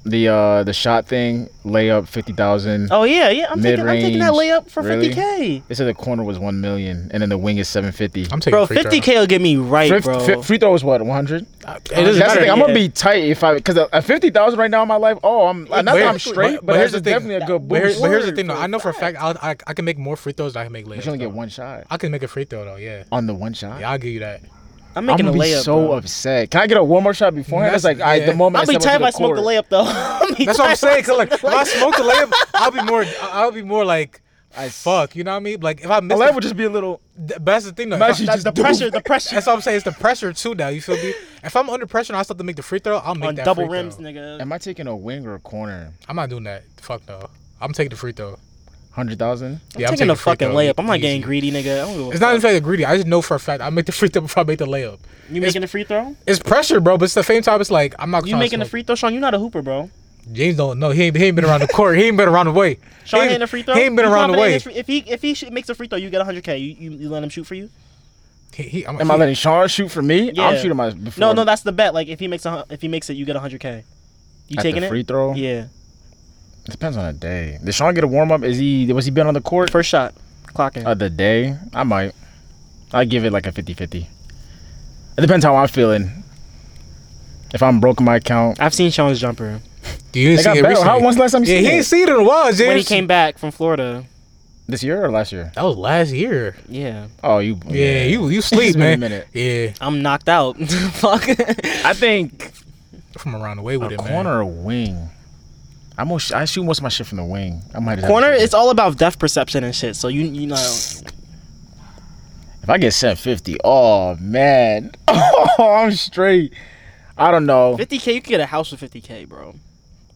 Speaker 1: the uh the shot thing layup fifty thousand.
Speaker 3: Oh yeah, yeah. I'm taking, I'm taking that
Speaker 1: Mid-range,
Speaker 3: layup for
Speaker 1: really?
Speaker 3: 50k.
Speaker 1: They said the corner was one million, and then the wing is seven fifty.
Speaker 4: I'm taking
Speaker 3: Bro,
Speaker 4: free
Speaker 3: 50k
Speaker 4: throw.
Speaker 3: will get me right,
Speaker 1: Free,
Speaker 3: bro.
Speaker 1: fi- free throw is what one hundred.
Speaker 4: Uh, It
Speaker 1: That's
Speaker 4: doesn't
Speaker 1: the thing.
Speaker 4: matter.
Speaker 1: I'm
Speaker 3: yeah.
Speaker 1: gonna be tight if I because at fifty thousand right now in my life. Oh, I'm not that I'm straight, but, here's definitely a good boost.
Speaker 4: But here's, but here's the
Speaker 3: Word
Speaker 4: thing, though.
Speaker 3: for
Speaker 4: I know for a fact I'll, I I can make more free throws than I can make
Speaker 1: But
Speaker 4: layups.
Speaker 1: you only get
Speaker 4: though.
Speaker 1: one shot
Speaker 4: I can make a free throw though. Yeah,
Speaker 1: on the one shot.
Speaker 4: yeah, I'll give you that.
Speaker 3: I'm
Speaker 1: I'm
Speaker 3: making
Speaker 1: gonna
Speaker 3: a
Speaker 1: be
Speaker 3: layup.
Speaker 1: so
Speaker 3: bro.
Speaker 1: upset. Can I get a one more shot before? It's
Speaker 4: That's-
Speaker 1: like I,
Speaker 4: yeah.
Speaker 1: the moment
Speaker 3: I'll be
Speaker 1: step onto
Speaker 3: tight if
Speaker 1: the
Speaker 3: I smoke the
Speaker 1: court.
Speaker 3: layup though. I'll be
Speaker 4: That's what I'm
Speaker 3: tight
Speaker 4: saying.
Speaker 3: if I
Speaker 4: Cause like, if I smoke the layup, I'll be more, I'll be more like,
Speaker 1: I-
Speaker 4: fuck. You know what I mean? Like, if I
Speaker 1: The
Speaker 4: miss,
Speaker 1: layup
Speaker 4: it,
Speaker 1: would just be a little.
Speaker 4: th- but that's the thing. Though,
Speaker 1: Imagine
Speaker 4: If I-
Speaker 1: you
Speaker 4: that-
Speaker 1: just
Speaker 4: the
Speaker 1: do-
Speaker 4: pressure.
Speaker 3: the pressure.
Speaker 4: That's what I'm saying. It's the pressure too. Now you feel me? If I'm under pressure, and I still have to make the free throw. I'll make
Speaker 3: on
Speaker 4: that
Speaker 3: double
Speaker 4: free
Speaker 3: rims,
Speaker 4: Throw.
Speaker 3: nigga.
Speaker 1: Am I taking a wing or a corner?
Speaker 4: I'm not doing that. Fuck no. I'm taking the free throw.
Speaker 1: Hundred thousand.
Speaker 4: Yeah,
Speaker 3: I'm taking a
Speaker 4: the free
Speaker 3: fucking
Speaker 4: throw.
Speaker 3: layup. I'm not
Speaker 4: Easy.
Speaker 3: getting greedy, nigga. I don't give a
Speaker 4: It's not in
Speaker 3: fuck.
Speaker 4: fact greedy. I just know for a fact I make the free throw before I make the layup.
Speaker 3: You making the free throw?
Speaker 4: It's pressure, bro. But at the same time, it's like I'm not.
Speaker 3: You
Speaker 4: trying to
Speaker 3: making the
Speaker 4: smoke.
Speaker 3: free throw, Sean? You're not a hooper, bro.
Speaker 4: James don't know. He ain't, he ain't been around the court. He ain't been around the way.
Speaker 3: Sean
Speaker 4: he
Speaker 3: hitting a free throw.
Speaker 4: He ain't been
Speaker 3: You
Speaker 4: around the
Speaker 3: confident in
Speaker 4: way.
Speaker 3: his free- If he if he sh- makes a free throw, you get 100k. You, you, you let him shoot for you?
Speaker 4: He- he- I'm-
Speaker 1: Am I
Speaker 4: he-
Speaker 1: letting Sean shoot for me? I'm
Speaker 3: Yeah.
Speaker 1: shooting my. Before
Speaker 3: No, no, that's the bet. Like if he makes a hun- if he makes it, you get 100k. You
Speaker 1: at
Speaker 3: taking
Speaker 1: the free
Speaker 3: it?
Speaker 1: throw.
Speaker 3: Yeah.
Speaker 1: It depends on the day. Did Sean get a warm up? Is he was he been on the court
Speaker 3: First shot, clocking.
Speaker 4: Uh,
Speaker 1: of the day? I might. I give it like a 50-50. It depends how I'm feeling. If I'm broke in my account,
Speaker 3: I've seen Sean's jumper
Speaker 4: You didn't
Speaker 1: They got
Speaker 4: see it
Speaker 1: better. How-
Speaker 4: recently.
Speaker 1: when's the last time you
Speaker 4: yeah,
Speaker 1: seen
Speaker 4: he
Speaker 1: it?
Speaker 4: ain't seen it in a while, James.
Speaker 3: when he came back from Florida.
Speaker 1: This year or last year?
Speaker 4: That was last year.
Speaker 3: Yeah,
Speaker 1: Oh, you.
Speaker 4: Yeah, you you
Speaker 1: It's
Speaker 4: sleep,
Speaker 1: been a
Speaker 4: man.
Speaker 1: minute.
Speaker 4: Yeah,
Speaker 3: I'm knocked out. Fuck.
Speaker 1: I think
Speaker 4: from around the way with
Speaker 1: a
Speaker 4: it,
Speaker 1: corner or
Speaker 4: man.
Speaker 1: wing. I'm most, I shoot most of my shit from the wing. I might have
Speaker 3: Corner. It's all about depth perception and shit. So you you know.
Speaker 1: If I get sent 50, oh man, oh I'm straight. I don't know.
Speaker 3: 50k, you can get a house with 50k, bro,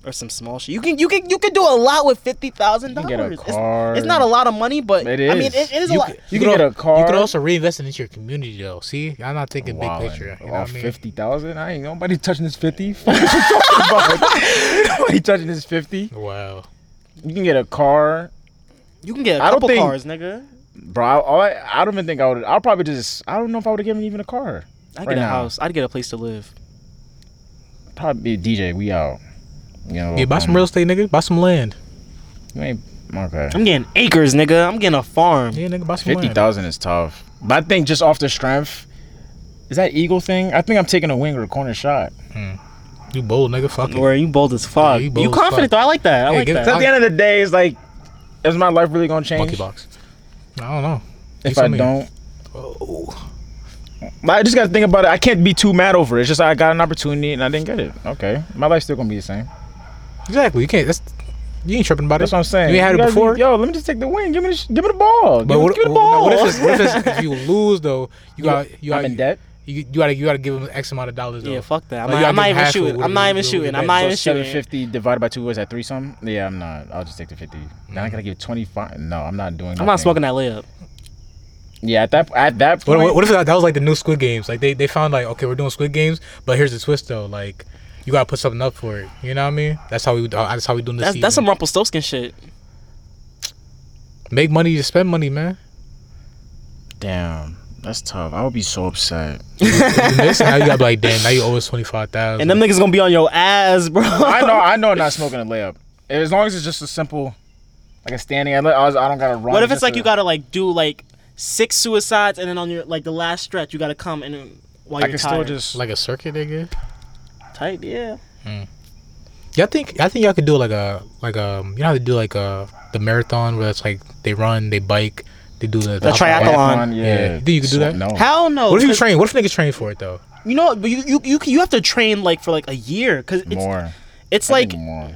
Speaker 3: or some small shit. You can you can you can do a lot with fifty thousand
Speaker 1: You can get a
Speaker 3: dollars.
Speaker 1: car.
Speaker 3: It's, not a lot of money, but
Speaker 1: It
Speaker 3: I mean, it, it is a
Speaker 1: You
Speaker 3: lot.
Speaker 1: could- You can get a car.
Speaker 4: You could also reinvest it into your community, though. See, I'm not thinking big
Speaker 1: Wow,
Speaker 4: picture. You know
Speaker 1: oh,
Speaker 4: what I mean?
Speaker 1: fifty thousand? I ain't nobody touching this fifty. Fuck what you talking about? Ain't nobody touching this fifty.
Speaker 4: Wow.
Speaker 1: You can get a car,
Speaker 3: You can get a
Speaker 1: I don't
Speaker 3: couple
Speaker 1: think-
Speaker 3: cars, nigga.
Speaker 1: bro. I, all I, I don't even think I would. I'll probably just. I don't know if I would have given even a car.
Speaker 3: I'd
Speaker 1: Right
Speaker 3: get a
Speaker 1: now.
Speaker 3: house. I'd get a place to live.
Speaker 1: Probably be DJ. We out. You know.
Speaker 4: Yeah, buy some real estate, nigga. Buy some land.
Speaker 1: You ain't okay.
Speaker 3: I'm getting acres, nigga. I'm getting a farm.
Speaker 4: Yeah, nigga, buy some
Speaker 1: Fifty
Speaker 4: land.
Speaker 1: thousand is tough, but I think just off the strength, is that eagle thing? I think I'm taking a wing or a corner shot.
Speaker 4: You bold, nigga. Fuck it.
Speaker 3: Where you bold as fuck.
Speaker 4: Yeah, you
Speaker 3: you,
Speaker 4: bold as
Speaker 3: confident
Speaker 4: fuck.
Speaker 3: though. I like that. I
Speaker 4: Yeah,
Speaker 3: like
Speaker 4: give it-
Speaker 3: that.
Speaker 1: At the end of the day, it's like, is my life really gonna change
Speaker 4: Monkey box. I don't know. You
Speaker 1: if
Speaker 4: tell
Speaker 1: I
Speaker 4: me.
Speaker 1: don't?
Speaker 4: Oh.
Speaker 1: I just gotta think about it. I can't be too mad over it. It's just I got an opportunity and I didn't get it. Okay, my life's still gonna be the same.
Speaker 4: Exactly. You can't. That's you ain't tripping about
Speaker 1: That's
Speaker 4: it.
Speaker 1: what I'm saying.
Speaker 4: You ain't had it
Speaker 1: gotta
Speaker 4: before.
Speaker 1: Be, yo, let me just take the win. Give me the, sh- give me the ball.
Speaker 4: but
Speaker 1: give,
Speaker 4: what,
Speaker 1: give me the
Speaker 4: now,
Speaker 1: ball.
Speaker 4: what if, it's, what if, it's, if you lose though? You got you
Speaker 1: I'm
Speaker 4: got
Speaker 1: in debt.
Speaker 4: You, you gotta you gotta give him X amount of dollars. Though.
Speaker 3: Yeah, fuck
Speaker 1: Oh,
Speaker 3: that. I'm,
Speaker 4: Like, you
Speaker 3: not,
Speaker 4: gotta
Speaker 3: I'm not
Speaker 4: give him
Speaker 3: even
Speaker 4: half of
Speaker 3: shooting.
Speaker 4: what
Speaker 3: I'm
Speaker 4: he-
Speaker 3: not even
Speaker 4: what he
Speaker 3: shooting. I'm
Speaker 4: made.
Speaker 3: not
Speaker 4: So
Speaker 3: even
Speaker 1: Seven
Speaker 3: shooting.
Speaker 1: fifty divided by two was that threesome? Yeah, I'm not. I'll just take the fifty. Then
Speaker 4: Mm.
Speaker 1: I gotta give twenty five. No, I'm not doing.
Speaker 3: I'm not
Speaker 1: nothing.
Speaker 3: smoking that layup.
Speaker 1: Yeah, at that at that
Speaker 4: What,
Speaker 1: point.
Speaker 4: what, what if that, that was like the new Squid Games? Like they, they found like okay we're doing Squid Games, but here's the twist though. Like you gotta put something up for it. You know what I mean? That's how we uh, that's how we doing this.
Speaker 3: That's that's
Speaker 4: season.
Speaker 3: some Rumpelstiltskin shit.
Speaker 4: make money to spend money, man.
Speaker 1: Damn, that's tough. I would be so upset.
Speaker 4: You miss, now you gotta be like damn. Now you owe us twenty five thousand.
Speaker 3: And them niggas gonna be on your ass, bro.
Speaker 1: I know. I know. I'm not smoking a layup. As long as it's just a simple, like a standing. I, I don't gotta run.
Speaker 3: What if it's
Speaker 1: just
Speaker 3: like
Speaker 1: a-
Speaker 3: you gotta like do like six suicides and then on your like the last stretch you gotta come and then while
Speaker 1: I can
Speaker 3: you're tired.
Speaker 1: still just
Speaker 4: like a circuit, nigga.
Speaker 3: tight, yeah.
Speaker 4: Yeah, I think I think y'all could do like a like um you know how to do like a the marathon where it's like they run, they bike, they do the,
Speaker 3: The triathlon.
Speaker 1: Triathlon, Yeah.
Speaker 4: Yeah. Think you could do that?
Speaker 1: No.
Speaker 3: Hell no.
Speaker 4: What if you
Speaker 3: 'cause-
Speaker 4: train? What if niggas train for it though?
Speaker 3: You know, but you you you, can- you have to train like for like a year because it's
Speaker 1: more.
Speaker 3: it's
Speaker 1: I
Speaker 3: like
Speaker 1: think more.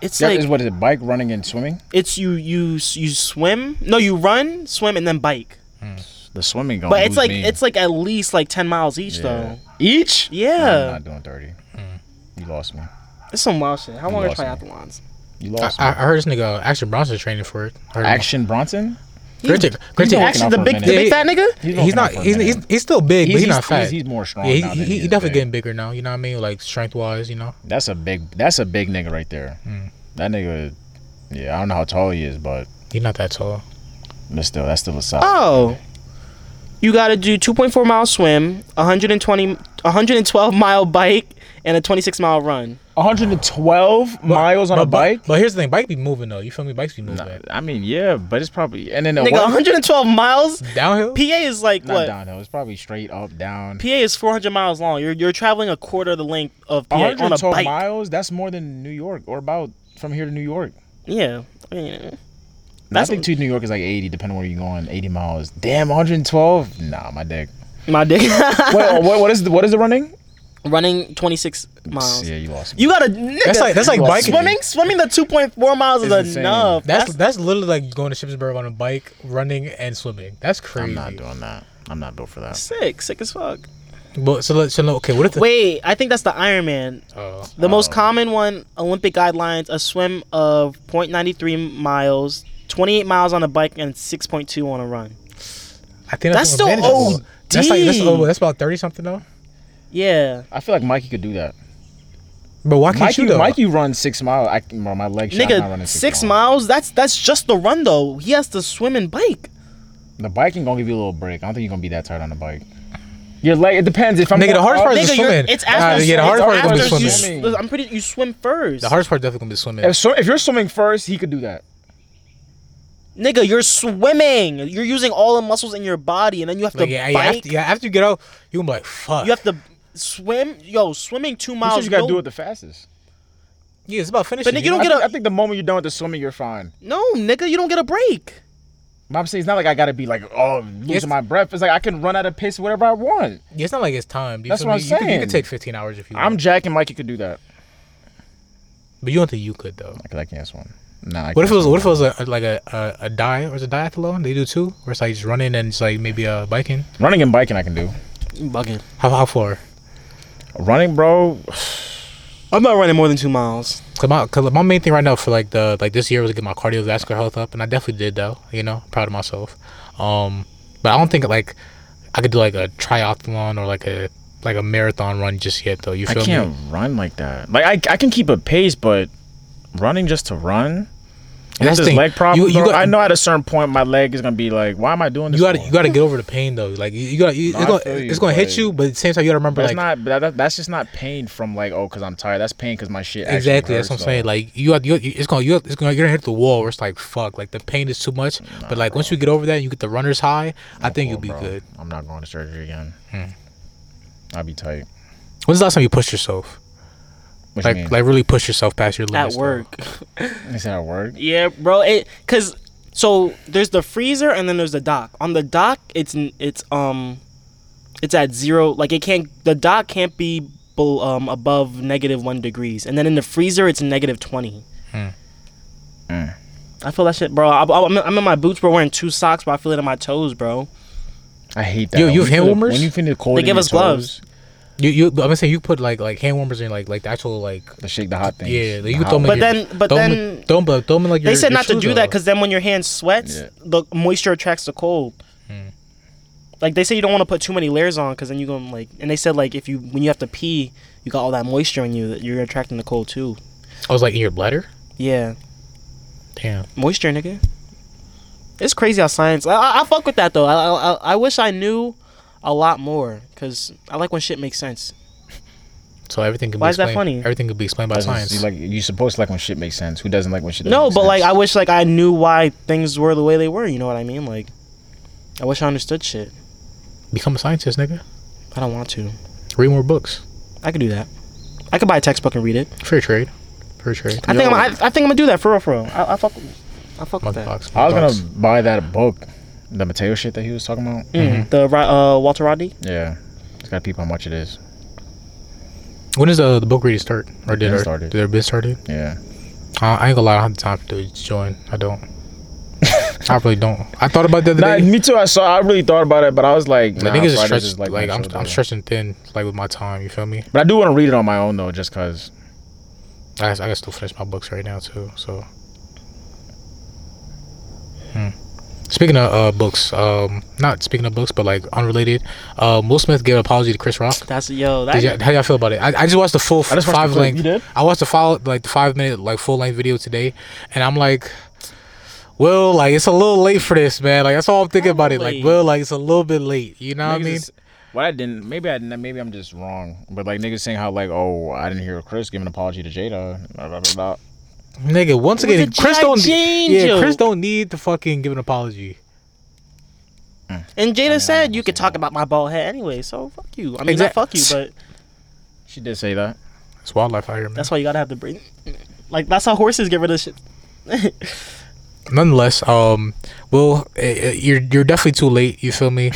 Speaker 3: it's
Speaker 1: That
Speaker 3: like
Speaker 1: is what is it? Bike running and swimming.
Speaker 3: it's you you s- you swim. No, you run, swim, and then bike.
Speaker 1: The swimming. Gonna
Speaker 3: But it's like it's like at least like ten miles each though.
Speaker 1: each. I'm
Speaker 3: Yeah,
Speaker 1: not doing thirty.
Speaker 4: Mm.
Speaker 1: You lost me.
Speaker 3: it's some wild shit. How long are
Speaker 1: lost me.
Speaker 3: triathlons?
Speaker 1: You
Speaker 4: I,
Speaker 1: lost
Speaker 4: I I
Speaker 1: me.
Speaker 4: heard this nigga uh, Action Bronson's training for it. I heard
Speaker 1: Action Bronson.
Speaker 4: Granted,
Speaker 1: been
Speaker 4: granted,
Speaker 1: working
Speaker 3: Actually,
Speaker 1: out
Speaker 3: the
Speaker 1: for a
Speaker 3: big
Speaker 1: minute.
Speaker 3: the big
Speaker 4: Yeah,
Speaker 3: fat nigga.
Speaker 1: He's,
Speaker 4: he's not. He's, he's he's still big, but he's not fat.
Speaker 1: He's, more strong.
Speaker 4: yeah, he,
Speaker 1: now
Speaker 4: he,
Speaker 1: than
Speaker 4: he
Speaker 1: is
Speaker 4: definitely
Speaker 1: big.
Speaker 4: getting bigger now. You know what I mean? Like strength wise, you know.
Speaker 1: That's a big. That's a big nigga right there.
Speaker 4: Hmm.
Speaker 1: That nigga. Yeah, I don't know how tall he is, but
Speaker 4: He's not that tall.
Speaker 1: but still, that's still a size.
Speaker 3: Oh. You got to do 2.4 mile swim, 120 112 mile bike and a 26 mile run.
Speaker 1: 112 miles on
Speaker 4: but,
Speaker 1: a bike.
Speaker 4: But, but here's the thing: bike be moving though. You feel me? Bikes be moving.
Speaker 1: I mean, yeah, but it's probably and then a
Speaker 3: Nigga,
Speaker 1: one-
Speaker 3: 112 miles?
Speaker 4: Downhill.
Speaker 3: PA is like
Speaker 1: not
Speaker 3: what?
Speaker 1: downhill. It's probably straight up down.
Speaker 3: PA is 400 miles long. You're you're traveling a quarter of the length of PA on a
Speaker 1: 112
Speaker 3: bike.
Speaker 1: miles. That's more than New York, or about from here to New York.
Speaker 3: Yeah. I mean,
Speaker 1: That's
Speaker 3: That's
Speaker 1: I think to New York is like 80, depending on where you're going. 80 miles. Damn, 112. Nah, my dick.
Speaker 3: my dick.
Speaker 1: Wait, what, what is the, what is the running?
Speaker 3: Running 26 miles.
Speaker 1: Yeah, you lost. me.
Speaker 3: You got to nigga.
Speaker 4: That's like that's like
Speaker 1: Well,
Speaker 4: biking.
Speaker 3: swimming swimming the 2.4 miles is,
Speaker 1: It's insane.
Speaker 3: enough.
Speaker 4: That's,
Speaker 3: That's,
Speaker 4: that's literally like going to Shippensburg on a bike, running and swimming. That's crazy.
Speaker 1: I'm not doing that. I'm not built for that.
Speaker 3: sick, sick as fuck.
Speaker 4: But so let so let- okay. What if the
Speaker 3: Wait, I think that's the Ironman.
Speaker 4: Oh,
Speaker 3: The most common one, Olympic guidelines, a swim of 0.93 miles, 28 miles on a bike, and 6.2 on a run.
Speaker 4: I think
Speaker 3: That's still
Speaker 4: manageable.
Speaker 3: OD.
Speaker 4: That's like that's, oh, that's about thirty something though.
Speaker 3: Yeah.
Speaker 1: I feel like Mikey could do that.
Speaker 4: But why can't
Speaker 1: Mikey,
Speaker 4: you though?
Speaker 1: Mikey runs six miles. I, can- bro, my leg shot not running
Speaker 3: Nigga,
Speaker 1: six,
Speaker 3: six miles? That's that's just the run, though. He has to swim and bike.
Speaker 1: The biking gonna give you a little break. I don't think you're gonna be that tired on the bike. Your leg. It depends. If I'm uh,
Speaker 4: Nigga, the
Speaker 1: going
Speaker 4: hardest
Speaker 1: up-
Speaker 4: part is
Speaker 3: Nigga,
Speaker 4: the
Speaker 3: you're,
Speaker 4: swimming.
Speaker 3: it's
Speaker 4: Ah,
Speaker 3: after,
Speaker 4: yeah, the hardest part is
Speaker 3: it's
Speaker 4: gonna be
Speaker 3: after you,
Speaker 4: swimming.
Speaker 1: swimming.
Speaker 3: s- I'm pretty, you swim first.
Speaker 4: The hardest part definitely gonna be swimming.
Speaker 1: If, so, if you're swimming first, he could do that.
Speaker 3: Nigga, you're swimming. You're using all the muscles in your body, and then you have to
Speaker 4: Like, yeah, yeah,
Speaker 3: bike.
Speaker 4: after, yeah, after you get out, you gonna be like, fuck.
Speaker 3: You have to swim. Yo, swimming two
Speaker 1: That's what
Speaker 3: miles.
Speaker 1: you gotta
Speaker 3: no-
Speaker 1: do it the fastest.
Speaker 4: yeah, it's about finishing.
Speaker 3: nigga,
Speaker 4: you
Speaker 3: you
Speaker 4: know?
Speaker 3: don't
Speaker 1: I
Speaker 3: get
Speaker 1: think,
Speaker 3: a-
Speaker 1: I think the moment you're done with the swimming, you're fine.
Speaker 3: no, nigga, you don't get a break.
Speaker 1: But I'm saying it's not like I gotta be like, oh, I'm losing
Speaker 4: Yes.
Speaker 1: my breath. It's like I can run out of piss whatever I want.
Speaker 4: Yeah, it's not like it's time.
Speaker 1: That's what I'm
Speaker 4: you Could, you
Speaker 1: saying.
Speaker 4: could take 15 hours if you want.
Speaker 1: I'm Jack and Mikey could do that.
Speaker 4: but you don't think you could though.
Speaker 1: I could like yes one. Nah. I
Speaker 4: What if it
Speaker 1: can't.
Speaker 4: was what if it was a, like a, a a di or is it diathlon they do too, where it's like just running and it's like maybe uh biking.
Speaker 1: running and biking? I can do
Speaker 3: You bugging.
Speaker 4: How how far?
Speaker 1: running, bro.
Speaker 3: I'm not running more than two miles.
Speaker 4: Cause my, cause my main thing right now for like the like this year was to get my cardiovascular health up, and I definitely did though. You know, proud of myself. Um, but I don't think like I could do like a triathlon or like a like a marathon run just yet though. You
Speaker 1: I
Speaker 4: feel
Speaker 1: can't
Speaker 4: me?
Speaker 1: run like that. Like I, I can keep a pace, but running just to run.
Speaker 4: And
Speaker 1: That's
Speaker 4: that's
Speaker 1: this
Speaker 4: the thing.
Speaker 1: leg problem.
Speaker 4: You, you
Speaker 1: bro,
Speaker 4: got,
Speaker 1: I know at a certain point my leg is gonna be like, why am I doing this?
Speaker 4: You gotta
Speaker 1: for?
Speaker 4: you gotta get over the pain though. Like you, you gotta you,
Speaker 1: No, I
Speaker 4: it's gonna,
Speaker 1: feel you,
Speaker 4: it's gonna
Speaker 1: but-
Speaker 4: hit you, but at the same time you gotta remember
Speaker 1: But it's
Speaker 4: like
Speaker 1: not. But that, that's just not pain from like, oh, because I'm tired. That's pain because my shit. actually
Speaker 4: exactly that's what I'm
Speaker 1: hurts,
Speaker 4: saying.
Speaker 1: though.
Speaker 4: Like you got you it's gonna you it's gonna you're gonna hit the wall where it's like fuck like the pain is too much. but like once you get over that, and you get the runner's high. I think
Speaker 1: Cool,
Speaker 4: you'll be
Speaker 1: bro.
Speaker 4: good. Hmm.
Speaker 1: I'm not going to surgery again. I'll be tight.
Speaker 4: When's the last time you pushed yourself?
Speaker 1: What you mean?
Speaker 4: Like like really push yourself past your
Speaker 3: At
Speaker 4: limits. though?
Speaker 3: work.
Speaker 1: is that a word?
Speaker 3: Yeah, bro. It because so there's the freezer and then there's the dock. On the dock, it's n- it's um, it's at zero. Like it can't. The dock can't be bel- um above negative one degrees. And then in the freezer, it's negative twenty. I feel that shit, bro. I, I, I'm- I'm in my boots, bro. Wearing two socks, but I feel it in my toes, bro.
Speaker 1: I hate that.
Speaker 4: Yo, you
Speaker 1: When
Speaker 4: have hand
Speaker 1: feel-
Speaker 4: warmers?
Speaker 1: When you feel the cold,
Speaker 3: They
Speaker 1: in
Speaker 3: give
Speaker 1: your
Speaker 3: us gloves.
Speaker 1: toes,
Speaker 4: You you I'm gonna say you put like like hand warmers in like like the actual like
Speaker 1: To shake the hot things.
Speaker 4: yeah like,
Speaker 1: The
Speaker 4: you
Speaker 1: hot
Speaker 4: throw them.
Speaker 1: ones.
Speaker 3: But
Speaker 4: in your-
Speaker 3: then- but
Speaker 4: throw 'em-
Speaker 3: then-
Speaker 4: throw 'em, but throw 'em in, like
Speaker 3: They
Speaker 4: your,
Speaker 3: said
Speaker 4: your
Speaker 3: not to
Speaker 4: shoes,
Speaker 3: do
Speaker 4: though.
Speaker 3: that because then when your hand sweats,
Speaker 1: Yeah.
Speaker 3: the moisture attracts the cold. Like they say, you don't want to put too many layers on because then you gonna like. And they said like if you when you have to pee, you got all that moisture in you that you're attracting the cold too.
Speaker 4: I was like in your bladder.
Speaker 3: Yeah,
Speaker 4: Damn.
Speaker 3: moisture, nigga. It's crazy how science. I, I, I fuck with that though. I, I I- I wish I knew a lot more because I like when shit makes sense.
Speaker 4: So everything can
Speaker 3: Why
Speaker 4: be
Speaker 3: is that
Speaker 4: explained,
Speaker 3: funny?
Speaker 4: Everything can be explained by
Speaker 1: That's
Speaker 4: science.
Speaker 1: just- you like you supposed to like when shit makes sense. Who doesn't like when shit? Doesn't
Speaker 3: No,
Speaker 1: make
Speaker 3: but like I
Speaker 1: sense?
Speaker 3: wish like I knew why things were the way they were. You know what I mean? Like, I wish I understood shit.
Speaker 4: Become a scientist, nigga.
Speaker 3: I don't want to.
Speaker 4: Read more books.
Speaker 3: I could do that. I could buy a textbook and read it.
Speaker 4: Fair trade. Fair trade.
Speaker 3: I think I'm, I, I think I'm gonna do that for real, for real. I, I fuck, with- I fuck with that.
Speaker 4: Monkeypox.
Speaker 1: I was
Speaker 4: monkeypox.
Speaker 1: gonna buy that book, the Mateo shit that he was talking about.
Speaker 4: Mm-hmm.
Speaker 3: Mm, the Ro- uh, Walter Rodney.
Speaker 1: Yeah, it's got to peep how much it is.
Speaker 4: When does the, the book reading start? Or
Speaker 1: been
Speaker 4: did it
Speaker 1: started.
Speaker 4: started? Did it been started?
Speaker 1: Yeah,
Speaker 4: Uh, I ain't gonna lie. I don't have the time to join. I don't. I really don't. I thought about it the other
Speaker 1: nah,
Speaker 4: day.
Speaker 1: me too. I saw. I really thought about it, but I was like,
Speaker 4: Like,
Speaker 1: nah,
Speaker 4: niggas is
Speaker 1: Fridays
Speaker 4: stretched,
Speaker 1: is,
Speaker 4: like,
Speaker 1: my
Speaker 4: I'm,
Speaker 1: shoulder.
Speaker 4: I'm stretching thin, like with my time. You feel me?
Speaker 1: But I do want to read it on my own though, just cause.
Speaker 4: I, I can still finish my books right now too. So, Hmm. speaking of uh, books, um, not speaking of books, but like unrelated, um, Will Smith gave an apology to Chris Rock.
Speaker 3: That's yo. That,
Speaker 4: Did y'all, how y'all feel about it? I, I just watched the full
Speaker 1: I just watched the
Speaker 4: five
Speaker 1: clip.
Speaker 4: length.
Speaker 1: You did?
Speaker 4: I watched the five like the five minute like full length video today, and I'm like, well, like it's a little late for this, man. Like that's all I'm thinking
Speaker 3: How
Speaker 4: about it.
Speaker 3: late?
Speaker 4: Like, well, like it's a little bit late. You know what I
Speaker 1: Niggas
Speaker 4: mean?
Speaker 1: is- Well, I didn't. Maybe I didn't. Maybe I'm just wrong. But like niggas saying how like, oh, I didn't hear Chris give an apology to Jada. Blah, blah, blah, blah.
Speaker 4: Nigga, once
Speaker 3: It was
Speaker 4: again,
Speaker 3: a
Speaker 4: Chris
Speaker 3: G.I.
Speaker 4: don't.
Speaker 3: Jane
Speaker 4: Yeah,
Speaker 3: joke.
Speaker 4: Chris don't need to fucking give an apology.
Speaker 3: and
Speaker 4: Oh,
Speaker 3: Jada said you could talk about my bald head anyway, so fuck you. I mean,
Speaker 4: Exact-
Speaker 3: not fuck you, but
Speaker 1: She did say that.
Speaker 4: It's wildlife out here, man.
Speaker 3: that's why you gotta have the brain. Like that's how horses get rid of shit.
Speaker 4: nonetheless, um, Will, eh, eh, you're you're definitely too late. You feel me?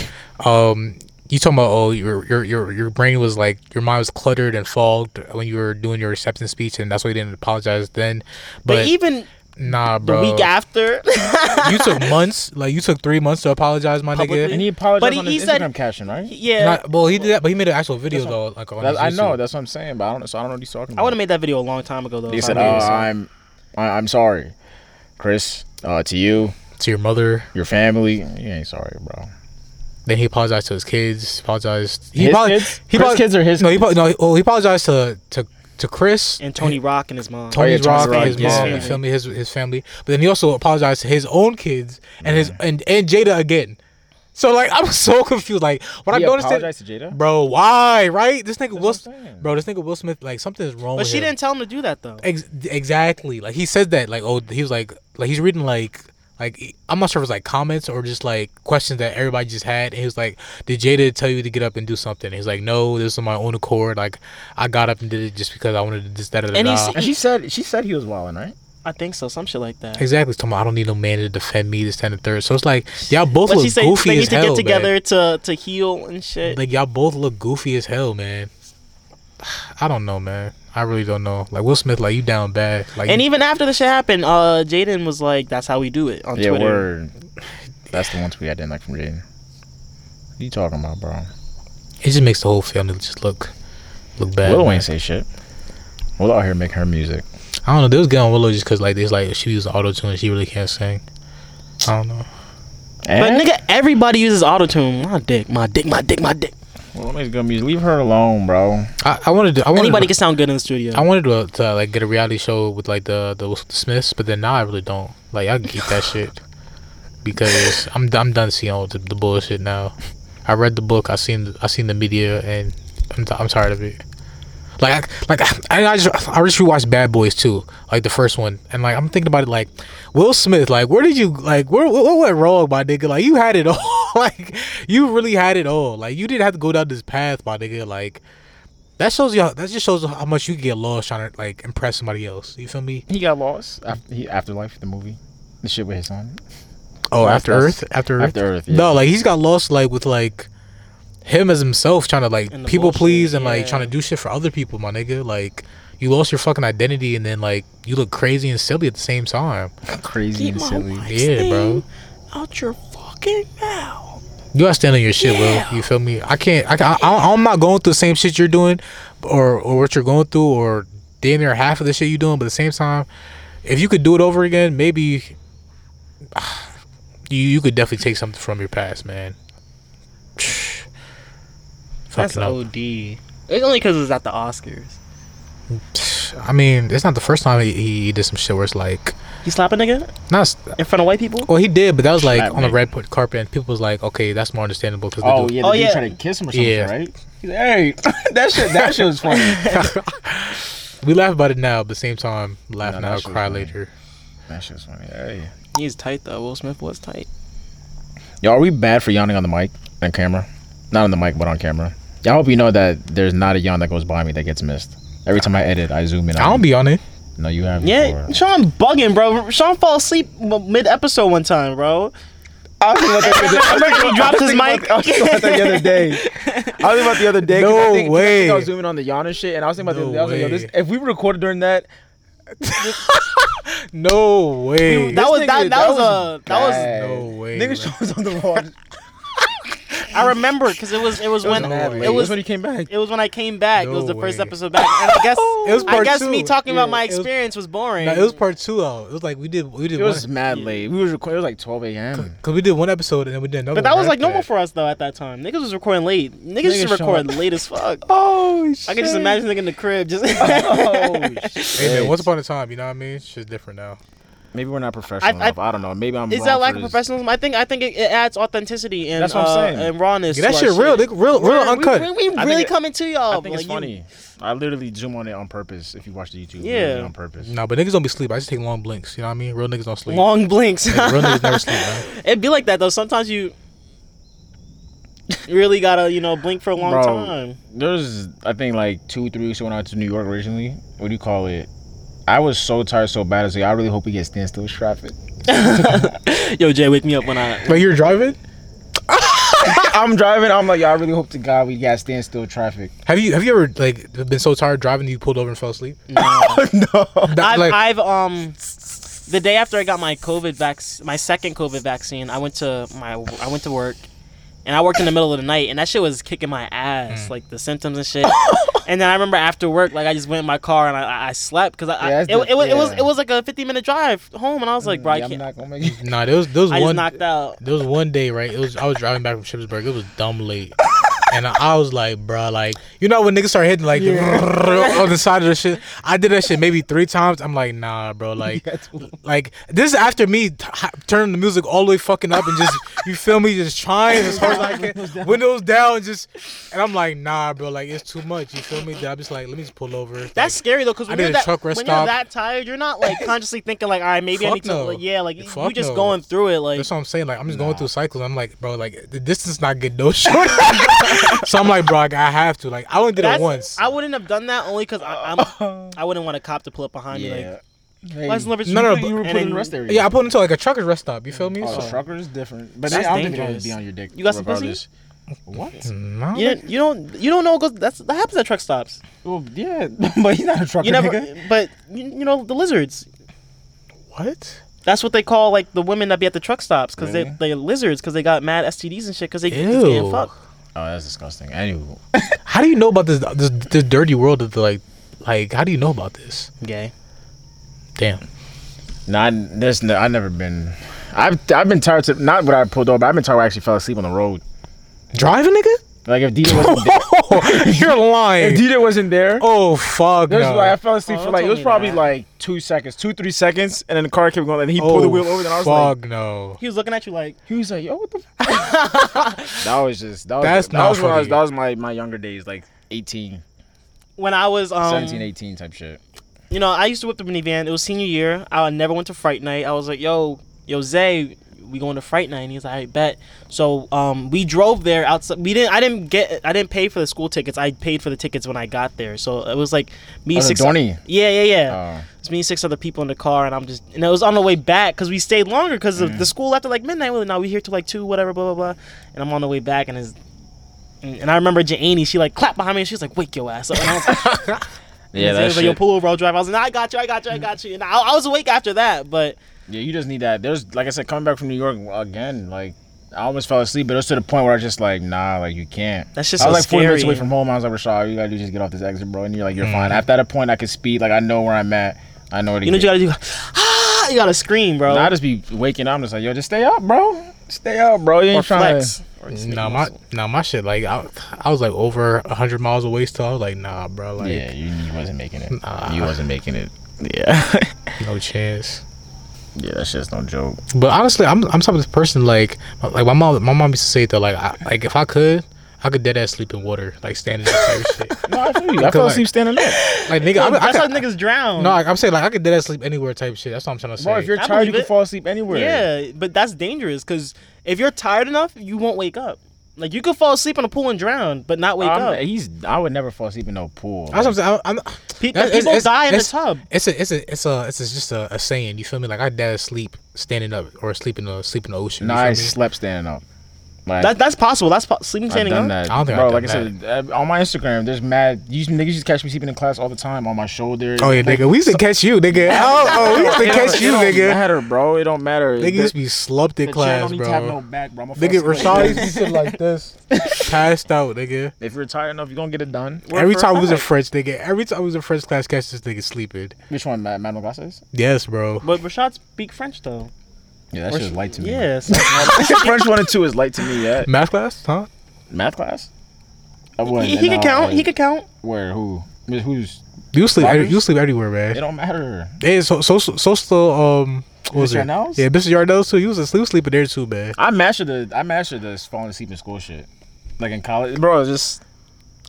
Speaker 4: Um, you talking about oh your your your your brain was like your mind was cluttered and fogged when you were doing your acceptance speech, and that's why you didn't apologize then.
Speaker 3: But,
Speaker 4: But,
Speaker 3: even
Speaker 4: nah,
Speaker 3: the
Speaker 4: bro,
Speaker 3: week after,
Speaker 4: you took months. Like you took three months to apologize, my
Speaker 3: Publicly?
Speaker 4: nigga.
Speaker 1: And he apologized
Speaker 3: But he-
Speaker 1: on
Speaker 3: he
Speaker 1: his
Speaker 3: said-
Speaker 1: Instagram caption, right?
Speaker 3: yeah,
Speaker 4: Not, well, he did that, but he made an actual video though. Like on
Speaker 1: That-
Speaker 4: his
Speaker 1: I know.
Speaker 4: YouTube.
Speaker 1: That's what I'm saying. But I don't. So I don't know what he's talking
Speaker 3: I
Speaker 1: about.
Speaker 3: would have made that video a long time ago though.
Speaker 1: He
Speaker 3: if I
Speaker 1: said, oh,
Speaker 3: made it, so.
Speaker 1: I'm, I, I'm sorry, Chris. Uh, to you,
Speaker 4: to your mother.
Speaker 1: your family. You ain't sorry, bro.
Speaker 4: Then he apologized to his kids. Apologized. He
Speaker 1: His
Speaker 4: apolog-
Speaker 1: kids?
Speaker 4: He
Speaker 1: Chris'
Speaker 4: apolog-
Speaker 1: kids or his
Speaker 4: No, he apo- no. he- Oh, he apologized to to to Chris
Speaker 3: and Tony Rock and his
Speaker 1: Oh,
Speaker 3: mom.
Speaker 1: yeah,
Speaker 4: Tony
Speaker 1: Tony
Speaker 4: Rock,
Speaker 1: Rock,
Speaker 4: and his
Speaker 1: yeah.
Speaker 4: mom, you feel me, his his family. But then he also apologized to his own kids and his and, and Jada again. So like I'm so confused. Like what
Speaker 1: He
Speaker 4: I don't understand,
Speaker 1: apologized to Jada?
Speaker 4: bro. Why, right? This nigga
Speaker 1: what I'm
Speaker 4: Will,
Speaker 1: saying.
Speaker 4: bro. This nigga Will Smith, like something is wrong.
Speaker 3: But
Speaker 4: with
Speaker 3: she
Speaker 4: him.
Speaker 3: didn't tell him to do that though.
Speaker 4: Ex- exactly. Like he said that. Like oh, he was like like he's reading like like I'm not sure if it's like comments or just like questions that everybody just had. And he was like, "Did Jada tell you to get up and do something?" And he's like, "No, this is on my own accord. Like I got up and did it just because I wanted to." This that da, da,
Speaker 3: And he
Speaker 4: da."
Speaker 3: s-
Speaker 1: And she said she said he was wilding, right?
Speaker 3: I think so. Some shit like that.
Speaker 4: Exactly. Talking about, I don't need no man to defend me, this, that, and the third. So it's like, y'all both
Speaker 3: But
Speaker 4: look
Speaker 3: she said
Speaker 4: goofy
Speaker 3: they need
Speaker 4: as
Speaker 3: to
Speaker 4: hell.
Speaker 3: get together
Speaker 4: man.
Speaker 3: to to heal and shit.
Speaker 4: Like, y'all both look goofy as hell, man. I don't know, man. I really don't know. Like, Will Smith, like, you down bad. Like,
Speaker 3: and even after the shit happened, uh, Jaden was like, "That's how we do it" on
Speaker 1: Yeah,
Speaker 3: Twitter.
Speaker 1: word. That's the one tweet I didn't like from Jaden. What you talking about, bro?
Speaker 4: it just makes the whole family just look look bad.
Speaker 1: Willow
Speaker 4: man.
Speaker 1: ain't say shit. Willow out here make her music.
Speaker 4: I don't know. They was good on Willow just because, like, it's like she used auto tune she really can't sing. I don't know.
Speaker 3: But
Speaker 1: And
Speaker 3: nigga, everybody uses autotune. My dick, my dick, my dick, my dick.
Speaker 1: Willow makes good music. Leave her alone, bro.
Speaker 4: I, I wanted to. I wanted
Speaker 3: Anybody
Speaker 4: to,
Speaker 3: can sound good in the studio.
Speaker 4: I wanted to, to like get a reality show with like the the, the Smiths, but then now I really don't. Like I keep that shit because I'm I'm done seeing all the, the bullshit now. I read the book. I seen I seen the media, and I'm t- I'm tired of it. Like I, like I, I just I just rewatched Bad Boys too, like the first one, and like I'm thinking about it like Will Smith, like where did you like where what, what went wrong, my nigga? Like you had it all, like you really had it all. Like you didn't have to go down this path, my nigga. Like that shows you. How, that just shows how much you can get lost trying to like impress somebody else. You feel me?
Speaker 1: He got lost. After, he, Afterlife, the movie. The shit with his son.
Speaker 4: Oh,
Speaker 1: That's-
Speaker 4: after
Speaker 1: that's-
Speaker 4: Earth, after Earth.
Speaker 1: After Earth, yeah.
Speaker 4: No, like he's got lost like with like him as himself trying to like
Speaker 3: And the
Speaker 4: people
Speaker 3: bullshit,
Speaker 4: please and like
Speaker 3: yeah.
Speaker 4: trying to do shit for other people, my nigga. Like you lost your fucking identity and then like you look crazy and silly at the same time.
Speaker 1: Crazy and
Speaker 3: Keep my
Speaker 1: silly.
Speaker 3: wife's
Speaker 4: Yeah, bro.
Speaker 3: name out your fucking mouth.
Speaker 4: You gotta stand on your shit,
Speaker 3: Yeah.
Speaker 4: Will. You feel me? I can't. I, can- I I'm not going through the same shit you're doing, or or what you're going through, or damn near half of the shit you're doing. But at the same time, if you could do it over again, maybe you you could definitely take something from your past, man.
Speaker 3: That's
Speaker 4: Fucking up.
Speaker 3: OD. It's only because it's at the Oscars.
Speaker 4: I mean, it's not the first time he, he did some shit where it's like,
Speaker 3: He slap a nigga
Speaker 4: not s-
Speaker 3: in front of white people.
Speaker 4: well, he did, but that was like
Speaker 1: Slap
Speaker 4: on the
Speaker 1: me.
Speaker 4: red p- carpet, and people was like, okay, that's more understandable because
Speaker 1: Oh yeah, the
Speaker 3: Oh,
Speaker 1: dude
Speaker 3: yeah.
Speaker 1: tried to kiss him or something,
Speaker 4: Yeah.
Speaker 1: right?
Speaker 5: He's like, hey, that shit, that shit was funny.
Speaker 4: we laugh about it now, but at the same time, laugh
Speaker 1: No, that
Speaker 4: now,
Speaker 1: shit was
Speaker 4: cry
Speaker 1: funny.
Speaker 4: later.
Speaker 1: That shit's funny. Hey.
Speaker 3: He's tight though. Will Smith was tight.
Speaker 1: Yo, are we bad for yawning on the mic and camera? Not on the mic, but on camera. Yeah, I hope you know that there's not a yawn that goes by me that gets missed. Every time I edit, I zoom in.
Speaker 4: I don't be on it.
Speaker 1: No, you have.
Speaker 3: Yeah,
Speaker 1: before.
Speaker 3: Sean bugging, bro. Sean fell asleep mid episode one time, bro.
Speaker 5: I was thinking about that the other-
Speaker 3: Remember he dropped his mic.
Speaker 5: I was thinking about that the other day. I was thinking about the other day. 'cause
Speaker 4: No
Speaker 5: I think, 'cause I think
Speaker 4: way.
Speaker 5: I was zooming on the yawn and shit, and I was thinking about
Speaker 4: No
Speaker 5: the. I was like, yo,
Speaker 4: way.
Speaker 5: this, if we recorded during that,
Speaker 4: No way.
Speaker 3: That was that,
Speaker 5: nigga-
Speaker 3: that,
Speaker 5: that
Speaker 3: was,
Speaker 5: was
Speaker 3: a that was.
Speaker 5: bad.
Speaker 4: no way.
Speaker 5: nigga
Speaker 4: bro.
Speaker 5: shows on the wall.
Speaker 3: I remember because it was it was when
Speaker 4: mad
Speaker 3: it
Speaker 4: late.
Speaker 3: was
Speaker 5: when he came back.
Speaker 3: It was when I came back. it was
Speaker 4: No
Speaker 3: the first
Speaker 4: way.
Speaker 3: episode back, and I guess
Speaker 4: It was
Speaker 3: I
Speaker 4: part
Speaker 3: guess
Speaker 4: two.
Speaker 3: me talking about
Speaker 4: Yeah,
Speaker 3: my
Speaker 4: it was-
Speaker 3: experience was, boring.
Speaker 4: No, it was part two though. It was like we did we did
Speaker 1: It was
Speaker 4: one
Speaker 1: mad late. We was recording. It was like 12 a.m.
Speaker 4: because we did one episode and then we did another.
Speaker 3: but that
Speaker 4: one
Speaker 3: was
Speaker 4: right
Speaker 3: like normal
Speaker 4: after
Speaker 3: for us though at that time. Niggas was recording late. Niggas used
Speaker 1: Niggas
Speaker 3: to record
Speaker 1: showing-
Speaker 3: late as fuck.
Speaker 5: Oh shit!
Speaker 3: I can just imagine nigga in the crib just.
Speaker 5: Oh shit!
Speaker 4: that. Hey man, once upon a time, you know what I mean? Shit's different now.
Speaker 1: Maybe we're not professional
Speaker 3: I-
Speaker 1: enough. I don't know. Maybe I'm.
Speaker 3: Is
Speaker 1: wrong
Speaker 3: that lack
Speaker 1: for
Speaker 3: of
Speaker 1: this.
Speaker 3: professionalism? I think I think it, it adds authenticity and
Speaker 1: That's what I'm
Speaker 3: uh,
Speaker 1: saying.
Speaker 3: and rawness.
Speaker 4: Yeah, that
Speaker 3: to our
Speaker 4: shit real, nigga, real, real
Speaker 3: We're- we-
Speaker 4: uncut.
Speaker 3: We, we
Speaker 1: think
Speaker 3: really
Speaker 1: it-
Speaker 3: coming to y'all.
Speaker 1: I think it's
Speaker 3: like, you-
Speaker 1: funny. I literally zoom on it on purpose. If you watch the YouTube,
Speaker 3: Yeah.
Speaker 1: yeah, on purpose.
Speaker 4: No, but niggas don't be sleep. I just take long blinks. You know what I mean? Real niggas don't sleep.
Speaker 3: long blinks.
Speaker 4: Like, real niggas never sleep. Man.
Speaker 3: It'd be like that though. Sometimes you really gotta, you know, blink for a long
Speaker 1: Bro.
Speaker 3: time.
Speaker 1: There's, I think, like two, three weeks ago when I went to New York originally. What do you call it? I was so tired, so bad. I was like, I really hope we get standstill traffic.
Speaker 3: Yo, Jay, wake me up when I.
Speaker 4: But you're driving?
Speaker 1: I'm driving. I'm like, yo, I really hope to God we got standstill traffic.
Speaker 4: Have you have you ever like been so tired driving that you pulled over and fell asleep? That,
Speaker 3: I've,
Speaker 4: like,
Speaker 3: I've um, the day after I got my COVID vac, my second COVID vaccine, I went to my I went to work, and I worked in the middle of the night, and that shit was kicking my ass,
Speaker 4: Mm.
Speaker 3: like the symptoms and shit. and then I remember after work, like I just went in my car and I, I- I slept because I,
Speaker 1: Yeah,
Speaker 3: I it,
Speaker 1: that's the-
Speaker 3: it, was it was
Speaker 1: yeah.
Speaker 3: it was like a fifty minute drive home, and I was like, bro, I
Speaker 4: Mm,
Speaker 1: Yeah, I'm
Speaker 3: can't.
Speaker 1: not gonna make it.
Speaker 4: nah, there was there was
Speaker 3: I just
Speaker 4: one
Speaker 3: knocked out.
Speaker 4: there was one day right. It was I was driving back from Shippensburg. It was dumb late, and I, I was like, bruh, like you know when niggas start hitting like on the side of the shit. I did that shit maybe three times. I'm like, nah, bro, like like this is after me t- hi- turning the music all the way fucking up and just you feel me just trying as hard as I can, windows down, and just and I'm like, nah, bro, like it's too much. You feel me? Then I'm just like, let me just pull over.
Speaker 3: That's scary though, because
Speaker 4: I
Speaker 3: when
Speaker 4: did
Speaker 3: you're
Speaker 4: a
Speaker 3: that
Speaker 4: truck
Speaker 3: when
Speaker 4: rest
Speaker 3: you're
Speaker 4: stop.
Speaker 3: that tired, you're not like consciously thinking like, all right, maybe I
Speaker 4: Fuck
Speaker 3: need to.
Speaker 4: no.
Speaker 3: like, yeah, like you
Speaker 4: Fuck
Speaker 3: you just
Speaker 4: no.
Speaker 3: going through it. Like
Speaker 4: That's what I'm saying. Like I'm just going through cycles. I'm like, bro, like the distance not getting no shorter. so I'm like, bro, like, I have to. Like I only did
Speaker 3: that's,
Speaker 4: it once.
Speaker 3: I wouldn't have done that only because I'm I wouldn't want a cop to pull up behind me. Like Why
Speaker 1: Oh,
Speaker 3: is leverage?
Speaker 4: No, no, but-
Speaker 1: you were
Speaker 3: and
Speaker 1: put in
Speaker 3: then-
Speaker 1: rest area.
Speaker 4: Yeah, I put it into like a trucker's rest stop. You feel me?
Speaker 1: Oh,
Speaker 4: So-
Speaker 1: trucker's different, but
Speaker 3: That's
Speaker 1: I don't think they're gonna
Speaker 3: dangerous.
Speaker 1: be on your dick.
Speaker 3: You got some pussy?
Speaker 1: regardless. What?
Speaker 4: No.
Speaker 3: You, didn't- you don't. You don't know. It goes, that's that happens at truck stops.
Speaker 1: Well, yeah, but he's not a trucker.
Speaker 3: You never.
Speaker 1: nigga.
Speaker 3: But you, you know the lizards.
Speaker 4: What?
Speaker 3: That's what they call like the women that be at the truck stops because
Speaker 1: Really?
Speaker 3: they they lizards because they got mad STDs and shit because they just getting
Speaker 4: Ew.
Speaker 3: fucked.
Speaker 1: Oh, that's disgusting. Anywho,
Speaker 4: How do you know about this this, this dirty world of the, like like how do you know about this?
Speaker 3: Gay.
Speaker 4: Damn.
Speaker 1: nah, I, there's no, I've never been. I've I've been tired to not what I pulled over. but I've been tired. Where I actually fell asleep on the road.
Speaker 4: Driving nigga? Oh,
Speaker 1: Like if DJ wasn't there,
Speaker 4: You're
Speaker 1: if
Speaker 4: lying.
Speaker 1: DJ wasn't there.
Speaker 4: Oh fuck.
Speaker 1: There's
Speaker 4: no.
Speaker 1: like I fell asleep
Speaker 3: Oh,
Speaker 1: for
Speaker 3: don't
Speaker 1: like
Speaker 3: tell
Speaker 1: it was
Speaker 3: me
Speaker 1: probably
Speaker 3: that.
Speaker 1: like two seconds, two three seconds, and then the car kept going, and he
Speaker 4: oh,
Speaker 1: pulled the wheel over, and I was like,
Speaker 4: fuck no.
Speaker 3: He was looking at you like
Speaker 1: he was like, yo, what the? F-? that was just that was
Speaker 4: That's
Speaker 1: that
Speaker 4: not
Speaker 1: was, when I was
Speaker 4: funny.
Speaker 1: that was my my younger days, like 18,
Speaker 3: when I was um
Speaker 1: 17, 18 type shit.
Speaker 3: you know, I used to whip the minivan. It was senior year. I never went to Fright Night. I was like, yo, yo, Zay, we going to Fright Night? And he's like, I bet. So um, we drove there outside. We didn't. I didn't get. I didn't pay for the school tickets. I paid for the tickets when I got there. So it was like me
Speaker 1: Oh, the
Speaker 3: six.
Speaker 1: Dorney.
Speaker 3: Yeah, yeah, yeah.
Speaker 1: Oh.
Speaker 3: It's me and six other people in the car, and I'm just. And it was on the way back because we stayed longer because
Speaker 1: Mm.
Speaker 3: the school left at like midnight. Well, now we here till like two, whatever, blah blah blah. And I'm on the way back, and it's. And I remember Janie, she like clapped behind me and she's like, wake your ass up. And I was like,
Speaker 1: Yeah,
Speaker 3: and
Speaker 1: that
Speaker 3: Zay was like, yo,
Speaker 1: shit.
Speaker 3: pull over, I'll drive. I was like, I got you, I got you, I got you. And I, I was awake after that, but
Speaker 1: Yeah, you just need that. There's like I said, coming back from New York again, like I almost fell asleep, but it was to the point where I just like, nah, like you can't.
Speaker 3: That's just
Speaker 1: I was
Speaker 3: so
Speaker 1: like forty minutes
Speaker 3: scary.
Speaker 1: away
Speaker 3: Mm.
Speaker 1: from home. I was like, Rashad, you gotta do is just get off this exit, bro. And you're like, you're fine. After that point, I could speed. Like I know where I'm at. I know what
Speaker 3: you know what you gotta do? Ah, you gotta scream, bro.
Speaker 1: I just be waking up. I'm just like, yo, just stay up, bro. Stay up, bro. You ain't
Speaker 3: or
Speaker 1: trying
Speaker 3: flex.
Speaker 1: to.
Speaker 4: Nah, my nah, my shit. Like I, I was like over hundred miles away still. I was like, nah, bro. Like
Speaker 1: yeah, you, you wasn't making it.
Speaker 4: Nah.
Speaker 1: You wasn't making it.
Speaker 3: Yeah.
Speaker 4: no chance.
Speaker 1: Yeah, that shit's no joke.
Speaker 4: But honestly, I'm I'm type of person like like my mom my mom used to say that like I, like if I could. I could dead ass sleep in water, like standing up type of shit.
Speaker 1: No, I feel you. I
Speaker 4: feel
Speaker 1: fell
Speaker 4: like-
Speaker 1: asleep standing up.
Speaker 4: Like nigga, I, I
Speaker 3: That's how
Speaker 4: could,
Speaker 3: niggas drown.
Speaker 4: no, like, I'm saying like I could dead ass sleep anywhere type of shit. That's what I'm trying to say.
Speaker 1: Bro, if you're
Speaker 3: I
Speaker 1: tired, you
Speaker 3: believe
Speaker 1: can
Speaker 3: it.
Speaker 1: fall asleep anywhere.
Speaker 3: yeah, but that's dangerous because if you're tired enough, you won't wake up. Like you could fall asleep in a pool and drown, but not wake
Speaker 1: I'm-
Speaker 3: up.
Speaker 1: he's. I would never fall asleep in no pool.
Speaker 4: That's what I'm saying. I'm, I'm,
Speaker 3: Pe-
Speaker 4: that's-
Speaker 3: people die in the
Speaker 4: it's-
Speaker 3: tub.
Speaker 4: It's a, it's a, it's a, it's a- just a, a saying. You feel me? Like I dad sleep standing up or sleep in the sleep in the ocean. you
Speaker 1: Nah,
Speaker 4: feel
Speaker 1: I
Speaker 4: me?
Speaker 1: slept standing up. Like,
Speaker 3: That, that's possible. That's po- sleeping
Speaker 1: I've
Speaker 3: standing
Speaker 1: done
Speaker 3: up.
Speaker 1: that.
Speaker 4: I don't think
Speaker 1: Bro,
Speaker 4: I've
Speaker 1: like I
Speaker 4: done
Speaker 1: said, uh, on my Instagram, there's mad. You, niggas used to catch me sleeping in class all the time on my shoulder.
Speaker 4: Oh yeah, nigga. We used to catch you, nigga. Oh, oh we used to
Speaker 1: It don't-
Speaker 4: catch
Speaker 1: it
Speaker 4: you,
Speaker 1: don't
Speaker 4: nigga.
Speaker 1: matter, bro. It don't matter.
Speaker 4: Nigga used to be slumped in class,
Speaker 1: don't need to have no
Speaker 4: bro.
Speaker 1: back, bro. I'ma fall
Speaker 4: Nigga,
Speaker 1: asleep.
Speaker 4: Rashad used to sit like this, passed out, nigga.
Speaker 1: If you're tired enough, you're gonna get it done.
Speaker 3: Word
Speaker 4: every
Speaker 3: for a
Speaker 4: time we was in
Speaker 3: fact.
Speaker 4: French, nigga. Every time we was in French class, catch this nigga sleeping.
Speaker 1: Which one, Mad Manuel Glasses?
Speaker 4: Yes, bro.
Speaker 3: But Rashad speak French though.
Speaker 1: Yeah, that's just light to me.
Speaker 3: Yeah. so-
Speaker 1: French one and two is light to me. Yeah,
Speaker 4: Math class, huh?
Speaker 1: math class. I wouldn't,
Speaker 3: he, he
Speaker 1: and,
Speaker 3: could
Speaker 1: uh,
Speaker 3: count. He could count.
Speaker 1: Where? Who? I mean, Who's?
Speaker 4: You sleep. every-
Speaker 1: Robbers?
Speaker 4: You sleep everywhere,
Speaker 1: It
Speaker 4: man.
Speaker 1: don't matter.
Speaker 4: Hey, so so so so um. What was
Speaker 1: Mr.
Speaker 4: it?
Speaker 1: Yarnell's?
Speaker 4: Yeah, Mr. Yarnell's too. He was asleep sleeping there too, man.
Speaker 1: I mastered the. I mastered the falling asleep in school shit. Like in college, bro. Just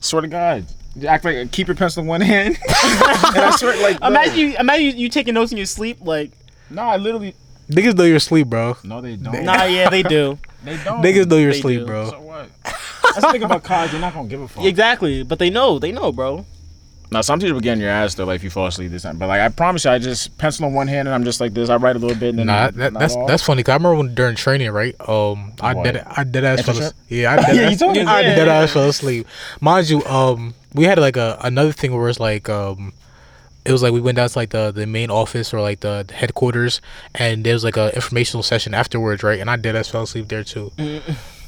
Speaker 1: swear to God, act like keep your pencil in one hand. and I swear, like bro.
Speaker 3: Imagine you, imagine you, you taking notes in your sleep. Like,
Speaker 1: No, I literally.
Speaker 4: Niggas know you're asleep, bro.
Speaker 1: No, they don't.
Speaker 3: nah, yeah, they do.
Speaker 1: They don't.
Speaker 4: Niggas know you're
Speaker 3: They
Speaker 4: asleep,
Speaker 3: do.
Speaker 4: bro.
Speaker 1: So what? That's the thing about college. They're not gonna give a fuck.
Speaker 3: Exactly, but they know, they know, bro.
Speaker 1: Now, some teachers will get in your ass though, like if you fall asleep this time. But like, I promise you, I just pencil in one hand and I'm just like this. I write a little bit and then
Speaker 4: Nah,
Speaker 1: not-
Speaker 4: that,
Speaker 1: not
Speaker 4: that's
Speaker 1: all.
Speaker 4: that's funny. Cause I remember when during training, right? Um, I
Speaker 1: What?
Speaker 4: did I did ass fell
Speaker 1: Internship?
Speaker 4: asleep. Yeah, I did
Speaker 1: Yeah, you told me
Speaker 4: I
Speaker 1: that.
Speaker 4: did ass fell asleep. Mind you, um, we had like a another thing where it's like um, it was like we went down to like the the main office or like the, the headquarters, and there was like a informational session afterwards, right? And I did ass fell asleep there too.
Speaker 1: Mm.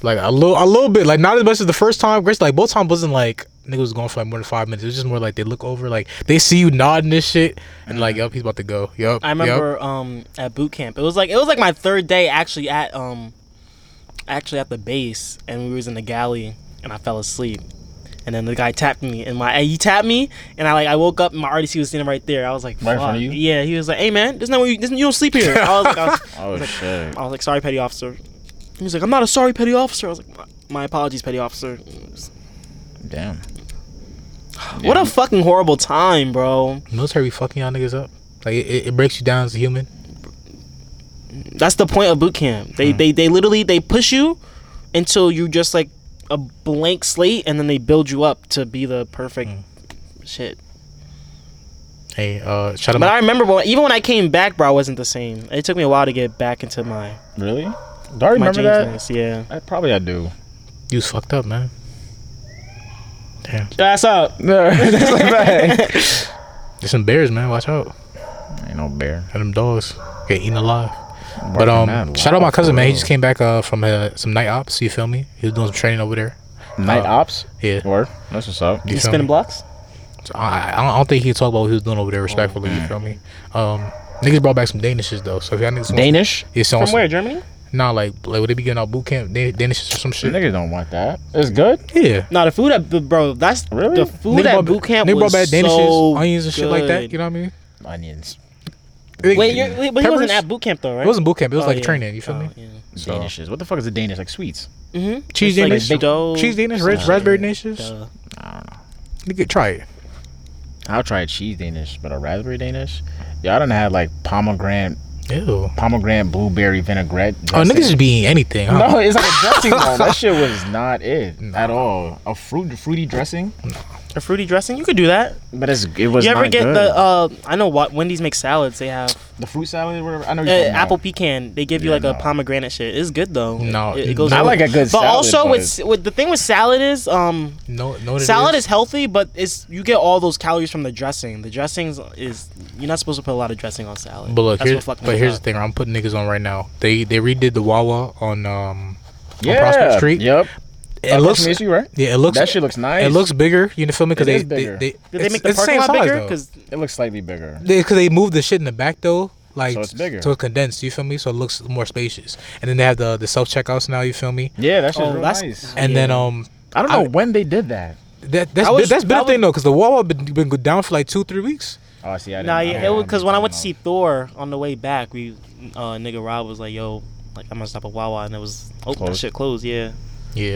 Speaker 4: Like a little, a little bit, like not as much as the first time. Grace, like both times wasn't like niggas was going for like more than five minutes. It was just more like they look over, like they see you nodding this shit, and like,
Speaker 1: Uh-huh.
Speaker 4: yup, he's about to go. Yup.
Speaker 3: I
Speaker 4: yup.
Speaker 3: remember um at boot camp. It was like it was like my third day actually at um actually at the base and we was in the galley and I fell asleep. And then the guy tapped me and my he tapped me and I like I woke up and my RDC was standing right there. I was like,
Speaker 1: Right in front of
Speaker 3: "Fuck."
Speaker 1: you?
Speaker 3: Yeah, he was like, Hey man, this is not where you this, you don't sleep here. I was like I was,
Speaker 1: Oh shit!
Speaker 3: I was like, sorry, petty officer. And he's like, I'm not a sorry petty officer. I was like, my, my apologies, petty officer.
Speaker 1: Damn.
Speaker 3: What a fucking horrible time, bro.
Speaker 4: military be fucking y'all niggas up. Like it- it, it breaks you down as a human.
Speaker 3: That's the point of boot camp.
Speaker 4: Mm-hmm.
Speaker 3: They they they literally they push you until you just like a
Speaker 4: Mm.
Speaker 3: blank slate, and then they build you up to be the perfect shit.
Speaker 4: Hey, uh, shout out
Speaker 3: But I
Speaker 4: my,
Speaker 3: remember when, even when I came back, bro, I wasn't the same. It took me a while to get back into my
Speaker 1: Really? Do I
Speaker 3: my
Speaker 1: remember that?
Speaker 3: Jamesness. Yeah,
Speaker 1: I, probably I do.
Speaker 4: you was fucked up, man. Damn,
Speaker 3: that's up.
Speaker 5: That's a fact.
Speaker 4: there's some bears, man. Watch out,
Speaker 1: Ain't no bear.
Speaker 4: and them dogs get eaten alive. But
Speaker 1: Barking
Speaker 4: um,
Speaker 1: mad
Speaker 4: shout out
Speaker 1: loud
Speaker 4: my cousin,
Speaker 1: for
Speaker 4: man. He
Speaker 1: real.
Speaker 4: just came back uh from uh, some night ops. You feel me? He was doing some training over there.
Speaker 1: Night ops.
Speaker 4: uh, Yeah.
Speaker 1: Word. That's what's up.
Speaker 4: You
Speaker 3: You
Speaker 4: feel
Speaker 3: spinning
Speaker 4: me?
Speaker 3: blocks?
Speaker 4: So I, I don't- I don't think he could talk about what he was doing over there respectfully. you feel me? Um, niggas brought back some Danishes though. So if y'all niggas want-
Speaker 1: Danish.
Speaker 4: Yeah, so
Speaker 3: From
Speaker 4: on some-
Speaker 3: where? Germany?
Speaker 4: Nah, like like would they be getting out boot camp Dan- Danishes or some shit?
Speaker 1: Niggas don't want that. It's good.
Speaker 4: Yeah.
Speaker 3: No, the food at the- bro. That's
Speaker 1: Really?
Speaker 3: the food
Speaker 4: Nigga
Speaker 3: at
Speaker 4: brought-
Speaker 3: boot camp
Speaker 4: nigga
Speaker 3: was so
Speaker 4: onions and shit like that.
Speaker 3: good.
Speaker 4: You know what I mean?
Speaker 1: Onions.
Speaker 4: Nigga-
Speaker 3: Wait, you're, wait, but he wasn't
Speaker 4: Peppers?
Speaker 3: at boot camp though, right?
Speaker 4: It wasn't boot camp. It was
Speaker 3: Oh,
Speaker 4: like
Speaker 3: yeah.
Speaker 4: training. You feel
Speaker 3: Oh,
Speaker 4: me?
Speaker 3: yeah.
Speaker 4: So-
Speaker 1: Danishes. What the fuck is a Danish? Like sweets.
Speaker 3: Mm-hmm.
Speaker 4: Cheese
Speaker 3: like
Speaker 4: Danish,
Speaker 3: dough,
Speaker 4: cheese Danish,
Speaker 3: some
Speaker 4: red,
Speaker 3: shit.
Speaker 4: raspberry Danishes.
Speaker 3: Duh.
Speaker 4: Nigga, try it.
Speaker 1: I'll try a cheese Danish, but a raspberry Danish. Yeah, I done had like pomegranate,
Speaker 4: Ew.
Speaker 1: pomegranate blueberry vinaigrette.
Speaker 4: Oh,
Speaker 1: dressing.
Speaker 4: niggas just be eating anything. Huh?
Speaker 1: No, it's like a dressing though. That shit was not it at all. A fruit, fruity dressing,
Speaker 3: A fruity dressing. You could do that.
Speaker 1: but it's it was.
Speaker 3: you ever
Speaker 1: not
Speaker 3: get
Speaker 1: good.
Speaker 3: the? Uh, I know what Wendy's makes salads. They have
Speaker 1: the fruit salad or whatever? I know
Speaker 3: uh,
Speaker 1: you're talking
Speaker 3: apple
Speaker 1: about.
Speaker 3: pecan. They give you
Speaker 1: Yeah,
Speaker 3: like a
Speaker 1: no.
Speaker 3: pomegranate shit. It's good though.
Speaker 4: No,
Speaker 3: it, it goes.
Speaker 4: I
Speaker 3: well.
Speaker 1: like a good
Speaker 3: But
Speaker 1: salad,
Speaker 3: also,
Speaker 1: but-
Speaker 3: with with the thing with salad is um
Speaker 4: No, no.
Speaker 3: salad is healthy, but it's you get all those calories from the dressing. The dressings is you're not supposed to put a lot of dressing on salad.
Speaker 4: But look,
Speaker 3: That's
Speaker 4: here,
Speaker 3: what fucked me
Speaker 4: but here's
Speaker 3: up.
Speaker 4: the thing. I'm putting niggas on right now. They they redid the Wawa on um on
Speaker 1: Yeah.
Speaker 4: Prospect Street.
Speaker 1: Yep.
Speaker 4: It looks.
Speaker 1: issue, right?
Speaker 4: Yeah, it looks.
Speaker 1: That shit looks nice.
Speaker 4: It looks bigger. You feel me? Because
Speaker 1: It is
Speaker 4: they, they
Speaker 1: bigger.
Speaker 4: they
Speaker 3: Did they
Speaker 4: it's-
Speaker 3: make the
Speaker 4: it's
Speaker 3: parking
Speaker 4: same
Speaker 3: lot
Speaker 4: size,
Speaker 3: bigger?
Speaker 4: though.
Speaker 3: Because
Speaker 1: It looks slightly bigger.
Speaker 4: because they moved the shit in the back though, like
Speaker 1: So it's bigger.
Speaker 4: so it's condensed. You feel me? So it looks more spacious. And then they have the the self checkouts now. You feel me?
Speaker 1: Yeah, that shit's
Speaker 3: Oh,
Speaker 1: real
Speaker 3: that's-
Speaker 1: nice.
Speaker 4: And then
Speaker 3: Yeah.
Speaker 4: um,
Speaker 1: I don't know when they did that.
Speaker 4: that that's
Speaker 3: I was-
Speaker 4: that's been
Speaker 3: I
Speaker 4: a thing
Speaker 3: was-
Speaker 4: though, because the Wawa been been go- down for like two three weeks.
Speaker 1: Oh, see, I didn't.
Speaker 3: nah,
Speaker 1: I
Speaker 3: yeah,
Speaker 1: don't
Speaker 3: it was
Speaker 1: know.
Speaker 3: because when I went to
Speaker 1: don't
Speaker 3: see
Speaker 1: know.
Speaker 3: Thor on the way back, we uh nigga Rob was like, "Yo, like I'm gonna stop at Wawa," and it was oh that
Speaker 1: Closed.
Speaker 3: shit closed. Yeah,
Speaker 4: Yeah,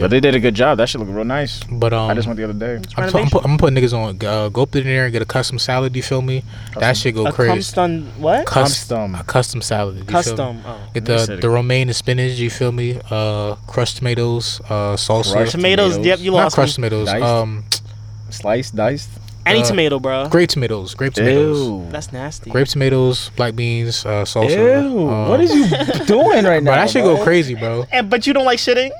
Speaker 1: But
Speaker 4: but,
Speaker 1: they did a good job. That shit looked real nice.
Speaker 4: um,
Speaker 1: I just went the other day.
Speaker 4: I'm, pu- I'm, pu- I'm putting niggas on. Uh, go up in there and get a custom salad. You feel me? That shit go
Speaker 3: a
Speaker 4: crazy.
Speaker 3: custom what?
Speaker 1: Custom.
Speaker 4: Custom, a custom salad. You feel me?
Speaker 3: Custom. Oh.
Speaker 1: Let
Speaker 4: Get
Speaker 1: me
Speaker 4: the
Speaker 1: see it
Speaker 4: the
Speaker 1: again.
Speaker 4: romaine and spinach. You feel me? Uh, crushed tomatoes, uh, salsa.
Speaker 1: Crushed
Speaker 3: Tomatoes,
Speaker 1: Tomatoes.
Speaker 3: Yep, you
Speaker 4: Not
Speaker 3: lost
Speaker 4: crushed
Speaker 3: me.
Speaker 4: tomatoes.
Speaker 1: Diced?
Speaker 4: Um,
Speaker 1: Sliced, diced.
Speaker 3: Any
Speaker 4: uh,
Speaker 3: tomato, bro.
Speaker 4: grape tomatoes. Grape tomatoes.
Speaker 3: That's nasty.
Speaker 4: grape tomatoes, black beans, uh, salsa.
Speaker 1: Ew.
Speaker 4: um,
Speaker 1: what is you doing right now?
Speaker 4: Bro, that shit
Speaker 1: bro?
Speaker 4: go crazy, bro.
Speaker 3: And Eh, but you don't like shitting.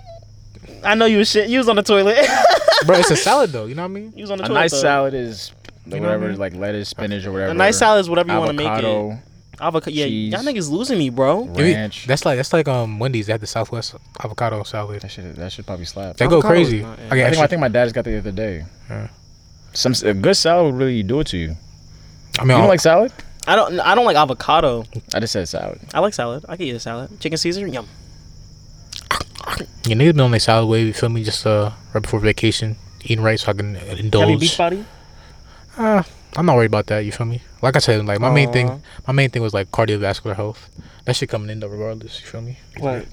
Speaker 3: I know you was shit. You was on the toilet.
Speaker 4: bro, it's a salad though. You know what I mean?
Speaker 3: you was on the
Speaker 1: A
Speaker 3: toilet.
Speaker 1: nice
Speaker 3: though.
Speaker 1: salad is
Speaker 4: You know what I
Speaker 1: whatever,
Speaker 4: mean?
Speaker 1: like lettuce, spinach, or whatever.
Speaker 3: A nice salad is whatever you want to make it.
Speaker 1: Avocado,
Speaker 3: Avocado. Yeah,
Speaker 1: cheese.
Speaker 3: y'all niggas losing me, bro.
Speaker 4: You-
Speaker 1: ranch.
Speaker 4: That's like that's like um Wendy's. They have the Southwest avocado salad.
Speaker 1: that shit. That should probably slap.
Speaker 4: They go
Speaker 3: Avocado's
Speaker 4: crazy.
Speaker 3: not- yeah.
Speaker 4: I get
Speaker 1: I think,
Speaker 4: extra-
Speaker 1: I think my dad just got the other day.
Speaker 4: Yeah.
Speaker 1: Some a good salad would really do it to you.
Speaker 4: I mean,
Speaker 1: You
Speaker 4: uh, I
Speaker 1: don't like salad?
Speaker 3: I don't. I don't like avocado.
Speaker 1: I just said salad.
Speaker 3: I like salad. I can eat a salad. Chicken Caesar. Yum.
Speaker 4: your niggas been on their salad wave. You feel me? Just uh, right before vacation, eating right so I can
Speaker 3: Heavy
Speaker 4: indulge.
Speaker 3: beach body.
Speaker 4: Uh, I'm not worried about that. You feel me? Like I said, like my main
Speaker 3: Aw.
Speaker 4: thing, my main thing was like cardiovascular health. That shit coming in though, regardless. You feel me?
Speaker 3: What?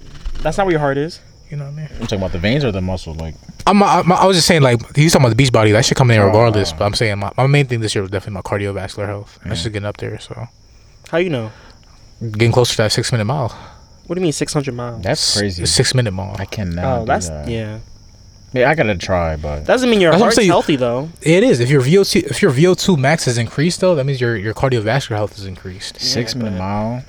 Speaker 3: That's not where your heart is.
Speaker 4: You know what I mean?
Speaker 1: I'm talking about the veins or the muscle. Like
Speaker 4: I'm, I'm, I was just saying, like, he's talking about the beach body. That should come in regardless. But I'm saying my, my main thing this year was definitely my cardiovascular health. That's just getting up there. So
Speaker 3: How you know?
Speaker 4: getting closer to that six minute mile.
Speaker 3: What do you mean six hundred miles?
Speaker 1: that's
Speaker 4: S-
Speaker 1: crazy.
Speaker 4: Six minute mile.
Speaker 1: I cannot.
Speaker 3: Oh, that's
Speaker 1: that.
Speaker 3: yeah.
Speaker 1: Yeah, I gotta try, but
Speaker 3: Doesn't mean your
Speaker 4: That's what I'm
Speaker 3: heart's
Speaker 4: saying.
Speaker 3: healthy though.
Speaker 4: It is. If your VO2 if your VO2 max is increased though, that means your your cardiovascular health is increased.
Speaker 1: six
Speaker 3: Yeah,
Speaker 1: minute
Speaker 3: but-
Speaker 1: mile,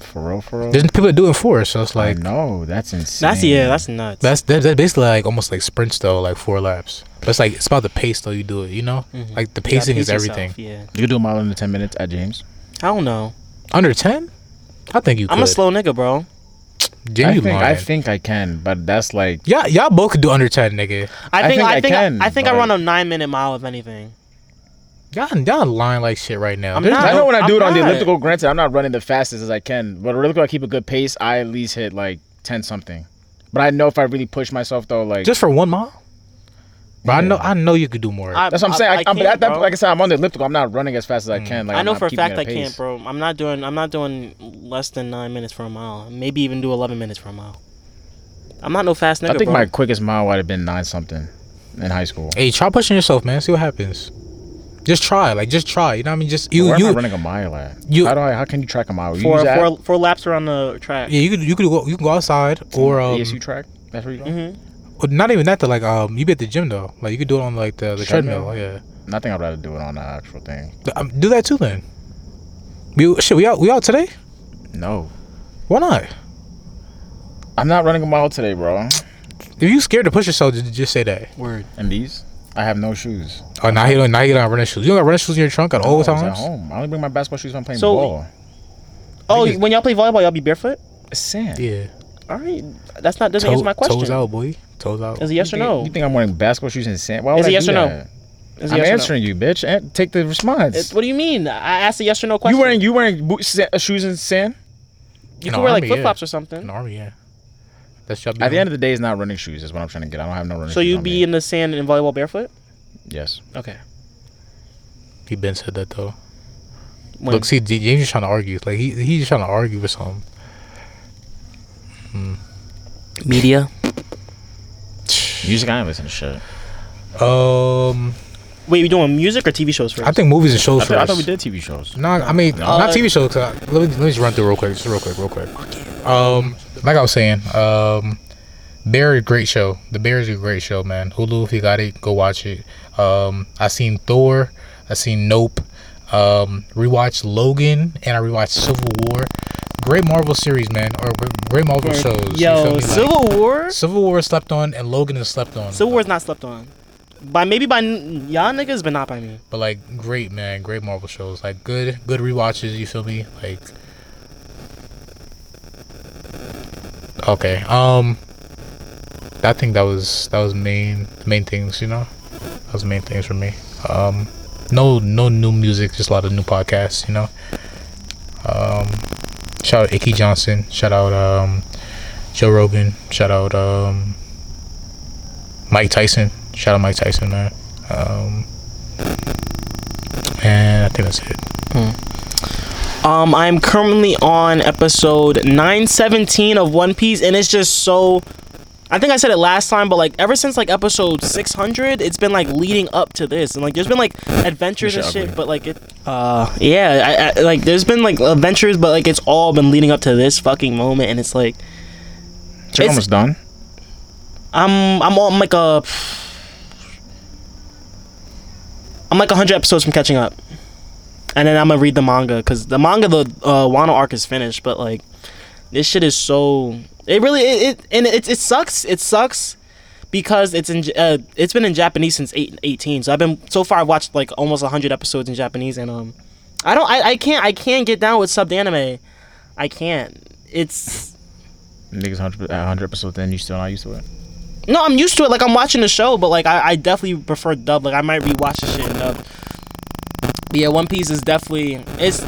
Speaker 1: for real, for real.
Speaker 4: There's people that do it for, so it's like
Speaker 1: no, that's insane.
Speaker 3: That's yeah. That's nuts.
Speaker 4: that's that, that's basically like almost like sprints though, like four laps. But it's like it's about the pace though. You do it, you know,
Speaker 3: Mhm.
Speaker 4: like the
Speaker 3: You gotta
Speaker 4: pacing
Speaker 3: pace
Speaker 4: is
Speaker 3: yourself,
Speaker 4: everything.
Speaker 3: Yeah.
Speaker 1: you could do a mile in ten minutes at James.
Speaker 3: I don't know.
Speaker 4: Under ten, I think you. Could.
Speaker 3: I'm a slow nigga, bro.
Speaker 4: Jim,
Speaker 1: I
Speaker 4: you
Speaker 1: think I
Speaker 4: lying.
Speaker 1: think I can, but that's like
Speaker 4: Yeah, y'all both could do under ten, nigga.
Speaker 3: I think I think I
Speaker 1: can,
Speaker 3: I, think I
Speaker 1: but-
Speaker 3: run a nine minute mile if anything.
Speaker 4: Y'all y'all lying like shit right now.
Speaker 3: I'm
Speaker 4: There's-
Speaker 3: not.
Speaker 1: I know when I do it
Speaker 3: I'm
Speaker 1: on the
Speaker 3: not.
Speaker 1: elliptical, granted, I'm not running the fastest as I can, but elliptical, I keep a good pace. I at least hit like 10 something. But I know if I really push myself, though, like.
Speaker 4: Just for one mile. But I
Speaker 1: Yeah.
Speaker 4: know I know you could do more.
Speaker 3: I-
Speaker 1: that's what I'm saying. I, I am
Speaker 3: can't,
Speaker 1: at that,
Speaker 3: bro.
Speaker 1: like I said, I'm on the elliptical. I'm not running as fast as I can. Like,
Speaker 3: I
Speaker 1: I'm
Speaker 3: know
Speaker 1: not
Speaker 3: for a
Speaker 1: keeping
Speaker 3: fact
Speaker 1: at
Speaker 3: I can't,
Speaker 1: pace.
Speaker 3: bro. I'm not doing. I'm not doing less than nine minutes for a mile. Maybe even do eleven minutes for a mile. I'm not no fast nigga.
Speaker 1: I think
Speaker 3: bro.
Speaker 1: my quickest mile would have been nine something in high school.
Speaker 4: Hey, try pushing yourself, man. See what happens. Just try, like just try. You know what I mean? Just you,
Speaker 1: Where
Speaker 4: you,
Speaker 1: am I running a mile at?
Speaker 4: you-
Speaker 1: how do I? How can you track a mile? You
Speaker 3: four
Speaker 1: use that?
Speaker 3: four four laps around the track.
Speaker 4: yeah, you could you could go, you can go outside or um,
Speaker 1: ASU track. That's where you go.
Speaker 3: Mm-hmm.
Speaker 4: or not even that. Though, like um, you be at the gym though. Like you could do it on like the, the treadmill.
Speaker 1: Treadmill?
Speaker 4: Yeah,
Speaker 1: And I think I'd rather do it on the actual thing.
Speaker 4: Um, do that too then. We shit. We out. We out today.
Speaker 1: No,
Speaker 4: Why not?
Speaker 1: I'm not running a mile today, bro.
Speaker 4: If you scared to push yourself, just, just say that.
Speaker 3: Word.
Speaker 1: And these, I have no shoes.
Speaker 4: Oh, now you don't. Now you don't have running shoes. You don't got running shoes in your trunk at all
Speaker 1: I was at
Speaker 4: times.
Speaker 1: home. I only bring my basketball shoes when I'm playing
Speaker 3: So-
Speaker 1: ball.
Speaker 3: Oh, when y'all play volleyball, y'all be barefoot.
Speaker 1: It's sand.
Speaker 4: Yeah.
Speaker 3: All right, that's not doesn't
Speaker 4: Toe-
Speaker 3: answer my question.
Speaker 4: Toes out, boy. Toes out.
Speaker 3: Is it yes or
Speaker 1: You think-
Speaker 3: no?
Speaker 1: You think I'm wearing basketball shoes in sand? Why would
Speaker 3: Is it
Speaker 1: I
Speaker 3: yes
Speaker 1: do
Speaker 3: or no?
Speaker 1: that?
Speaker 3: Is it
Speaker 1: I'm
Speaker 3: yes or no?
Speaker 1: answering you, bitch. An- take the response.
Speaker 3: It- what do you mean? I asked a yes or no question.
Speaker 1: you wearing you wearing boots, sa- uh, shoes in sand?
Speaker 3: You
Speaker 4: No,
Speaker 3: can wear like
Speaker 4: army, yeah.
Speaker 3: flip flops or something.
Speaker 4: An army, yeah. That's your
Speaker 1: At the end of the day, it's not running shoes. Is what I'm trying to get. I don't have no running.
Speaker 3: So
Speaker 1: shoes
Speaker 3: you
Speaker 1: on
Speaker 3: be
Speaker 1: me.
Speaker 3: in the sand and volleyball barefoot?
Speaker 1: yes.
Speaker 3: Okay.
Speaker 4: he been said that though.
Speaker 3: When?
Speaker 4: Look, see, J- James is trying to argue. Like he he's just trying to argue with something.
Speaker 3: Media.
Speaker 1: Music, I ain't listen to shit.
Speaker 4: Um,
Speaker 3: Wait, we doing music or TV shows first?
Speaker 4: I think movies and shows
Speaker 1: I, thought I
Speaker 4: first.
Speaker 1: thought we did TV shows.
Speaker 4: No, I mean not TV shows. 'cause I- let me let me just run through real quick, just real quick, real quick. Um, like I was saying, um, Bear is a great show. The Bear is a great show, man. Hulu, if you got it, go watch it. Um, I seen Thor, I seen Nope, um, rewatched Logan, and I rewatched Civil War. Great Marvel series, man, or gr- great Marvel shows. you feel me?
Speaker 3: Yo,
Speaker 4: Like,
Speaker 3: Civil War.
Speaker 4: Civil War is slept on, and Logan is slept on.
Speaker 3: Civil War's not slept on. By maybe by n- y'all niggas, but not by me.
Speaker 4: But like, great man, great Marvel shows. Like, good, good rewatches. You feel me? Like, okay. Um, I think that was that was main the main things. You know, that was the main things for me. Um, no, no new music, just a lot of new podcasts. You know. Um, shout out Icky Johnson. Shout out um, Joe Rogan. Shout out um, Mike Tyson. Shout out Mike Tyson, man. Um, and Eh, I think that's it.
Speaker 3: Um, I'm currently on episode 917 of One Piece, and it's just so. I think I said it last time, but like ever since like episode 600, it's been like leading up to this, and like there's been like adventures and
Speaker 1: Shut up,
Speaker 3: shit,
Speaker 1: man.
Speaker 3: but like it. Uh, yeah, I, I, like there's been like adventures, but like it's all been leading up to this fucking moment, and it's like
Speaker 1: You're
Speaker 3: It's-
Speaker 1: almost done.
Speaker 3: I'm I'm on like a. I'm like 100 episodes from catching up. And then I'm gonna read the manga because the manga, the uh, Wano arc is finished, but like this shit is so it really it, it and it it sucks it sucks because it's in J- uh, it's been in Japanese since eight, 18 so I've been so far I've watched like almost 100 episodes in Japanese and um I don't I, I can't I can't get down with subbed anime I can't it's
Speaker 1: Niggas 100, uh, 100 episodes in. You still not used to it?
Speaker 3: No, I'm used to it. Like I'm watching the show, but like I, I definitely prefer dub. Like I might rewatch the shit in dub. But yeah, One Piece is definitely it's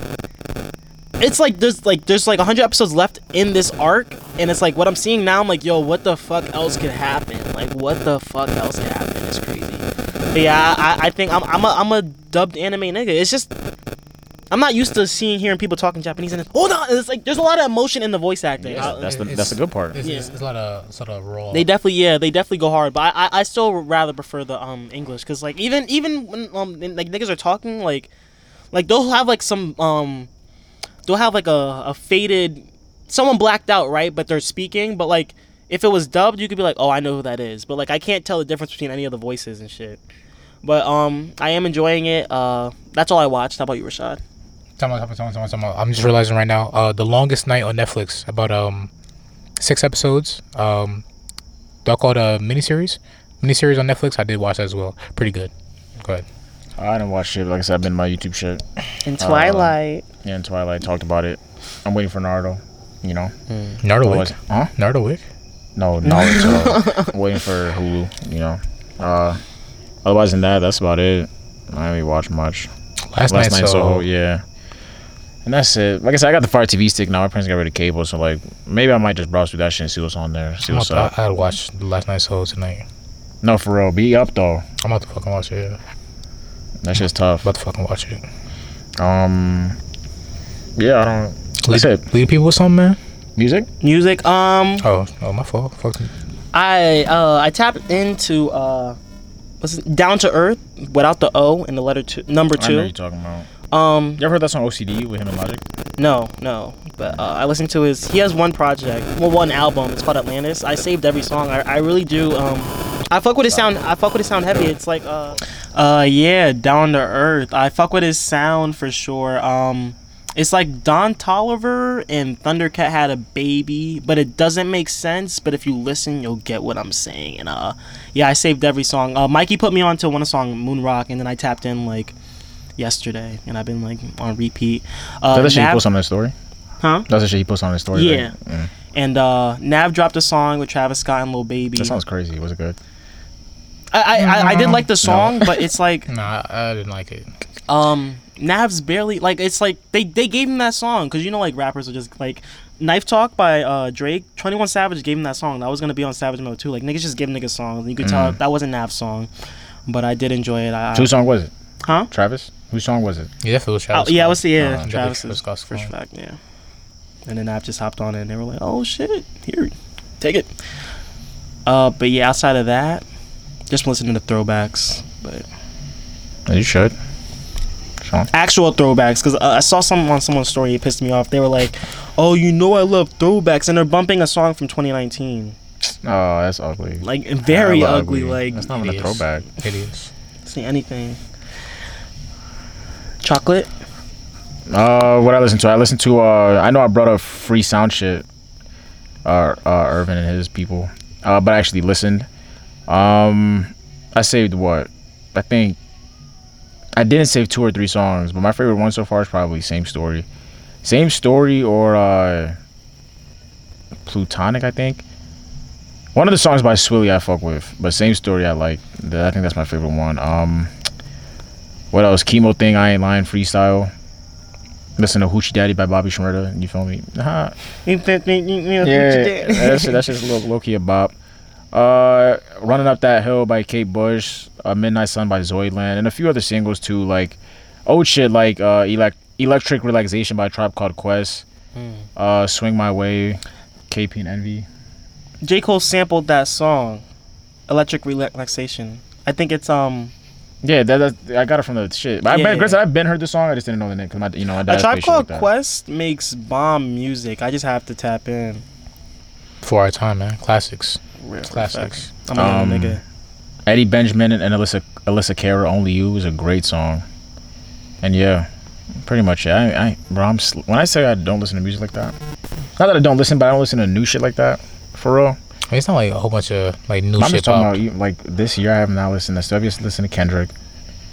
Speaker 3: it's like there's like there's like 100 episodes left in this arc, and it's like what I'm seeing now. I'm like, yo, what the fuck else could happen? Like what the fuck else could happen? It's crazy. But yeah, I, I- I think I'm I'm a, I'm a dubbed anime nigga. It's just I'm not used to seeing hearing people talking Japanese, and it's, hold on, it's like there's a lot of emotion in the voice acting. I-
Speaker 1: That's the that's the good part.
Speaker 4: It's, it's,
Speaker 3: Yeah.
Speaker 4: it's a lot of sort of raw.
Speaker 3: they definitely, yeah, they definitely go hard, but I, I, I still would rather prefer the um English because like even even when um when, like niggas are talking like, like they'll have like some um, they'll have like a, a faded, someone blacked out right, but they're speaking, but like if it was dubbed, you could be like, oh, I know who that is, but like I can't tell the difference between any of the voices and shit. But um, I am enjoying it. Uh, that's all I watched. How about you, Rashad?
Speaker 4: Time out, time out, time out, time out, time out. I'm just realizing right now. Uh, the longest night on Netflix, about um six episodes. Um, they're called a miniseries. Miniseries on Netflix. I did watch that as well. Pretty good. Go ahead.
Speaker 1: I didn't watch shit. Like I said, I've been in my YouTube shit.
Speaker 3: And Twilight.
Speaker 1: Yeah, and Twilight talked about it. I'm waiting for Naruto. You know,
Speaker 4: Naruto
Speaker 1: Always-
Speaker 4: Wick.
Speaker 1: huh?
Speaker 4: Naruto Wick.
Speaker 1: No, Naruto. I'm waiting for Hulu. You know. Uh, otherwise than that, that's about it. I didn't really watch much. Last
Speaker 4: Last, night.
Speaker 1: night,
Speaker 4: so,
Speaker 1: Soho, yeah. And that's it. Like I said, I got the Fire TV stick now. My parents got rid of cable, so like maybe I might just browse through that shit and see what's on there. See
Speaker 4: I'm
Speaker 1: what's
Speaker 4: about, I,
Speaker 1: up.
Speaker 4: I watched last night Soho tonight.
Speaker 1: No, for real. Be up though.
Speaker 4: I'm about to fucking watch it. Yeah.
Speaker 1: That shit's tough.
Speaker 4: About to fucking watch it.
Speaker 1: Um, yeah, I don't.
Speaker 4: Lead,
Speaker 1: That's it.
Speaker 4: lead people with something, man.
Speaker 1: Music?
Speaker 3: Music. Um,
Speaker 4: Oh, oh, my fault. Fuck.
Speaker 3: I uh I tapped into uh what's it, down to earth without the O and the letter two number
Speaker 1: I know what
Speaker 3: two.
Speaker 1: you're talking about.
Speaker 3: Um
Speaker 1: You ever heard that song OCD with him and Logic?
Speaker 3: no no but uh, I listened to his he has one project well one album it's called Atlantis I saved every song I, I really do um I I fuck with his sound. I fuck with his sound heavy. It's like, uh, uh, yeah, down to earth. I fuck with his sound for sure. Um, it's like Don Tolliver and Thundercat had a baby, but it doesn't make sense. But if you listen, you'll get what I'm saying. And uh, yeah, I saved every song. Uh, Mikey put me on to one song, Moon Rock, and then I tapped in like yesterday, and I've been like on repeat. Uh,
Speaker 1: That's the shit he
Speaker 3: Nav-
Speaker 1: posts on his story.
Speaker 3: Huh?
Speaker 1: That's the shit he posts on his story. right?
Speaker 3: Yeah.
Speaker 1: Mm.
Speaker 3: and uh, Nav dropped a song with Travis Scott and Lil Baby.
Speaker 1: That sounds crazy. Was it good?
Speaker 3: I, I, I- I did like the song, but it's like
Speaker 4: Nah, I, I didn't like it.
Speaker 3: um Nav's barely like it's like they they gave him that song because you know like rappers are just like Knife Talk by uh Drake, Twenty One Savage gave him that song. That was gonna be on Savage Mode too. Like niggas just give niggas songs. And you could
Speaker 1: Mm.
Speaker 3: tell that wasn't Nav's song, but I did enjoy it. I,
Speaker 1: Whose song was it?
Speaker 3: Huh?
Speaker 1: Travis? Whose song was it?
Speaker 4: Oh, Yeah, definitely was
Speaker 3: I,
Speaker 4: Travis.
Speaker 3: Oh, yeah, I
Speaker 4: Scott.
Speaker 3: was yeah
Speaker 4: Uh,
Speaker 3: Travis's
Speaker 4: Travis Scott's
Speaker 3: first
Speaker 4: song.
Speaker 3: fact yeah, and then Nav just hopped on it and they were like, oh shit, here, take it. Uh, but yeah, outside of that, just listening to throwbacks, but.
Speaker 1: You should. Sean.
Speaker 3: actual throwbacks because uh, I saw some on someone's story. It pissed me off. They were like, "Oh, you know I love throwbacks," and they're bumping a song from 2019,
Speaker 1: Oh, that's ugly.
Speaker 3: like very
Speaker 1: Hella
Speaker 3: ugly. Like
Speaker 1: that's not even a
Speaker 4: hideous.
Speaker 1: throwback.
Speaker 4: Hideous.
Speaker 3: see anything. Chocolate.
Speaker 1: Uh, what I listen to? I listen to. Uh, I know I brought up free sound shit. Uh, uh Irvin and his people. Uh, but I actually listened. Um, I saved what? I think. I didn't save two or three songs, but my favorite one so far is probably "Same Story," "Same Story" or uh, "Plutonic." I think. One of the songs by Swilly I fuck with, but "Same Story" I like. Th- I think that's my favorite one. Um, what else? Chemo thing. I ain't lying. Freestyle. Listen to Hoochie Daddy by Bobby Shmurda. You feel me? Nah, yeah, that shit, that's just low, low key a bop. Uh, Running Up That Hill by Kate Bush, uh, Midnight Sun by Zoidland, and a few other singles too, like old shit like uh, elect- Electric Relaxation by Tribe Called Quest,
Speaker 3: Hmm.
Speaker 1: uh, Swing My Way, KP and Envy.
Speaker 3: J Cole sampled that song, "Electric Relaxation." I think it's um
Speaker 1: Yeah, that, that I got it from the shit. But I,
Speaker 3: Yeah,
Speaker 1: bet
Speaker 3: yeah.
Speaker 1: granted, I've been heard the song. I just didn't know the name because my, you know, my dad.
Speaker 3: a tribe
Speaker 1: plays shit like
Speaker 3: called
Speaker 1: that.
Speaker 3: Quest makes bomb music. I just have to tap in.
Speaker 4: For our time, man. Classics.
Speaker 3: Real
Speaker 4: Classics.
Speaker 3: facts. I'm a
Speaker 1: Um,
Speaker 3: nigga.
Speaker 1: Eddie Benjamin and, and Alyssa Alyssa Cara, "Only You" is a great song, and yeah, pretty much. it. I, I, bro, I'm sl- when I say I don't listen to music like that, not that I don't listen, but I don't listen to new shit like that for real.
Speaker 4: I mean, it's not like a whole bunch of like new
Speaker 1: I'm
Speaker 4: shit.
Speaker 1: just talking
Speaker 4: pop.
Speaker 1: about even, like this year. I have not listened to stuff. I just listened to Kendrick.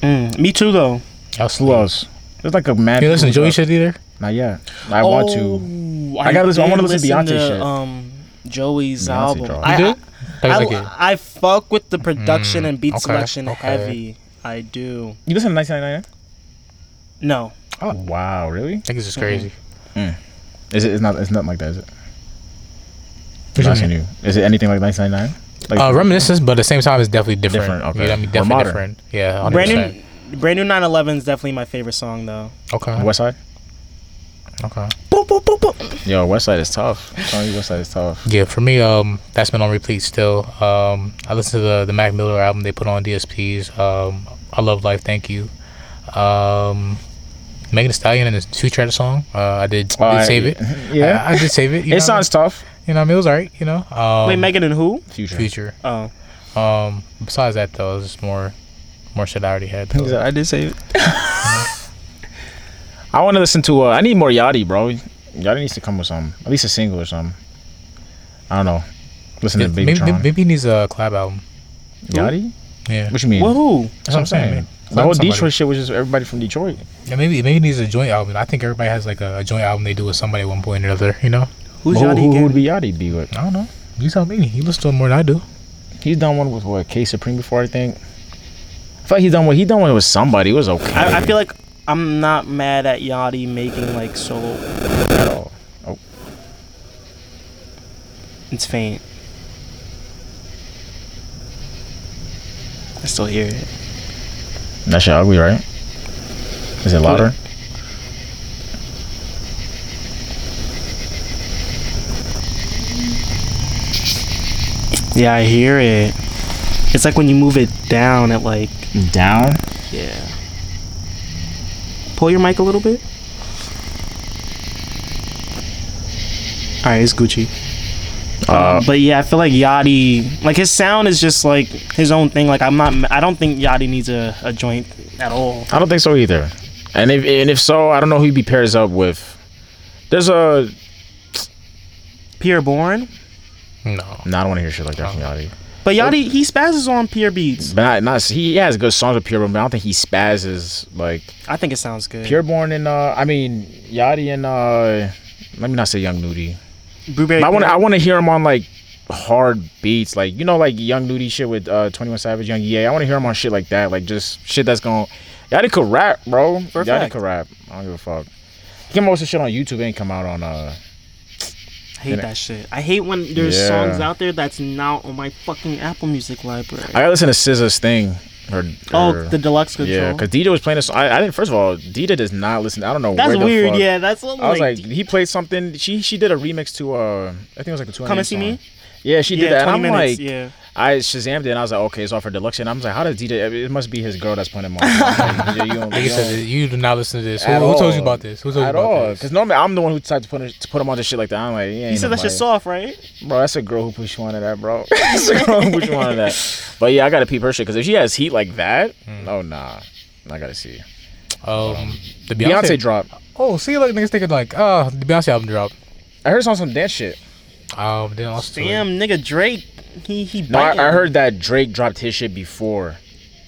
Speaker 3: Mm, me too though.
Speaker 1: Who
Speaker 4: Y'all sleep.
Speaker 1: else? There's like a mad.
Speaker 4: You listen to
Speaker 1: people
Speaker 4: Joey
Speaker 1: out-
Speaker 4: shit either?
Speaker 1: Not yet. I want to.
Speaker 3: Oh,
Speaker 1: I gotta listen- I wanna
Speaker 3: did
Speaker 1: listen to Beyonce shit.
Speaker 3: Um, Joey's
Speaker 1: Beyonce
Speaker 3: album.
Speaker 1: draw. You
Speaker 3: I,
Speaker 4: do?
Speaker 3: I,
Speaker 4: That
Speaker 3: I-
Speaker 4: was like a-
Speaker 3: I fuck with the production
Speaker 4: Mm,
Speaker 3: and beat
Speaker 4: okay,
Speaker 3: selection
Speaker 4: okay.
Speaker 3: heavy. I do.
Speaker 1: You listen to 1999?
Speaker 3: No,
Speaker 1: Oh wow, really?
Speaker 4: Niggas is crazy.
Speaker 1: Is it? It's not. It's nothing like that, is it?
Speaker 4: What you
Speaker 1: Not
Speaker 4: mean?
Speaker 1: new. Is it anything like 1999? Like
Speaker 4: Uh, reminiscence, but at the same time, it's definitely different.
Speaker 1: Different, okay.
Speaker 4: You know what I mean?
Speaker 1: Or
Speaker 4: Definitely
Speaker 1: modern.
Speaker 4: different. Yeah, 100%.
Speaker 3: brand new, brand new 911 is definitely my favorite song though.
Speaker 4: Okay.
Speaker 1: Westside.
Speaker 4: Okay.
Speaker 3: Boop, boop, boop, boop.
Speaker 1: Yo, Westside is tough. I'm telling you, Westside is tough.
Speaker 4: Yeah, for me, um, that's been on repeat still. Um, I listen to the the Mac Miller album they put on DSPs. Um, I love life. Thank you. Um, Megan Thee Stallion and his two track song. Uh, I did,
Speaker 1: Well,
Speaker 4: did
Speaker 1: I-
Speaker 4: save it.
Speaker 1: yeah.
Speaker 4: I, I did save
Speaker 1: it
Speaker 4: it. You know what I mean?
Speaker 1: sounds tough.
Speaker 4: You know, what I mean, it was alright. You know. Um,
Speaker 3: Wait, Megan and who?
Speaker 1: Future.
Speaker 4: Future.
Speaker 3: Oh,
Speaker 4: Um, besides that though, it's just more, more shit I already had. Though.
Speaker 3: I did say it.
Speaker 1: I want to listen to. Uh, I need more Yachty, bro. Yachty needs to come with some, at least a single or something. I don't know. Listen
Speaker 4: Yeah,
Speaker 1: to Baby
Speaker 4: maybe,
Speaker 1: Tron.
Speaker 4: maybe he needs a collab album.
Speaker 1: Yachty?
Speaker 4: Yeah.
Speaker 1: What you mean?
Speaker 3: Well, who?
Speaker 1: That's what I'm saying. The
Speaker 4: Find
Speaker 1: whole
Speaker 4: somebody.
Speaker 1: Detroit shit was just everybody from Detroit.
Speaker 4: Yeah, maybe maybe it needs a joint album. I think everybody has like a, a joint album they do with somebody at one point or another. You know,
Speaker 3: Who's
Speaker 1: who,
Speaker 3: Yachty
Speaker 1: who, who would
Speaker 3: again?
Speaker 1: be Yachty be with?
Speaker 4: I don't know. You tell me. You listen to it more than I do.
Speaker 1: He's done one with what K Supreme before, I think. I feel like he's done one. He done one with somebody. It was okay.
Speaker 3: I, I feel like I'm not mad at Yachty making like solo.
Speaker 1: at all.
Speaker 3: It's faint. I still hear it.
Speaker 1: That shit ugly, right? Is it louder?
Speaker 3: Yeah, I hear it. It's like when you move it down at like
Speaker 1: Down.
Speaker 3: yeah. Pull your mic a little bit. All right, it's Gucci.
Speaker 1: Uh,
Speaker 3: but yeah, I feel like Yachty, like his sound is just like his own thing. Like I'm not, I don't think Yachty needs a, a joint at all.
Speaker 1: I don't think so either. And if and if so, I don't know who he be pairs up with. There's a
Speaker 3: Pierre Bourne,
Speaker 4: No.
Speaker 1: no, I don't want to hear shit like that from Yachty.
Speaker 3: but Yachty he spazzes on Pierre beats.
Speaker 1: But not, not he has good songs with Pureborn, but I don't think he spazzes like
Speaker 3: I think it sounds good.
Speaker 1: Pureborn and uh I mean Yachty and uh let me not say Young Nudie.
Speaker 3: Blueberry.
Speaker 1: But I want I want to hear him on like hard beats, like you know, like Young Nudie shit with uh, Twenty One Savage, Young EA. I want to hear him on shit like that, like just shit that's going. Yachty could rap, bro.
Speaker 3: For
Speaker 1: Yachty
Speaker 3: a fact.
Speaker 1: could rap. I don't give a fuck. He can most of the shit on YouTube ain't come out on uh
Speaker 3: I hate that shit. I hate when there's
Speaker 1: Yeah.
Speaker 3: songs out there that's not on my fucking Apple Music library.
Speaker 1: I gotta listen to SZA's thing. Her,
Speaker 3: oh,
Speaker 1: her-
Speaker 3: the deluxe control.
Speaker 1: yeah, because Dita was playing this. I, I didn't. First of all, Dita does not listen. I don't know.
Speaker 3: that's
Speaker 1: where the
Speaker 3: weird.
Speaker 1: fuck-
Speaker 3: Yeah, that's what I'm
Speaker 1: I was like,
Speaker 3: like
Speaker 1: he played something. She she did a remix to uh, I think it was like a two.
Speaker 3: Come and See Me?
Speaker 1: Yeah, she
Speaker 3: yeah,
Speaker 1: did that. And
Speaker 3: 20
Speaker 1: I'm
Speaker 3: minutes,
Speaker 1: like,
Speaker 3: yeah.
Speaker 1: I shazammed it and I was like, okay, it's off her deluxe. And I'm like, how does Dita? It must be his girl that's playing him on. I'm like, yeah, you don't,
Speaker 4: Like
Speaker 1: you
Speaker 4: you said,
Speaker 1: don't-
Speaker 4: you do not listen to this. Who,
Speaker 1: At
Speaker 4: who told
Speaker 1: all.
Speaker 4: you about this? Who told you
Speaker 1: at
Speaker 4: about
Speaker 1: all,
Speaker 4: this?
Speaker 1: because normally I'm the one who tried to put her, to put him on to shit like that. I'm like, yeah,
Speaker 3: He said that shit's soft, right?
Speaker 1: bro. That's a girl who put you onto that, bro. that's a girl who put you onto that. But yeah, I gotta peep her shit because if she has heat like that, oh nah, I gotta see.
Speaker 4: Um, the
Speaker 1: Beyonce,
Speaker 4: Beyonce.
Speaker 1: drop.
Speaker 4: oh, see, look, niggas thinking like, ah, the Beyonce album dropped.
Speaker 1: I heard it's on some dance shit.
Speaker 4: Um, then also
Speaker 3: Damn, nigga Drake. He he.
Speaker 1: No,
Speaker 3: biting.
Speaker 1: I, I heard that Drake dropped his shit before.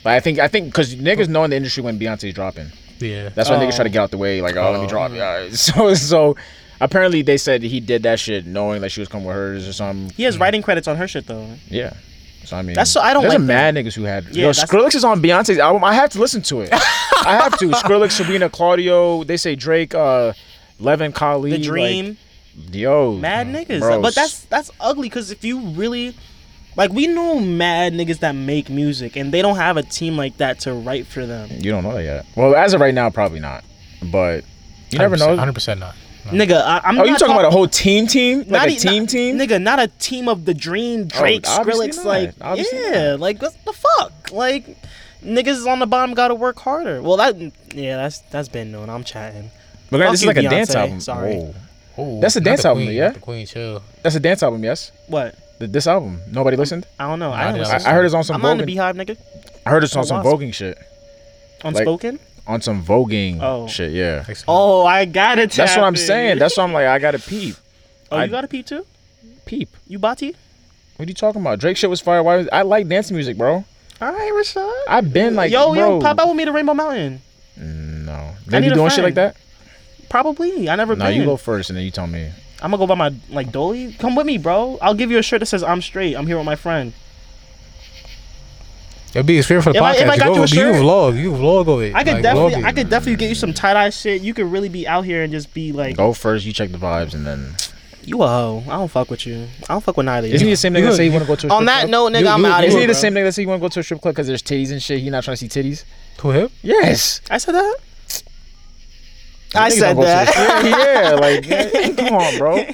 Speaker 1: But I think I think because niggas know in the industry when Beyonce's dropping.
Speaker 4: yeah.
Speaker 1: That's why niggas
Speaker 3: Oh.
Speaker 1: try to get out the way. Like, oh, let me
Speaker 4: Oh.
Speaker 1: drop. it. All right. So so apparently they said he did that shit knowing that she was coming with hers or something.
Speaker 3: He has writing credits on her shit though.
Speaker 1: Yeah. So I mean,
Speaker 3: That's so- I don't
Speaker 1: There's a
Speaker 3: like
Speaker 1: mad niggas who had.
Speaker 3: Yeah,
Speaker 1: Yo,
Speaker 3: that's-
Speaker 1: Skrillex is on Beyonce's album. I have to listen to it. I have to. Skrillex, Sabrina, Claudio. They say Drake, uh, Levin, Khalid.
Speaker 3: The
Speaker 1: like, uh,
Speaker 3: Dream.
Speaker 1: yo,
Speaker 3: mad niggas.
Speaker 1: bro,
Speaker 3: But that's that's ugly because if you really like, we know mad niggas that make music and they don't have a team like that to write for them.
Speaker 1: you don't know that yet. Well, as of right now, probably not. But you never know.
Speaker 4: Hundred percent not.
Speaker 3: Nigga, I, I'm.
Speaker 1: Oh,
Speaker 3: not
Speaker 1: you talking
Speaker 3: talk-
Speaker 1: about a whole team team? Like
Speaker 3: not
Speaker 1: a
Speaker 3: e-
Speaker 1: team
Speaker 3: not-
Speaker 1: team? Oh,
Speaker 3: Nigga, not a team of the dream. Drake,
Speaker 1: obviously
Speaker 3: Skrillex,
Speaker 1: not.
Speaker 3: like
Speaker 1: Obviously
Speaker 3: yeah, like what the fuck, like niggas on the bottom got to work harder. Well, that yeah, that's that's been known. I'm chatting.
Speaker 1: But guys, this is
Speaker 3: Fuck
Speaker 1: like
Speaker 3: you,
Speaker 1: a dance
Speaker 3: Beyonce.
Speaker 1: album.
Speaker 3: Sorry.
Speaker 1: Whoa.
Speaker 4: Oh,
Speaker 1: That's a
Speaker 4: not
Speaker 1: dance
Speaker 4: the
Speaker 1: album,
Speaker 4: Queen,
Speaker 1: yeah?
Speaker 4: not The Queen, chill.
Speaker 1: That's a dance album, yes?
Speaker 3: What?
Speaker 1: Th- This album. Nobody listened?
Speaker 3: I don't know.
Speaker 4: Nah,
Speaker 3: I, don't
Speaker 4: they
Speaker 1: I,
Speaker 3: listen.
Speaker 4: don't-
Speaker 1: I heard it's on some
Speaker 3: I'm on the
Speaker 1: voguing.
Speaker 3: beehive, nigga.
Speaker 1: I heard it's on
Speaker 3: I'm
Speaker 1: some
Speaker 3: lost.
Speaker 1: voguing shit.
Speaker 3: Unspoken.
Speaker 1: On some voguing
Speaker 3: Oh.
Speaker 1: shit, yeah.
Speaker 4: Like,
Speaker 3: oh, I got it.
Speaker 1: That's what I'm saying. That's what I'm like, I gotta peep.
Speaker 3: oh,
Speaker 1: I-
Speaker 3: you got a peep too.
Speaker 1: Peep.
Speaker 3: You bati?
Speaker 1: What are you talking about? Drake shit was fire. Why was, I like dance music, bro.
Speaker 3: All right, Rashad.
Speaker 1: I've been like
Speaker 3: yo,
Speaker 1: bro,
Speaker 3: yo, pop out with me to Rainbow Mountain.
Speaker 1: No.
Speaker 3: I
Speaker 1: Then
Speaker 3: need
Speaker 1: you
Speaker 3: a
Speaker 1: doing shit
Speaker 3: friend.
Speaker 1: like that?
Speaker 3: Probably. I never
Speaker 1: No,
Speaker 3: been.
Speaker 1: you go first and then you tell me.
Speaker 3: I'm gonna go by my like dolly. Come with me, bro. I'll give you a shirt that says I'm straight. I'm here with my friend.
Speaker 4: It'd be experience for the
Speaker 3: If I-
Speaker 4: podcast.
Speaker 3: if I got
Speaker 4: you,
Speaker 3: you a
Speaker 4: go,
Speaker 3: shirt-
Speaker 4: you vlog, you vlog over it.
Speaker 3: I could
Speaker 4: Like,
Speaker 3: definitely,
Speaker 4: vlog it.
Speaker 3: I could definitely get you some tie dye shit. You could really be out here and just be like,
Speaker 1: Go first, you check the vibes and then
Speaker 3: you a hoe. I don't fuck with you. I don't fuck with neither. of
Speaker 1: Isn't
Speaker 3: you.
Speaker 1: he the same nigga
Speaker 4: you-
Speaker 1: that say you wanna go to a
Speaker 3: On
Speaker 1: strip
Speaker 3: that
Speaker 1: club?
Speaker 3: note, nigga,
Speaker 4: You-
Speaker 3: I'm
Speaker 4: you-
Speaker 3: out of
Speaker 1: Isn't
Speaker 4: Bro,
Speaker 1: he
Speaker 3: here.
Speaker 1: the
Speaker 3: bro.
Speaker 1: same nigga that say you want to go to a strip club because there's titties and shit? He not trying to see titties.
Speaker 4: Who him?
Speaker 1: Yes,
Speaker 3: I said that.
Speaker 1: Niggas
Speaker 3: I
Speaker 1: don't
Speaker 3: said
Speaker 1: go to
Speaker 3: that.
Speaker 1: the- yeah, yeah, like yeah, come on, bro.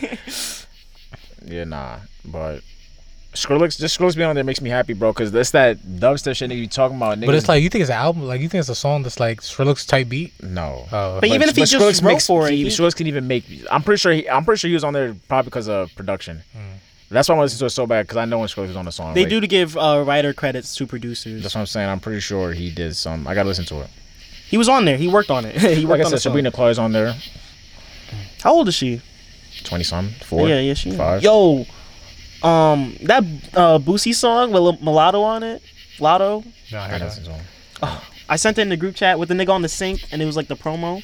Speaker 1: Yeah, nah, but. Skrillex, just Skrillex being on there makes me happy, bro. Cause that's that dubstep shit nigga you talking about. Nigga.
Speaker 4: But it's like you think it's an album, like you think it's a song that's like Skrillex type beat.
Speaker 1: no.
Speaker 4: Oh,
Speaker 3: But even if he just
Speaker 1: Skrillex
Speaker 3: wrote
Speaker 1: makes-
Speaker 3: for it,
Speaker 1: he,
Speaker 3: he-
Speaker 1: Skrillex can even make. I'm pretty sure. He, I'm pretty sure he was on there probably because of production. That's why I want to listen to it so bad because I know when Skrillex is on the song.
Speaker 3: They
Speaker 1: like,
Speaker 3: do to give uh, writer credits to producers.
Speaker 1: That's what I'm saying. I'm pretty sure he did some. I gotta listen to it.
Speaker 3: He was on there. He worked on it. he worked
Speaker 1: Like I
Speaker 3: on
Speaker 1: said,
Speaker 3: the song.
Speaker 1: Sabrina Clark's on there.
Speaker 3: How old is she?
Speaker 1: Twenty some, four.
Speaker 3: yeah, yeah, she. is.
Speaker 1: five.
Speaker 3: Yo, um, that uh Boosie song with Lil- Mulatto on it, Lotto.
Speaker 4: no, I
Speaker 1: I
Speaker 4: heard
Speaker 1: gotta
Speaker 4: that.
Speaker 1: listen to 'em.
Speaker 3: I sent it in the group chat with the nigga on the sink, and it was like the promo.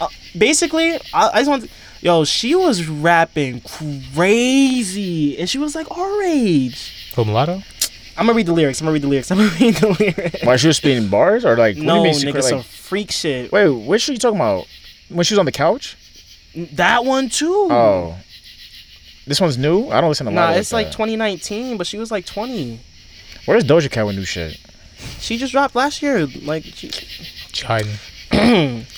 Speaker 3: Uh, basically, I, I just want. Yo, she was rapping crazy, and she was like our age.
Speaker 4: Who, Mulatto?
Speaker 3: I'm gonna read the lyrics. I'm gonna read the lyrics. I'm gonna read the lyrics.
Speaker 1: Why she was spinning bars or like? what
Speaker 3: No,
Speaker 1: do you mean she
Speaker 3: nigga,
Speaker 1: cra-
Speaker 3: some
Speaker 1: like-
Speaker 3: freak shit.
Speaker 1: wait, what shit you talking about? When she was on the couch?
Speaker 3: That one too.
Speaker 1: Oh, this one's new. I don't listen to a lot.
Speaker 3: Hmm. Nah,
Speaker 1: like
Speaker 3: it's like
Speaker 1: that.
Speaker 3: 2019, but she was like 20.
Speaker 1: Where's Doja Cat with new shit?
Speaker 3: She just dropped last year. Like, she,
Speaker 4: She hiding.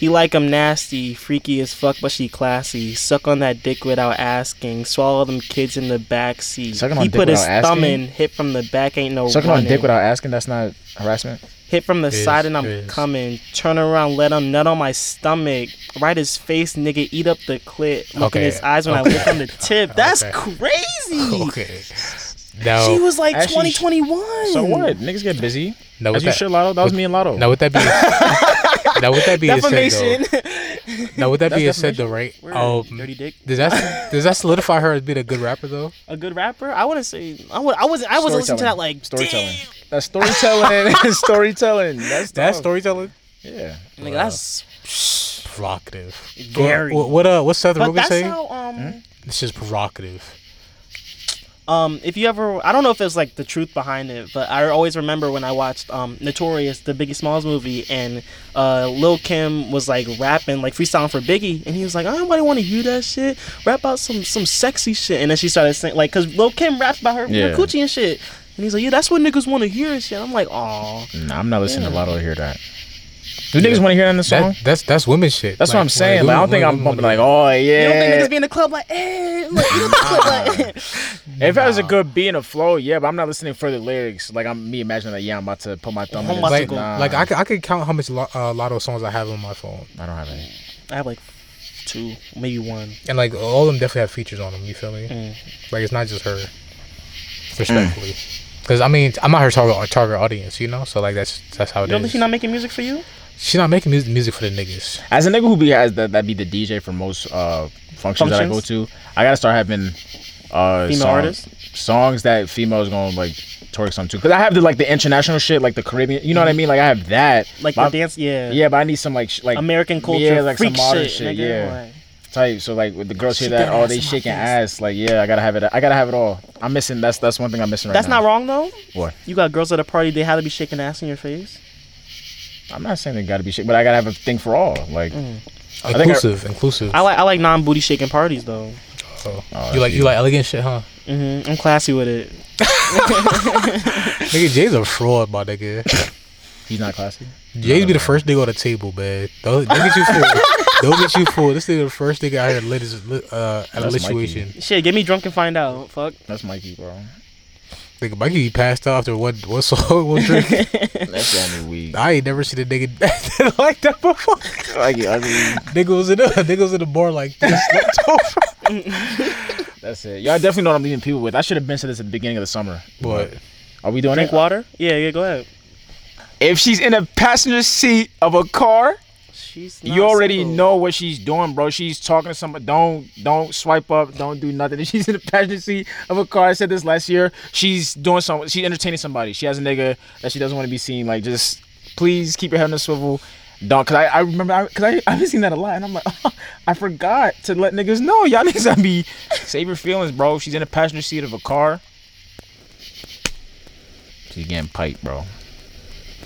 Speaker 3: He like 'em nasty, freaky as fuck, but she classy. Suck on that dick without asking. Swallow them kids in the back seat.
Speaker 1: Sucking on
Speaker 3: he
Speaker 1: dick
Speaker 3: put his
Speaker 1: without
Speaker 3: thumb
Speaker 1: asking?
Speaker 3: in, hit from the back, ain't no
Speaker 1: Sucking on
Speaker 3: running.
Speaker 1: dick without asking? That's not harassment.
Speaker 3: hit from the
Speaker 4: Fizz,
Speaker 3: side and I'm
Speaker 4: fizz.
Speaker 3: coming. Turn around, let him nut on my stomach. Right his face, nigga, eat up the clit. Look in
Speaker 4: Okay,
Speaker 3: his eyes when I
Speaker 4: okay.
Speaker 3: lick on the tip. That's
Speaker 4: Okay. Oh,
Speaker 3: crazy.
Speaker 4: Okay. Now,
Speaker 3: She was like
Speaker 1: Actually,
Speaker 3: 2021.
Speaker 1: So what? Niggas get busy.
Speaker 4: now
Speaker 1: As
Speaker 4: with
Speaker 1: you
Speaker 4: that,
Speaker 1: should, Lotto. That was me and Lotto.
Speaker 4: now with that being, now with that being
Speaker 3: Defamation.
Speaker 4: said, though, now with that
Speaker 1: That's
Speaker 4: being said, though, right?
Speaker 3: Word.
Speaker 4: Um,
Speaker 3: Dirty dick.
Speaker 4: does that does that solidify her as being a good rapper though?
Speaker 3: A good rapper? I wouldn't say. I would. I wasn't. I wasn't listening to
Speaker 1: Storytelling.
Speaker 3: that like
Speaker 1: storytelling. That's storytelling. storytelling. That's
Speaker 4: That
Speaker 1: that's
Speaker 4: storytelling,
Speaker 1: yeah.
Speaker 3: Damn, nigga, that's
Speaker 4: provocative.
Speaker 3: Gary.
Speaker 4: What, what uh, what's Seth
Speaker 3: But
Speaker 4: Rogen
Speaker 3: that's
Speaker 4: saying?
Speaker 3: how um
Speaker 4: This is provocative.
Speaker 3: um if you ever I don't know if it's like the truth behind it, but I always remember when I watched um Notorious, the Biggie Smalls movie, and uh Lil Kim was like rapping like freestyling for Biggie, and he was like, I don't really want to hear that shit. Rap out some some sexy shit, and then she started saying like, cause Lil Kim raps about her, her
Speaker 1: Yeah.
Speaker 3: coochie and shit. And he's like, yeah, that's what niggas want to hear and shit. I'm like, oh,
Speaker 1: Nah, I'm not listening to Lotto to hear that. Do niggas want to hear that in the song?
Speaker 4: That, that's that's women shit.
Speaker 1: that's what I'm
Speaker 4: Like,
Speaker 1: saying.
Speaker 4: women-
Speaker 1: Like, I don't think
Speaker 4: women-
Speaker 1: I'm bumping
Speaker 4: women-
Speaker 1: like, oh
Speaker 3: you don't think
Speaker 1: yeah.
Speaker 3: niggas be in the club like, eh, like, you don't think like,
Speaker 1: if it was a good beat and a flow, yeah, but I'm not listening for the lyrics. Like I'm me imagining that. Yeah, I'm about to put my thumb.
Speaker 3: I'm
Speaker 1: in
Speaker 3: about
Speaker 1: this.
Speaker 3: to
Speaker 4: like,
Speaker 3: go-
Speaker 1: nah,
Speaker 4: like I, could- I could count how much lo- uh, Lotto songs I have on my phone,
Speaker 1: I don't have any.
Speaker 3: I have like two, maybe one.
Speaker 4: and like all of them definitely have features on them. You feel me?
Speaker 3: Mm.
Speaker 4: Like it's not just her, Mm. respectfully. Because I mean, I'm not her target target audience, you know. So like that's that's how
Speaker 3: You
Speaker 4: it is.
Speaker 3: don't think she's not making music for you?
Speaker 4: she's not making music, music for the niggas.
Speaker 1: As a nigga who be has that that be the DJ for most uh functions, that I go to, I gotta start having uh
Speaker 3: Female
Speaker 1: songs,
Speaker 3: artists?
Speaker 1: songs that females gonna like twerk some to. Cause I have the like the international shit, like the Caribbean. You know what I mean? Like I have that.
Speaker 3: Mm-hmm. Like
Speaker 1: My-
Speaker 3: the dance, yeah,
Speaker 1: Yeah, but I need some like sh- like
Speaker 3: American culture,
Speaker 1: yeah, like
Speaker 3: freak
Speaker 1: some modern
Speaker 3: shit,
Speaker 1: shit,
Speaker 3: nigga.
Speaker 1: yeah.
Speaker 3: Like,
Speaker 1: type. So like with the girls
Speaker 3: Shake
Speaker 1: hear that,
Speaker 3: that
Speaker 1: oh,
Speaker 3: ass
Speaker 1: they
Speaker 3: in my
Speaker 1: shaking
Speaker 3: face.
Speaker 1: ass. Like yeah, I gotta have it. I gotta have it all. I'm missing. That's that's one thing I'm missing right
Speaker 3: that's
Speaker 1: now.
Speaker 3: not wrong though.
Speaker 1: What?
Speaker 3: You got girls at a party, they had to be shaking ass in your face.
Speaker 1: I'm not saying they gotta be shit, but I gotta have a thing for all. Like
Speaker 3: Mm.
Speaker 1: think I-
Speaker 4: Inclusive, inclusive.
Speaker 3: I like I like non booty shaking parties though.
Speaker 4: So,
Speaker 1: Oh,
Speaker 4: you like you like elegant shit, huh?
Speaker 3: hmm I'm classy with it.
Speaker 4: Nigga, Jay's a fraud, my nigga.
Speaker 1: he's not classy.
Speaker 4: Jay's be the first nigga on the table, man. Don't, don't get you fooled. Don't get you fooled. This nigga the first nigga out here lit his lit, uh, at a
Speaker 1: That's
Speaker 4: lituation.
Speaker 3: Shit, get me drunk and find out. Fuck.
Speaker 1: That's Mikey, bro.
Speaker 4: Nigga, Mikey be passed out after one one song, one drink.
Speaker 1: That's the only weed.
Speaker 4: I ain't never seen a nigga like that before.
Speaker 1: Mikey, I mean,
Speaker 4: Nigga was in the nigga was in the bar like this. Slept over.
Speaker 1: that's it. Y'all definitely know what I'm leaving people with. I should have been to this at the beginning of the summer.
Speaker 4: But
Speaker 1: Are we doing
Speaker 3: Drink
Speaker 1: it?
Speaker 3: water? Yeah, yeah. Go ahead.
Speaker 1: If she's in a passenger seat of a car,
Speaker 3: She's.
Speaker 1: you already know what she's doing, bro. She's talking to somebody. Don't don't swipe up. Don't do nothing. If she's in the passenger seat of a car, I said this last year. She's doing something. She's entertaining somebody. She has a nigga that she doesn't want to be seen. Like just please keep your head on the swivel. Don't, cause I, I remember, I, cause I I've been seeing that a lot, and I'm like, I forgot to let niggas know. Y'all niggas gotta be save your feelings, bro. If She's in the passenger seat of a car. She's getting piped, bro,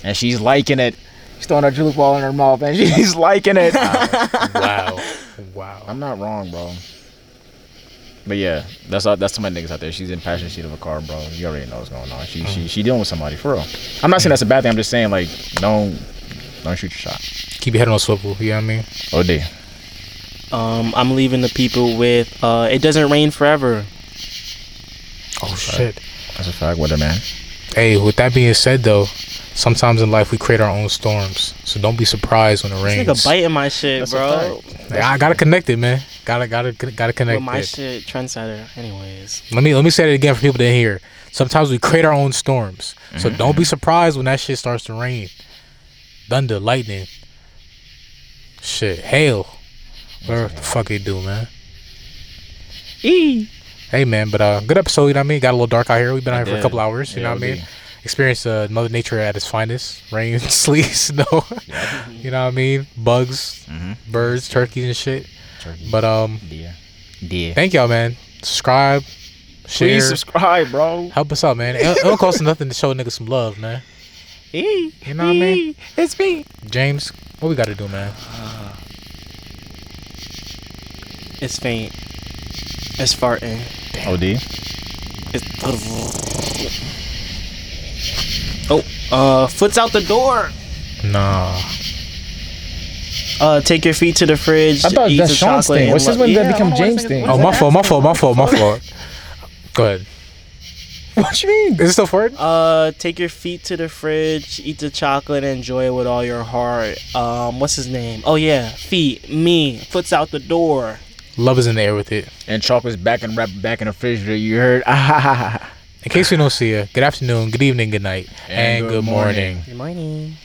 Speaker 1: and she's liking it. She's throwing her julep ball in her mouth, and she's liking it.
Speaker 4: wow, wow.
Speaker 1: I'm not wrong, bro. But yeah, that's all, that's to my niggas out there. She's in passion seat of a car, bro. You already know what's going on. She she she dealing with somebody for real. I'm not saying that's a bad thing. I'm just saying like don't don't shoot your shot.
Speaker 4: Keep your head on a swivel. You know what I mean?
Speaker 1: Oh day.
Speaker 3: Um, I'm leaving the people with. Uh, it doesn't rain forever.
Speaker 4: Oh shit.
Speaker 1: That's a fact, weather man.
Speaker 4: Hey, with that being said though, sometimes in life we create our own storms. So don't be surprised when it
Speaker 3: This
Speaker 4: rains.
Speaker 3: nigga biting my shit,
Speaker 1: That's a
Speaker 3: bro.
Speaker 4: Like, I gotta connect it, man. Gotta gotta gotta connect
Speaker 3: With my
Speaker 4: it.
Speaker 3: shit, trendsetter. Anyways.
Speaker 4: let me let me say it again for people that hear. Sometimes we create our own storms. So
Speaker 1: Mm-hmm.
Speaker 4: don't be surprised when that shit starts to rain. Thunder, lightning. Shit, hail. Whatever the fuck they do, man.
Speaker 3: E.
Speaker 4: Hey man, but uh good episode, you know what I mean? Got a little dark out here. We've been out here for a
Speaker 1: did.
Speaker 4: couple hours, you
Speaker 1: Yeah,
Speaker 4: know what I
Speaker 1: we
Speaker 4: mean?
Speaker 1: did.
Speaker 4: Experienced uh, Mother Nature at its finest. Rain, sleet, snow. you know what I mean? Bugs,
Speaker 1: Mm-hmm.
Speaker 4: birds, turkeys and shit.
Speaker 1: Turkey.
Speaker 4: But um
Speaker 1: Dear. Dear.
Speaker 4: thank y'all man. Subscribe, share,
Speaker 1: Please subscribe, bro.
Speaker 4: Help us out, man. It, it'll cost nothing to show niggas some love, man.
Speaker 3: E.
Speaker 4: You know what I mean?
Speaker 3: It's me.
Speaker 4: James, what we got to do, man?
Speaker 3: It's faint. It's farting.
Speaker 1: Oh D.
Speaker 3: It's oh, uh, foot's out the door.
Speaker 4: Nah.
Speaker 3: Uh, take your feet to the fridge.
Speaker 1: I thought
Speaker 3: eat
Speaker 1: that's
Speaker 3: some
Speaker 1: Sean's
Speaker 3: chocolate
Speaker 1: thing.
Speaker 3: and
Speaker 1: What's this
Speaker 3: love-
Speaker 1: when that
Speaker 3: Yeah, I
Speaker 1: become
Speaker 3: don't know why
Speaker 1: James'
Speaker 3: this nigga-
Speaker 1: thing?
Speaker 3: what's
Speaker 4: Oh,
Speaker 3: that
Speaker 4: my fault, my
Speaker 3: accent?
Speaker 4: fault, my fault, my fault. Go ahead.
Speaker 1: What you mean?
Speaker 4: Is it still forward?
Speaker 3: Uh, take your feet to the fridge, eat the chocolate, and enjoy it with all your heart. Um, what's his name? Oh yeah, feet. Me. Foot's out the door.
Speaker 4: Love is in the air with it.
Speaker 1: And chocolate's back and wrapped back in the refrigerator. You heard? Ah,
Speaker 4: In case we don't see you, good afternoon, good evening, good night, and, good morning.
Speaker 3: Good morning.